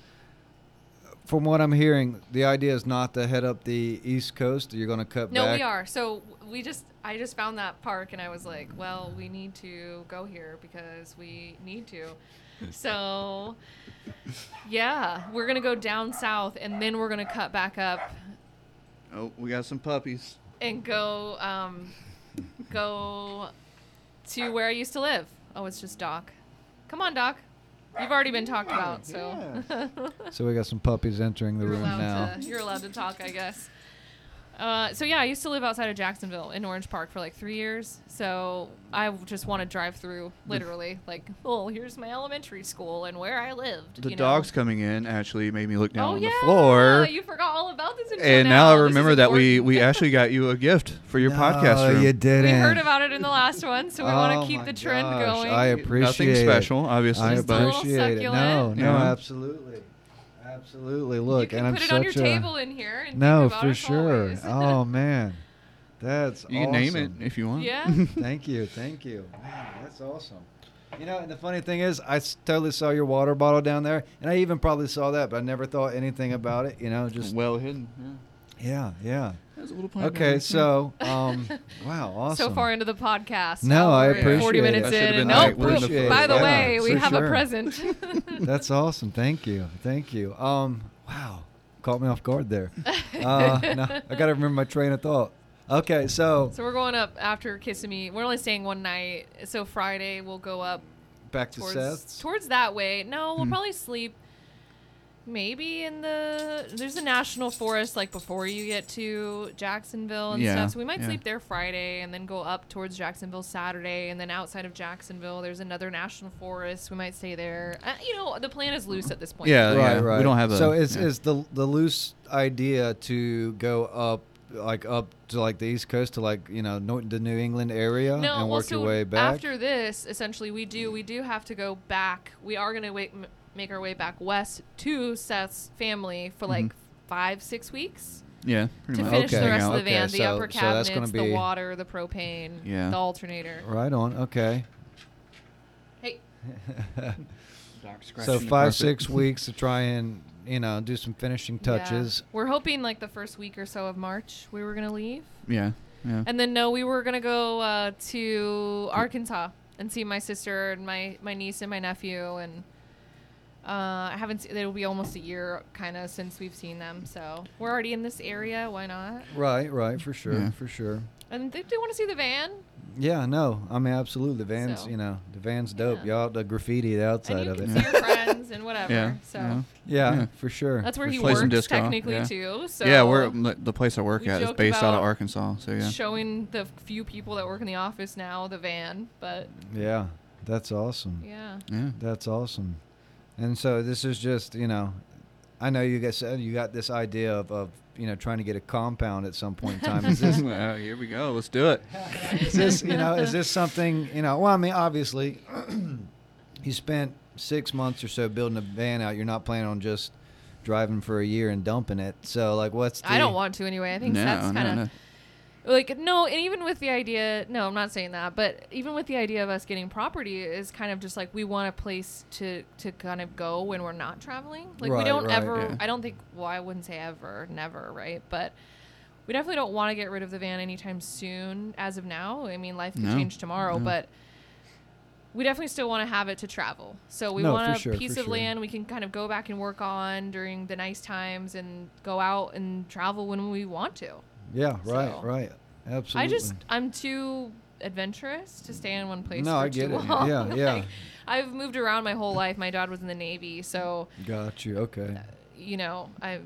from what I'm hearing, the idea is not to head up the East Coast. You're going to cut No, back. we are. So we just I just found that park and I was like, well, we need to go here because we need to. So yeah, we're going to go down south and then we're going to cut back up. oh, we got some puppies. and go um, go to where I used to live. Oh, it's just Doc. Come on, Doc. You've already been talked about, so So we got some puppies entering the you're room allowed now. to you're allowed to talk, I guess. Uh, so yeah, I used to live outside of Jacksonville in Orange Park for like three years. So I just want to drive through, literally, like, oh, here's my elementary school and where I lived. The you know? dogs coming in actually made me look down oh, on yeah, the floor. You forgot all about this. until and now I This is remember that we, important. we actually got you a gift for your No, podcast room. you didn't. We heard about it in the last one, so we want Oh to keep my the trend gosh, going. I appreciate Nothing special, obviously. I Just a but little appreciate it. No, succulent. no, Yeah. absolutely, absolutely. Look, you can and put I'm it such on your a table in here. And no think about for us sure. always. oh man, that's you can name it awesome. if you want. Yeah. thank you, thank you. Man, that's awesome. You know, and the funny thing is, I s- totally saw your water bottle down there, and I even probably saw that, but I never thought anything about it. You know, just well hidden. Yeah. yeah, yeah. There's a little plant down Okay, there. so um, wow, awesome. So far into the podcast. No, now I we're appreciate Forty it. minutes That should've in, been and like oh, one of the whoop, first. by the Yeah, way, we for have sure. a present. That's awesome. Thank you. Thank you. Um, wow, caught me off guard there. Uh, no, I gotta remember my train of thought. Okay, so so we're going up after Kissimmee. We're only staying one night, so Friday we'll go up back to towards Seth's. towards that way. No, we'll probably sleep maybe in the there's a national forest like before you get to Jacksonville and Yeah, stuff. So we might yeah. sleep there Friday and then go up towards Jacksonville Saturday and then outside of Jacksonville there's another national forest. We might stay there. Uh, you know, the plan is loose at this point. Yeah. right, we right. don't have a- so is yeah. is the the loose idea to go up like up to like the East Coast to like you know Nor- the New England area No, and well, work so your way back? After this, essentially, we do we do have to go back. We are going to wait, m- make our way back west to Seth's family for like five six weeks. Yeah, pretty to much. finish Mm-hmm. Hmm, Okay. the rest of the Okay, van, the so- upper so that's cabinets, gonna be- the water, the propane, Yeah. the alternator. right on. Okay. Hey, so five six weeks to try and you know do some finishing yeah. touches. We're hoping like the first week or so of March we were gonna leave, Yeah, yeah. and then no, we were gonna go uh, to Arkansas and see my sister and my my niece and my nephew and. Uh, I haven't. Seen, it'll be almost a year, kind of, since we've seen them. So we're already in this area. Why not? Right, right, for sure, Yeah. for sure. And they do want to see the van. Yeah, no, I mean absolutely. The van's, So- you know, the van's dope. Yeah. Y'all, the graffiti the outside and you of it. can see your friends and whatever. yeah, So yeah. yeah, Yeah. for sure. that's where for he sure. Play some works disc golf, technically yeah. too. So yeah, we're the the place I work we at is joked based out of about Arkansas. So yeah, showing the few people that work in the office now the van, but Yeah, that's awesome. yeah. Mm. yeah. That's awesome. And so this is just, you know, I know you guys said you got this idea of, of you know trying to get a compound at some point in time. Is this well, here we go. Let's do it. is this you know is this something you know? Well, I mean, obviously, you spent six months or so building a van out. You're not planning on just driving for a year and dumping it. So like, what's the, I don't want to anyway. I think no, that's no, kind of no. like no, and even with the idea, no, I'm not saying that, but even with the idea of us getting property is kind of just like we want a place to to kind of go when we're not traveling. Like Right, we don't right, ever yeah. I don't think well, I wouldn't say ever, never, right? But we definitely don't want to get rid of the van anytime soon as of now. I mean, life could No, change tomorrow, no. but we definitely still want to have it to travel. So we No, for want a sure, for piece of sure. land we can kind of go back and work on during the nice times and go out and travel when we want to. Yeah, right, So- right, absolutely. I just I'm too adventurous to stay in one place. No, for I get too it. long. Yeah, yeah. Like, I've moved around my whole life. My dad was in the Navy, so uh, Got you. Okay. you know I.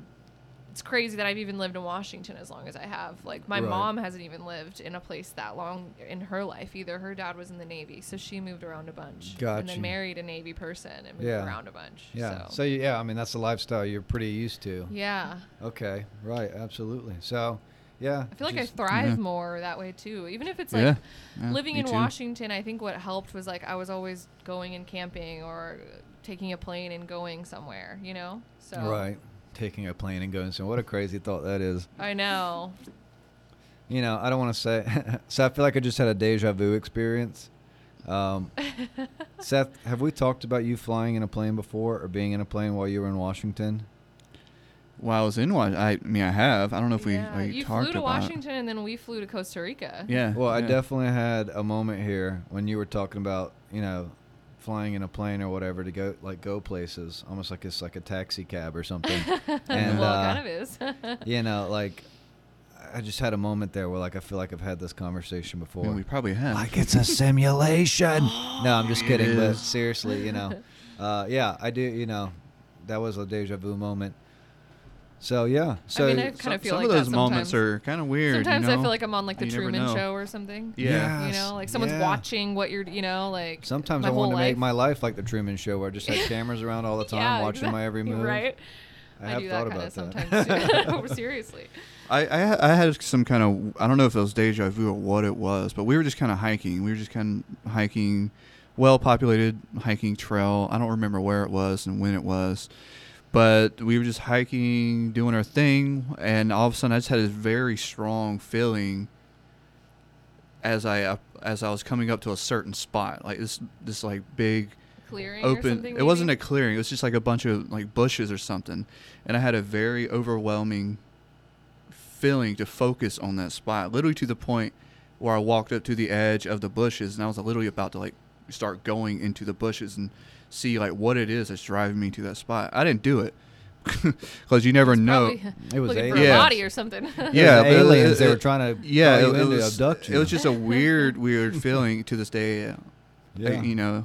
It's crazy that I've even lived in Washington as long as I have. Like my Right. mom hasn't even lived in a place that long in her life either. Her dad was in the Navy, so she moved around a bunch, and Gotcha. then married a Navy person and moved Yeah. around a bunch. Yeah. So, So, you yeah, I mean that's the lifestyle you're pretty used to. yeah, Okay. Right. Absolutely. So, yeah. I feel like just- I thrive yeah. more that way too. Even if it's like Yeah, yeah, living me in too. Washington, I think what helped was like I was always going and camping or taking a plane and going somewhere, you know? So right taking a plane and going. So what a crazy thought that is. I know. You know, I don't want to say. so I feel like I just had a deja vu experience. Um, Seth, have we talked about you flying in a plane before or being in a plane while you were in Washington? While I was in Washington, I mean, I have. I don't know if we, yeah. we you talked flew to about. it. Washington and then we flew to Costa Rica. Yeah. Well, I yeah. definitely had a moment here when you were talking about, you know, flying in a plane or whatever to go like go places, almost like it's like a taxi cab or something. and well, uh, it kind of is. you know, like I just had a moment there where like I feel like I've had this conversation before. we probably have. like it's a simulation. no, I'm just It kidding. But is. seriously, you know, uh, yeah, I do. You know, that was a deja vu moment. So yeah, so mean, I've- kinda some, feel some like of that those moments sometimes. are kind of weird. you Sometimes I know? feel like I'm on like the You never Truman know. Show or something. Yeah. You Yes, know, like someone's yeah. watching what you're, you know, like Sometimes my I want to whole make life. my life like the Truman Show, where I just have cameras around all the time, Yeah, watching my every exactly, move. Right. I have do thought that about kind of that. sometimes too. Oh, Seriously. I, I ha- I had some kind of I don't know if it was deja vu or what it was, but we were just kind of hiking. We were just kind of hiking, well populated hiking trail. I don't remember where it was and when it was, but we were just hiking, doing our thing, and all of a sudden I just had this very strong feeling as I up, as I was coming up to a certain spot, like this this like big Clearing or open. something. It wasn't a maybe? clearing. It was just like a bunch of like bushes or something, and I had a very overwhelming feeling to focus on that spot, literally to the point where I walked up to the edge of the bushes, and I was literally about to like start going into the bushes and see like what it is that's driving me to that spot. I didn't do it because you never know. Probably It was looking aliens. for a Yeah. body or something. Yeah, It was but it- aliens. they it- were trying to yeah, throw you it, it in to was abduct you. it was just a weird, weird feeling to this day. uh, yeah. you know,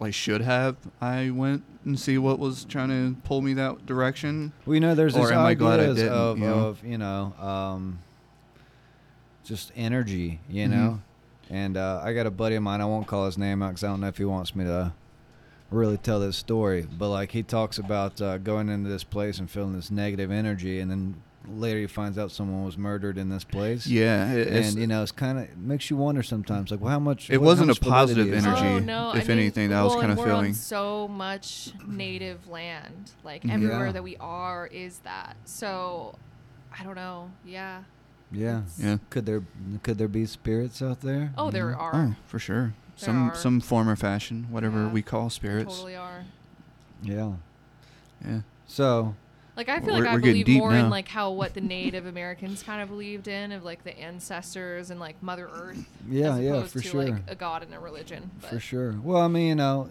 like should have I went and see what was trying to pull me that direction. Well, you know, there's Or this am I ideas glad I didn't, of, you know? of you know, um, just energy, you Mhm. know. And uh, I got a buddy of mine. I won't call his name out because I don't know if he wants me to really tell this story. But like he talks about uh, going into this place and feeling this negative energy, and then later he finds out someone was murdered in this place. Yeah, it, it's- And you know, it's kind of makes you wonder sometimes, like, well, how much? It what- how wasn't a much validity positive is there? energy, Oh, no. I if mean, anything, that was well, and kinda we're on feeling. so much native land. Like Mhm. everywhere Yeah. that we are is that. So I don't know. Yeah. Yeah. It's- yeah. Could there could there be spirits out there? Oh, there Mhm. are. Oh, for sure. There some are. some form or fashion, whatever Yeah. we call There spirits. Totally are. Mm-hmm. Yeah. Yeah. So Like I feel We're- like I we're getting believe deep more now. in like how what the Native Americans kind of believed in of like the ancestors and like Mother Earth. yeah, as yeah, opposed for to sure. like a god and a religion. But For sure. Well, I mean, you know,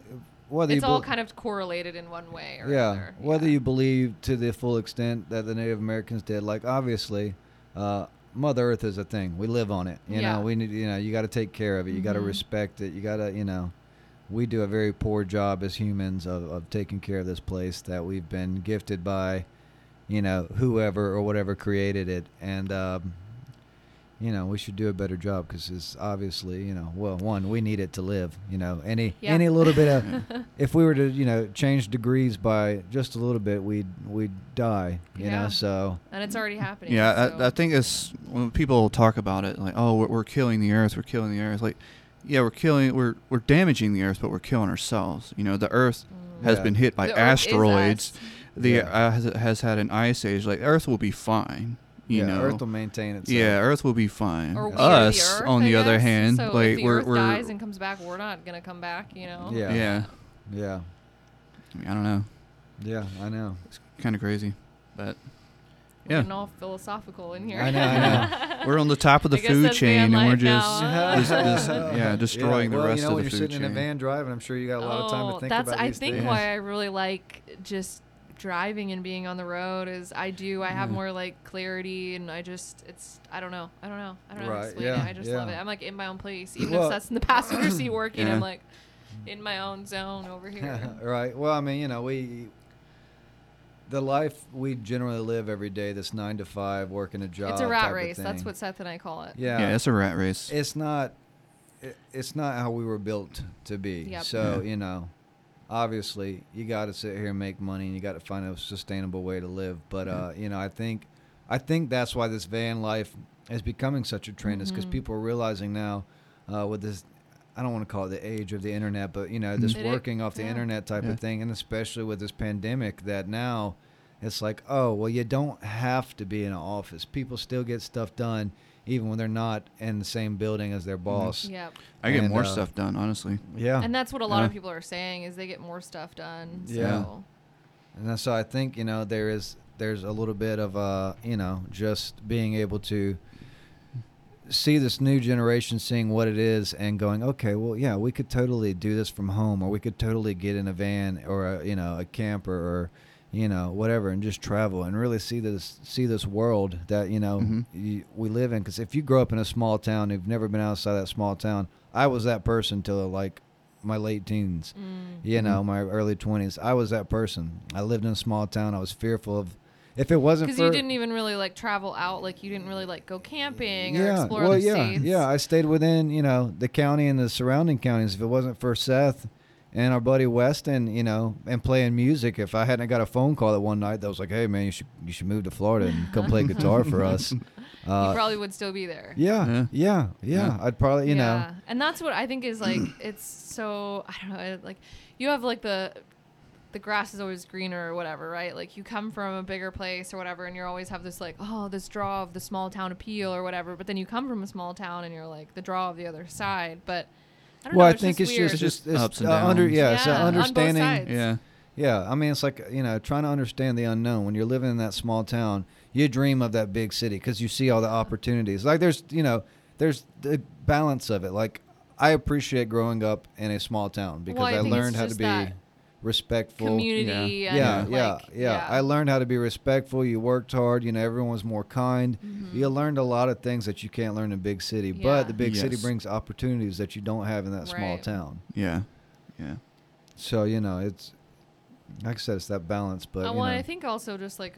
whether It's you all bel- kind of correlated in one way or yeah, another. whether you believe to the full extent that the Native Americans did, like obviously, uh, Mother Earth is a thing. We live on it. You Yeah. know, we need. You know, you got to take care of it. You got to Mhm. respect it. You got to. You know, we do a very poor job as humans of, of taking care of this place that we've been gifted by, you know, whoever or whatever created it, and. Um, you know, we should do a better job because it's obviously, you know, well, one, we need it to live. You know, any Yeah. any little bit of if we were to you know change degrees by just a little bit we'd we'd die you Yeah. know so and it's already happening. Yeah, so. I, I think it's when people talk about it, like, oh, we're, we're killing the earth, we're killing the earth. Like, yeah, we're killing, we're we're damaging the earth, but we're killing ourselves. You know, the earth has Yeah. been hit by Mm. The Earth is asteroids. us. The Yeah. uh, has, has had an ice age. Like, Earth will be fine. You yeah, know, earth will maintain itself yeah, Earth will be fine. Or we are the Us, Earth, on I the other guess. hand, so like if the we're Earth we're dies and comes back, we're not gonna come back. You know. Yeah. yeah. yeah I, mean, I don't know. yeah i know It's kind of crazy, but We're Yeah. getting all philosophical in here. I know, I know. we're on the top of the I guess food that's van chain, and we're life now, just huh? this- this- yeah, destroying the well, rest you know, of when the you're food sitting in a chain. van driving i'm sure you got a lot of time to Oh, think that's about I these think things. why I really like just driving and being on the road is I do I Mm. have Yeah. more like clarity and I just it's I don't know I don't know I don't know how Right, to explain yeah, it I just love it yeah. I'm like in my own place even Well- if that's in the passenger seat working Yeah. I'm like in my own zone over here right well i mean you know we the life we generally live every day this nine to five working a job it's a type rat of race that's thing. what Seth and I call it yeah yeah. it's a rat race. it's not it, it's not how we were built to be Yep. so Yeah. you know obviously you got to sit here and make money and you got to find a sustainable way to live but Mm-hmm. uh you know i think i think that's why this van life is becoming such a trend is because Mhm. people are realizing now uh with this I don't want to call it the age of the internet, but you know, this It is- working off the Mm-hmm. yeah. internet type Yeah. of thing, and especially with this pandemic, that now it's like, oh, well, you don't have to be in an office. People still get stuff done, even when they're not in the same building as their boss. yeah I get and, more uh, stuff done, honestly. Yeah. and that's what a lot of Yeah. people are saying is they get more stuff done Yeah. so And that's- so I think you know there is there's a little bit of uh you know just being able to see this new generation seeing what it is and going okay well yeah we could totally do this from home or we could totally get in a van or a, you know a camper or you know, whatever, and just travel and really see this see this world that you know Mhm. you, we live in. Because if you grow up in a small town, you've never been outside that small town. I was that person till like my late teens, you know, my early twenties. I was that person. I lived in a small town. I was fearful of if it wasn't Because for you didn't even really like travel out, like you didn't really like go camping or explore well, the yeah, states. yeah. I stayed within, you know, the county and the surrounding counties. If it wasn't for Seth and our buddy Weston, you know, and playing music, if I hadn't got a phone call that one night that was like, "Hey, man, you should you should move to Florida and come play guitar for us." you Uh, probably would still be there. yeah, yeah, Yeah. yeah, Yeah. I'd probably, you know, and that's what i think is like it's so i don't know it- like you have like the the grass is always greener or whatever right like you come from a bigger place or whatever and you always have this like oh this draw of the small town appeal or whatever but then you come from a small town and you're like the draw of the other side but i don't well, know I think it's weird. just, It's just it's ups and uh, under, downs. yeah, it's an Yeah, on both understanding. sides. Yeah. Yeah, I mean, it's like you know, trying to understand the unknown. When you're living in that small town, you dream of that big city because you see all the opportunities. Like there's, you know, there's the balance of it. Like I appreciate growing up in a small town because Well, I I, think it's learned how to just be that respectful. community Yeah. Yeah, and yeah, yeah, like, I learned how to be respectful. You worked hard. You know, everyone was more kind. You learned a lot of things that you can't learn in big city. Mm-hmm. Yeah. But the big city Yes. brings opportunities that you don't have in that small Right. town. Yeah. Yeah. So you know, it's like I said, it's that balance. But Uh, you well, know, I think also just like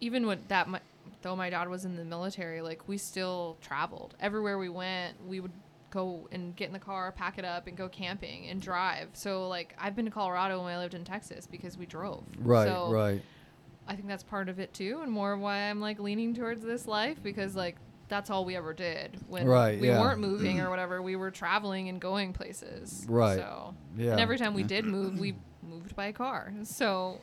even with that, my, though my dad was in the military, like we still traveled everywhere we went. We would go and get in the car, pack it up, and go camping and drive. So like I've been to Colorado when I lived in Texas because we drove. right, so right. I think that's part of it too, and more of why I'm like leaning towards this life because like that's all we ever did when Right, we yeah. weren't moving or whatever. We were traveling and going places. Right, So yeah. and every time we did move, we moved by car. So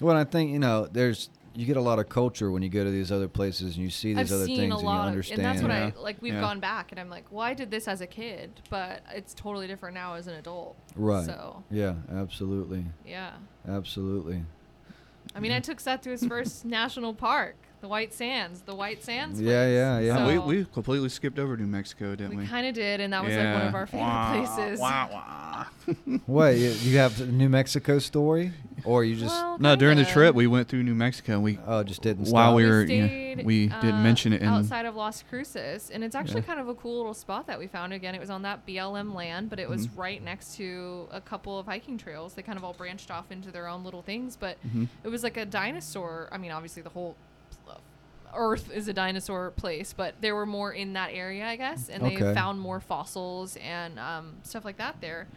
Well, I think you know, there's you get a lot of culture when you go to these other places and you see these I've other seen things a and you lot of, understand. and that's what Yeah. I like. We've Yeah. gone back, and I'm like, well, I did this as a kid, but it's totally different now as an adult. right. So Yeah, absolutely, yeah, absolutely. I mean, I took Seth to his first national park, the White Sands, the White Sands. Yeah, place. yeah, yeah. So we, we completely skipped over New Mexico, didn't we we? kind of did, and that was like one of our favorite places. Wait, you, you have the New Mexico story, or you just Well, No, during the kinda. trip we went through New Mexico. And we oh, just didn't. While stop? we were- yeah, stayed, uh, we didn't mention it in- outside of Las Cruces, and it's actually Yeah. kind of a cool little spot that we found. Again, it was on that BLM land, but it was Mm-hmm. right next to a couple of hiking trails. They kind of all branched off into their own little things, but Mm-hmm. it was like a dinosaur. I mean, obviously the whole uh, Earth is a dinosaur place, but there were more in that area, I guess, and Okay. they found more fossils and um, stuff like that there.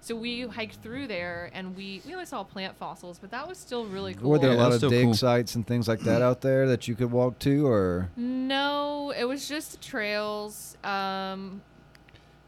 So we hiked through there, and we we only saw plant fossils, but that was still really cool. Were there a Yeah, lot that's of so dig cool. sites and things like that out there that you could walk to, or No, it was just trails. Um,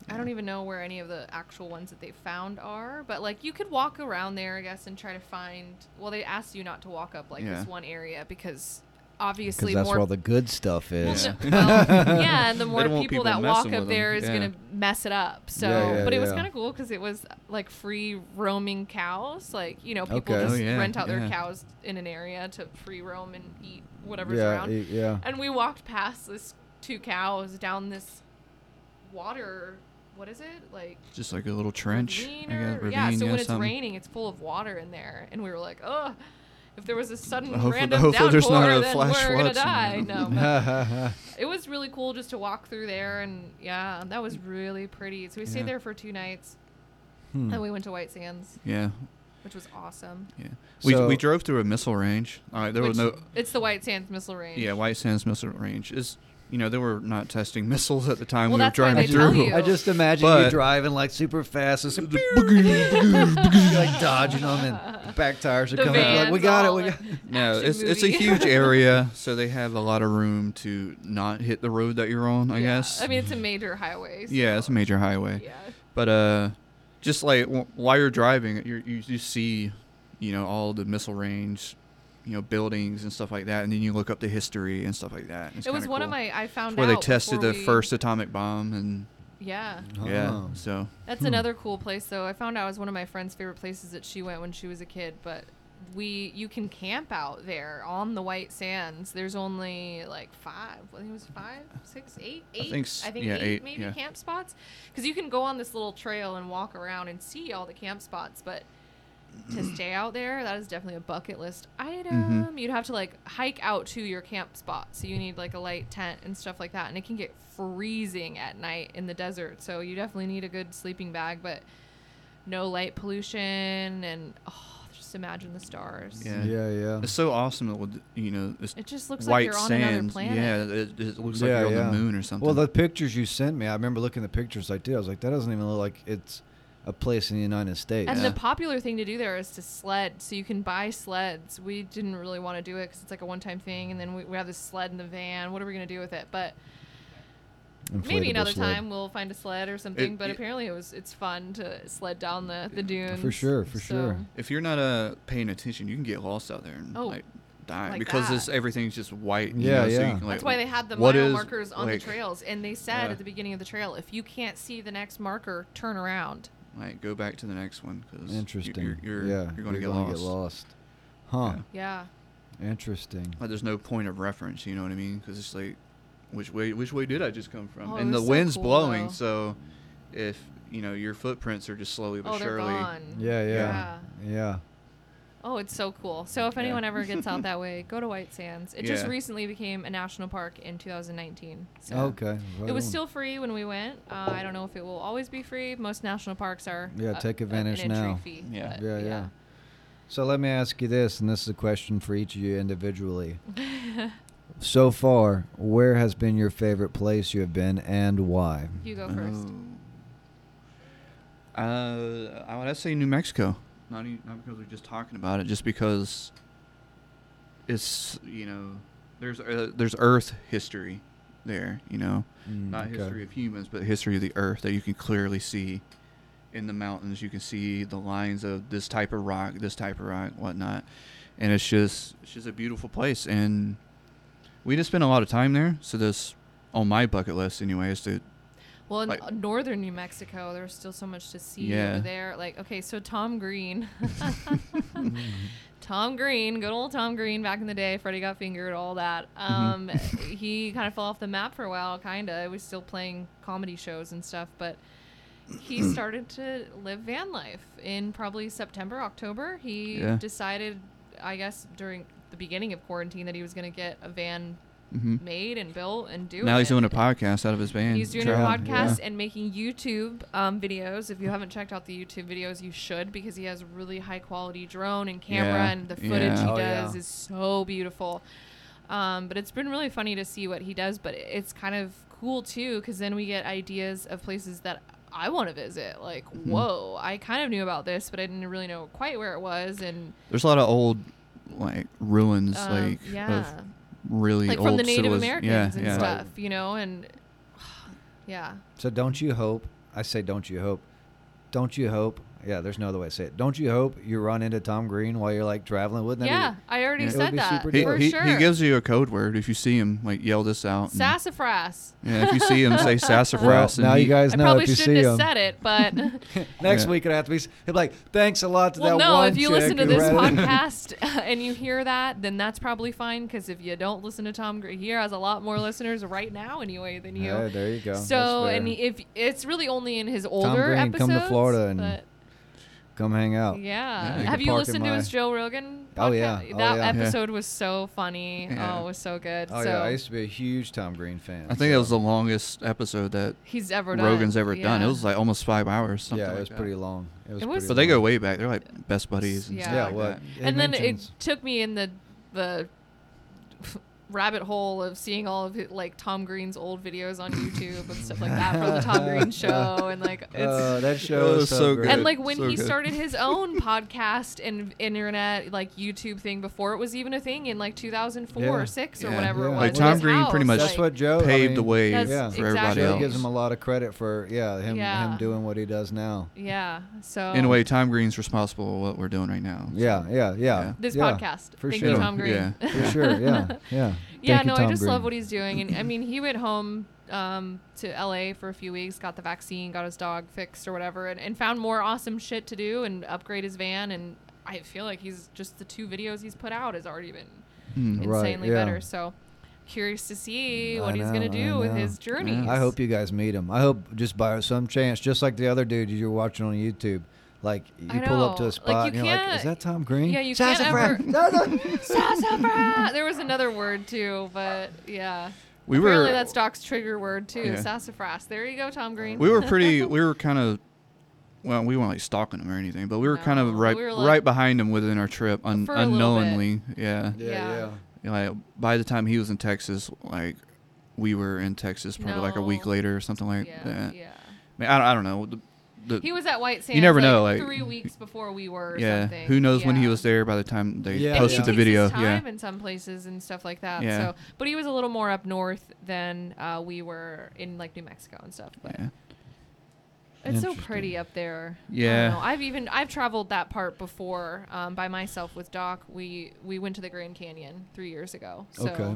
I don't even know where any of the actual ones that they found are, but like you could walk around there, I guess, and try to find. Well, they asked you not to walk up like Yeah. this one area because because obviously that's more. where all the good stuff well, is. no- well, yeah, and the more don't people, want people that messing walk with up them. there is Yeah. gonna mess it up. So, Yeah, yeah, but it was yeah. kind of cool because it was like free roaming cows. Like you know, people Okay. just Oh, yeah, rent out their yeah. cows in an area to free roam and eat whatever's yeah, around. e- yeah. And we walked past this two cows down this water. What is it like? just like a little trench. ravine I guess, or- ravine, yeah. So when it's something. raining, it's full of water in there, and we were like, oh. If there was a sudden Hopefully- random hopefully there's not downpour, a then flash we're gonna flood die. somewhere. No, but it was really cool just to walk through there, and yeah, that was really pretty. So we Yeah. stayed there for two nights, Hmm. and we went to White Sands, Yeah, which was awesome. yeah. We, So- we drove through a missile range. All right, there Which- was no It's the White Sands Missile Range. yeah White Sands missile range. Is you know they were not testing missiles at the time Well, we were that's why driving they tell through. you. I just imagine you But- driving like super fast, and some you're like dodging them, and back tires are The coming. up, Like we van's got it, all we in- got. No, action it's it's a movie. huge area, so they have a lot of room to not hit the road that you're on. I Yeah. guess. I mean, it's a major highway. so- yeah, it's a major highway. Yeah. But uh, just like w- while you're driving, you you you see, you know, all the missile range, you know, buildings and stuff like that, and then you look up the history and stuff like that. It's it was kinda one of cool. my I found where they out tested before the we- first atomic bomb and Yeah, yeah, Oh. so that's another cool place though. I found out it was one of my friend's favorite places that she went when she was a kid. But we you can camp out there on the White Sands. There's only like five. I think it was five, six, eight, eight. think s- yeah, eight, eight, maybe yeah. camp spots because you can go on this little trail and walk around and see all the camp spots, but. to stay out there, that is definitely a bucket list item. Mm-hmm. You'd have to like hike out to your camp spot, so you need like a light tent and stuff like that, and it can get freezing at night in the desert. So you definitely need a good sleeping bag, but no light pollution and oh, just imagine the stars. Yeah. Yeah, yeah. It's so awesome with you know this It just looks like white you're on another sands. planet. Yeah, it, it looks Yeah, like you're on yeah. the moon or something. Well, the pictures you sent me, I remember looking at the pictures I did. I was like, that doesn't even look like it's a place in the United States. And Yeah. the popular thing to do there is to sled. So you can buy sleds. We didn't really want to do it because it's like a one time thing. And then we, we have this sled in the van. What are we going to do with it? But maybe Inflatable another sled. time we'll find a sled or something. but it- apparently it was it's fun to sled down the, the dunes. For sure, for So- sure. if you're not uh, paying attention, you can get lost out there and Oh, like die like because that. this everything's just white. you Yeah, know, so you yeah. can, like, That's why they had the what mile is, markers on like- the trails. And they said Yeah. at the beginning of the trail, if you can't see the next marker, turn around. Like go back to the next one because Interesting. You're, you're, yeah, you're going to get gonna lost. lost. Huh. Yeah. Interesting. Like there's no point of reference. You know what I mean? Because it's like, which way which way did I just come from? Oh, it and the was so wind's cool, blowing, though. so if you know your footprints are just slowly but Oh, they're surely. gone. Yeah, yeah, Yeah. yeah. Oh, it's so cool. So if Yeah. anyone ever gets out that way, go to White Sands. It just Yeah. recently became a national park in 2019. So Oh, Okay. right It was on. still free when we went. Uh, I don't know if it will always be free. Most national parks are. Yeah, uh, take uh, advantage an entry now. Fee, Yeah. but Yeah, yeah. So let me ask you this, and this is a question for each of you individually. so far, where has been your favorite place you have been, and why? You go first. Oh. Uh, I would say New Mexico. Not even, not because we're just talking about it, just because it's you know there's uh, there's Earth history there. You know, Mm, not okay. history of humans, but history of the Earth that you can clearly see in the mountains. You can see the lines of this type of rock, this type of rock, whatnot, and it's just it's just a beautiful place. And we just spent a lot of time there, so this on my bucket list anyway is to Well, in Like- uh, northern New Mexico, there's still so much to see Yeah. over there. Like, okay, so Tom Green. Tom Green, good old Tom Green back in the day, Freddie got fingered, all that. Mm-hmm. Um, he kind of fell off the map for a while, kind of. He was still playing comedy shows and stuff, but he started to live van life in probably September, October. He Yeah. decided, I guess, during the beginning of quarantine, that he was going to get a van Mhm. made and built and do now it. he's doing a podcast out of his van. He's doing Yeah, a podcast yeah. and making YouTube um, videos. If you haven't checked out the YouTube videos, you should because he has really high quality drone and camera, Yeah, and the footage yeah. he Oh, does yeah. is so beautiful. Um, but it's been really funny to see what he does. But it's kind of cool too because then we get ideas of places that I want to visit. Like, Mm-hmm. whoa, I kind of knew about this, but I didn't really know quite where it was. And There's a lot of old like ruins, um, like yeah, of really like old from the Native civiliz- Americans yeah, and yeah. stuff, you know, and yeah. So don't you hope? I say, don't you hope? Don't you hope? Yeah, there's no other way to say it. Don't you hope you run into Tom Green while you're like traveling? Wouldn't that Yeah, I already It would said be that. super He, for dope. he, sure. he gives you a code word if you see him. Like yell this out. and- sassafras. yeah, if you see him, say be? Well, sassafras. and now you he- guys I know probably if you shouldn't see him. have said it, but Next Yeah. week it'd have to be. He'd be like, "Thanks a lot to well, that no. one If you chick listen to who this ran- podcast and you hear that, then that's probably fine. Because if you don't listen to Tom Gray, he has a lot more listeners right now anyway than you. Yeah, there you go. so, That's and fair. he, if it's really only in his older Green, come episodes, to Florida and- oh. but come hang out. yeah, you have can park you in listened to my- his Joe Rogan? Podcast? Oh, yeah. Oh, that yeah. episode was so funny. Yeah. Oh, it was so good. Oh so yeah, I used to be a huge Tom Green fan. I think that was the longest episode that he's ever done. Rogan's ever done. It Yeah. was like almost five hours. Something yeah, it like was that. pretty long. It was. It was- pretty But they long. go way back. They're like best buddies. And Yeah. stuff Yeah, like well, that. it and then mentions- it took me in the the rabbit hole of seeing all of it, like Tom Green's old videos on YouTube and stuff like that from the Tom Green show and like it's Oh, that show was is so, so great. good. and like when so he good. started his own podcast and internet like YouTube thing before it was even a thing in like 2004 Yeah. or 6 or Yeah. whatever Yeah. it was. Like at Tom his Green pretty house, much- that's like- what Joe I Paved mean, the way That's Yeah. for everybody exactly- Joe else. gives him a lot of credit for yeah him Yeah. him doing what he does now. Yeah. So In a way, Tom Green's responsible for what we're doing right now. Yeah, yeah, yeah. Yeah. this yeah, podcast. for Thank sure. you Tom Green. Yeah. For sure, yeah, yeah. Yeah, Thank you, no, I Tom just Green. love what he's doing. And I mean, he went home um, to LA for a few weeks, got the vaccine, got his dog fixed or whatever, and, and found more awesome shit to do and upgrade his van. And I feel like he's just the two videos he's put out has already been Mm. Right, insanely yeah. better. So curious to see I what he's know, going to I do with know. his journey. I hope you guys meet him. I hope just by some chance, just like the other dude you're watching on YouTube, Like I you pull up to know. a Like, spot and you you're like, can't- is that Tom Green? yeah, you can't Sassafras. ever- No, no. Sassafras. There was another word too, but yeah. We Apparently were- that's Doc's trigger word too. Yeah. Sassafras. There you go, Tom Green. We were pretty. we were kind of. Well, we weren't like stalking him or anything, but we were kind of No, right, we were, like- right behind him within our trip, un- For a little bit. unknowingly. Yeah. Yeah. You know, Like by the time he was in Texas, like we were in Texas probably like a week No. later or something like yeah, that. yeah. I, mean, I, don't, I don't know. The, the, He was at White Sands. never like, know, like- three weeks before we were. Or yeah. Something. Who knows when he Yeah. was there? By the time they Yeah, And posted he the takes video, His time yeah. in some places and stuff like that. Yeah. So, but he was a little more up north than uh, we were in like New Mexico and stuff. But yeah. it's so Interesting. pretty up there. I don't Yeah. know. I've even I've traveled that part before um, by myself with Doc. We we went to the Grand Canyon three years ago. So Okay.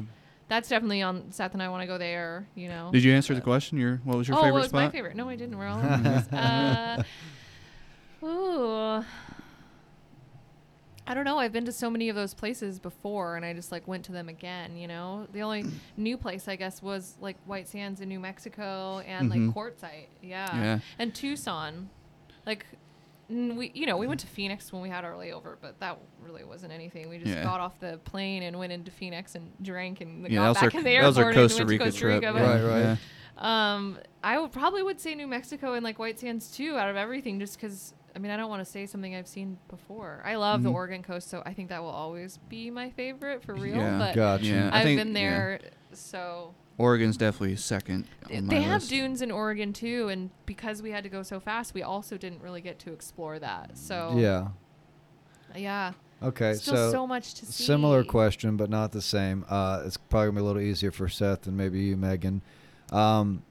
that's definitely on Seth and I want to go there. You know. Did you answer the question? Your what was your oh, favorite what was spot? my favorite? No, I didn't. We're all over the place. uh, Ooh. I don't know. I've been to so many of those places before, and I just like went to them again. You know, the only new place I guess was like White Sands in New Mexico and Mhm. like Quartzite, yeah. Yeah. and Tucson. Like, n- we you know we went to Phoenix when we had our layover, but that really wasn't anything. We just Yeah. got off the plane and went into Phoenix and drank and Yeah, got that was back our in the that airport was our and went Costa to Rica Costa trip. Rica, but- yeah. Right, right. Yeah. um, I would probably would say New Mexico and like White Sands too, out of everything, just because. I mean, I don't want to say something I've seen before. I love the Mhm. Oregon coast, so I think that will always be my favorite for real. Yeah. But Gotcha. Yeah, I I've think- been yeah. there, so Oregon's definitely second. they on my have list. dunes in Oregon too. And because we had to go so fast, we also didn't really get to explore that. So Yeah. yeah, Okay. still so, much to see. Similar question, but not the same. Uh, it's probably gonna be a little easier for Seth than maybe you, Megan. Um,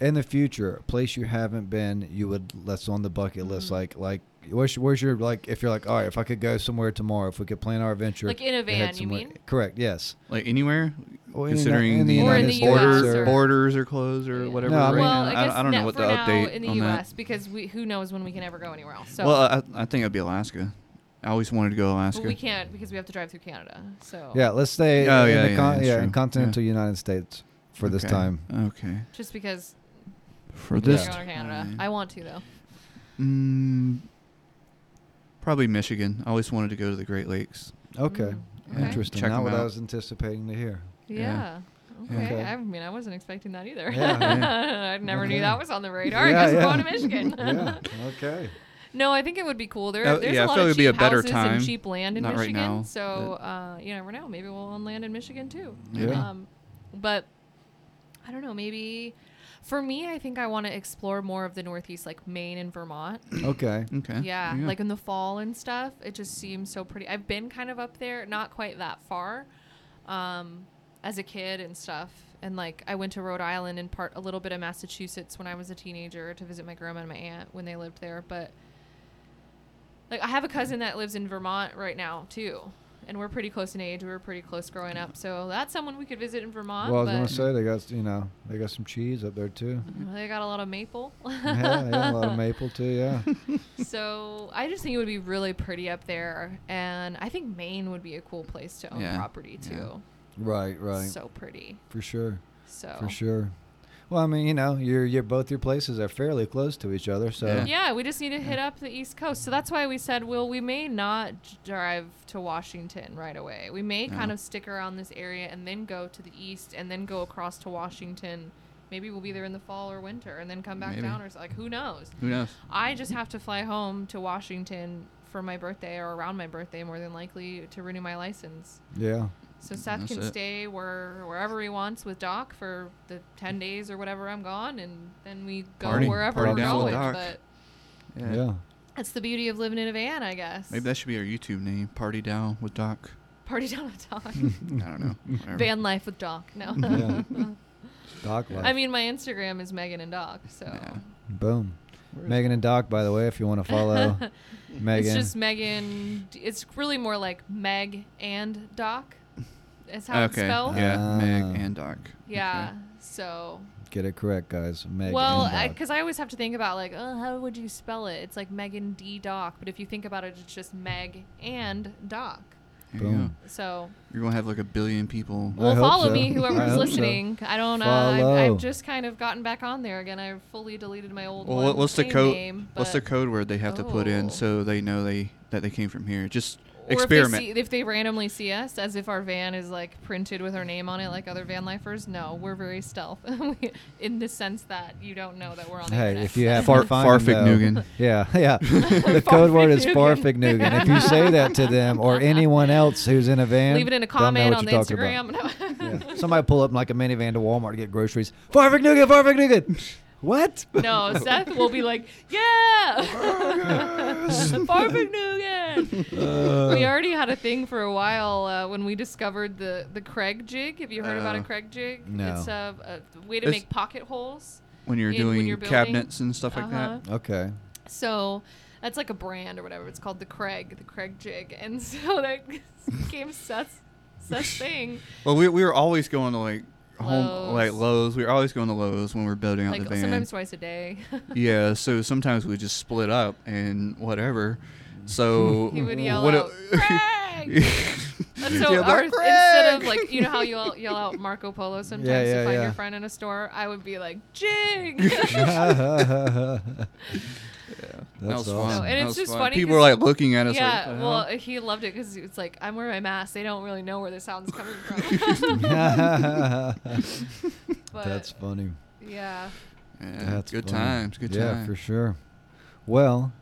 in the future, a place you haven't been, you would that's on the bucket list. Mhm. Like, like where's, where's your like? If you're like, all right, if I could go somewhere tomorrow, if we could plan our adventure, Like in a to head van, you somewhere- mean? Correct. Yes. Like anywhere, Or in the- considering in the the, Or in United the States US border, or- borders are closed or Yeah. whatever. No, I right mean- well, now. I guess don't know not what for the now update in the on U.S. that. because we who knows when we can ever go anywhere else. So Well, uh, I, I think it'd be Alaska. I always wanted to go to Alaska. but we can't because we have to drive through Canada. So Yeah. Let's stay. Oh, in yeah, the yeah, con- that's yeah, true. in Yeah. continental United States for this Okay. Uh, time. Okay. just because For we're this, Yeah. going to Canada, time, I want to though. mm, probably Michigan. I always wanted to go to the Great Lakes. Okay. Mm, okay. Interesting. Check Not 'em what I out. was anticipating to hear. Yeah. Yeah. Okay. Okay. I mean, I wasn't expecting that either. Yeah, yeah. I never Okay. knew that was on the radar. Yeah, I guess yeah. we're going to Michigan. yeah. Okay. No, I think it would be cool. There, Uh, there's yeah, I a lot feel of it would be cheap a better houses time. and cheap land in Not right Michigan. now, so uh, you never know. Maybe we'll own land in Michigan too. Maybe. Yeah. Um, but I don't know. Maybe for me, I think I want to explore more of the Northeast, like Maine and Vermont. Okay. Okay. yeah, There you go. like in the fall and stuff. It just seems so pretty. I've been kind of up there, not quite that far, um, as a kid and stuff. And like I went to Rhode Island and part a little bit of Massachusetts when I was a teenager to visit my grandma and my aunt when they lived there. But like I have a cousin that lives in Vermont right now too, and we're pretty close in age. We were pretty close growing up, so that's someone we could visit in Vermont. Well, I was but gonna say they got you know they got some cheese up there too. they got a lot of maple. yeah, yeah, a lot of maple too. Yeah. So I just think it would be really pretty up there, and I think Maine would be a cool place to own Yeah, property yeah. too. right. Right. So pretty. for sure. So For sure. Well, I mean, you know, your your both your places are fairly close to each other, so Yeah. yeah, we just need to hit up the East Coast. So that's why we said, well, we may not j- drive to Washington right away. We may kind No. of stick around this area and then go to the east and then go across to Washington. Maybe we'll be there in the fall or winter and then come back Maybe. down or so. like who knows. Who knows? I just have to fly home to Washington for my birthday or around my birthday more than likely to renew my license. yeah. So Seth That's can it. stay where wherever he wants with Doc for the ten days or whatever I'm gone, and then we go Party- wherever party we're down with going. Doc. But yeah, that's the beauty of living in a van, I guess. Maybe that should be our YouTube name. Party down with Doc. party down with Doc, I don't know. Whatever. van life with Doc. No, Yeah. Doc life. I mean my Instagram is Megan and Doc, so Yeah. Boom. Where is Megan and Doc, by the way, if you want to follow Megan. it's just Megan. It's really more like Meg and Doc. Is how it's okay. spelled. Yeah. Ah. Meg and Doc. Yeah, So Get it correct, guys. Megan. well, and Doc. because I, always have to think about like, oh, how would you spell it? It's like Megan D Doc, but if you think about it, it's just Meg and Doc. There you go. Boom. So You're gonna have like a billion people. I well, hope follow so. me, I whoever's hope so. listening. I don't. Uh, I've, Follow. I've just kind of gotten back on there again. I fully deleted my old. Well, one, what's the same code? name, what's the but- code word they have to put in Oh. so they know they that they came from here? Just Or experiment. If they, see, if they randomly see us, as if our van is like printed with our name on it, like other van lifers, no, we're very stealth. We- in the sense that you don't know that we're on. the Hey, internet. if you have Far- to find them, though- Farfignugan. Yeah, yeah. The code word is Farfignugan. Farfignugan. If you say that to them or anyone else who's in a van, leave it in a they'll know comment what on the you're talking about. Instagram. Yeah. Somebody pull up in like a minivan to Walmart to get groceries. Farfignugan, Farfignugan. What? No, Seth will be like, yeah, Farfignugan. Uh, we already had a thing for a while uh, when we discovered the the Craig jig. Have you heard about a Oh. Craig jig? No. It's a, a way to It's- make pocket holes. when you're in- doing when you're building. Uh-huh. cabinets and stuff like that. Okay. So that's like a brand or whatever. It's called the Craig, the Craig jig, and so that became Seth's Seth's thing. Well, we, we were always going to like home Lowe's. like Lowe's. We were always going to Lowe's when we were building out Like the van. sometimes twice a day. yeah, so sometimes we just split up and whatever. So He would yell what out, Craig! And so Yeah, but our, instead of Craig! like you know how you yell, yell out Marco Polo sometimes yeah, to find yeah. your friend in a store, I would be like Jig. That's that was awesome. fun. No, Oh, and That it's was just fun. funny People 'cause- were like looking at us. like, uh-huh. yeah, "What the well hell?" uh, he loved it because it's like I'm wearing my mask, they don't really know where the sound's coming from. but That's funny. yeah, Yeah, That's good funny. times. Good yeah, times. for sure. Well,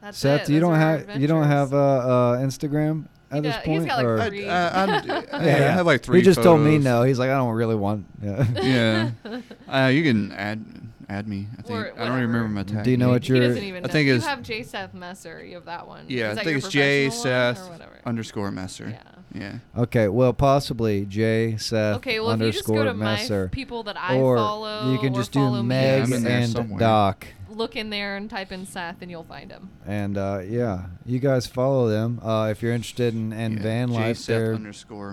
that's Seth, it. you Those don't are our have you don't adventures. have uh, uh, Instagram at He this do- point. he's got, like, or- I, Three. I, I'm- I- I have like three. He just told me photos. no. He's like, I don't really want. Yeah. Yeah, uh, you can add add me. I think Or I don't even remember whatever. my tag. Do you know name. what He your- doesn't even I know. think you it's- have J Seth Messer. You have that one. Yeah, Is I that think your it's J professional one Seth or whatever. underscore Messer. Yeah. Yeah. Okay. Well, possibly J Seth Okay, well, if you just underscore go to my Messer, f- people that I or follow, you can or just follow do Meg I'm in me, there and somewhere. Doc. look in there and type in Seth, and you'll find him. And uh, yeah, you guys follow them uh, if you're interested in, in yeah. van J life. Seth They're underscore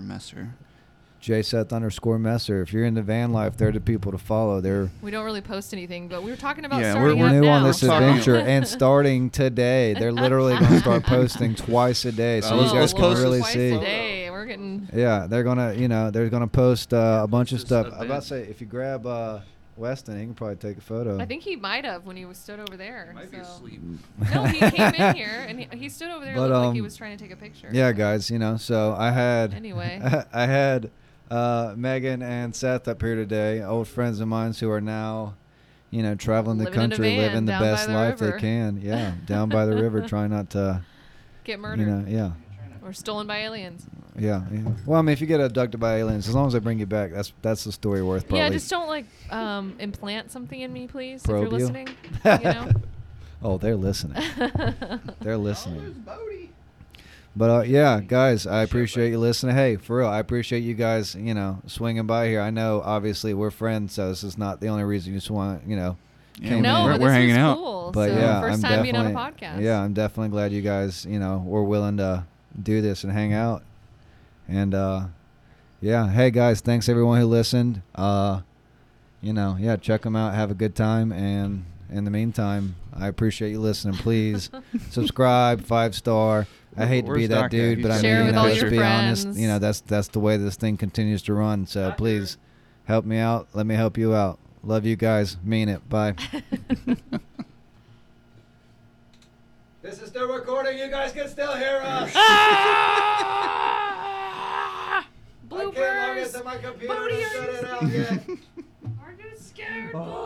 Messer. J Seth underscore Messer. If you're into van life, they're the people to follow. They're We don't really post anything, but we were talking about Yeah, starting we're up new now. on this Sorry. adventure and starting today. They're literally going to start posting twice a day, so Oh, you guys let's can post really twice see. a day. We're getting Yeah, they're gonna, you know, they're gonna post uh, a bunch of Just stuff. a I'm about to bit. say, if you grab uh, Weston, he can probably take a photo. I think he might have when he was stood over there. so. be asleep. No, he came in here and he, he stood over there But, looked like he um, was trying to take a picture. Yeah, guys, you know, so I had. Anyway. I had uh, Megan and Seth up here today, old friends of mine who are now, you know, traveling the Living in a country, van living the down by best the life they river. can. Yeah, down by the river, trying not to, Get you murdered know, yeah. or stolen by aliens. Yeah, yeah. Well, I mean, if you get abducted by aliens, as long as they bring you back, that's that's the story worth. Probably. Yeah, just don't like um, implant something in me, please, Probe if you? you're listening. You know. Oh, they're listening. They're listening. Bodie. But uh, yeah, guys, I appreciate you listening. Hey, for real, I appreciate you guys, you know, swinging by here. I know, obviously, we're friends, so this is not the only reason you just want, you know. Yeah, Came in. no, We're- but we're this hanging was out. Cool. But so yeah, 1st I'm time being on a definitely- podcast. Yeah, I'm definitely glad you guys, you know, were willing to do this and hang out. And uh, yeah, hey guys, thanks everyone who listened. Uh, you know, yeah, check them out, have a good time, and in the meantime, I appreciate you listening. Please subscribe, five star. I hate to Where's be that Doc at? dude, but I He's mean, Share you with know, all let's your be honest. friends. You know, that's that's the way this thing continues to run. So please help me out. Let me help you out. Love you guys. Mean it. Bye. This is still recording. You guys can still hear us. Bloopers. my computer Ah! Bodie, to are shut you- it out yet. Are you scared? Oh.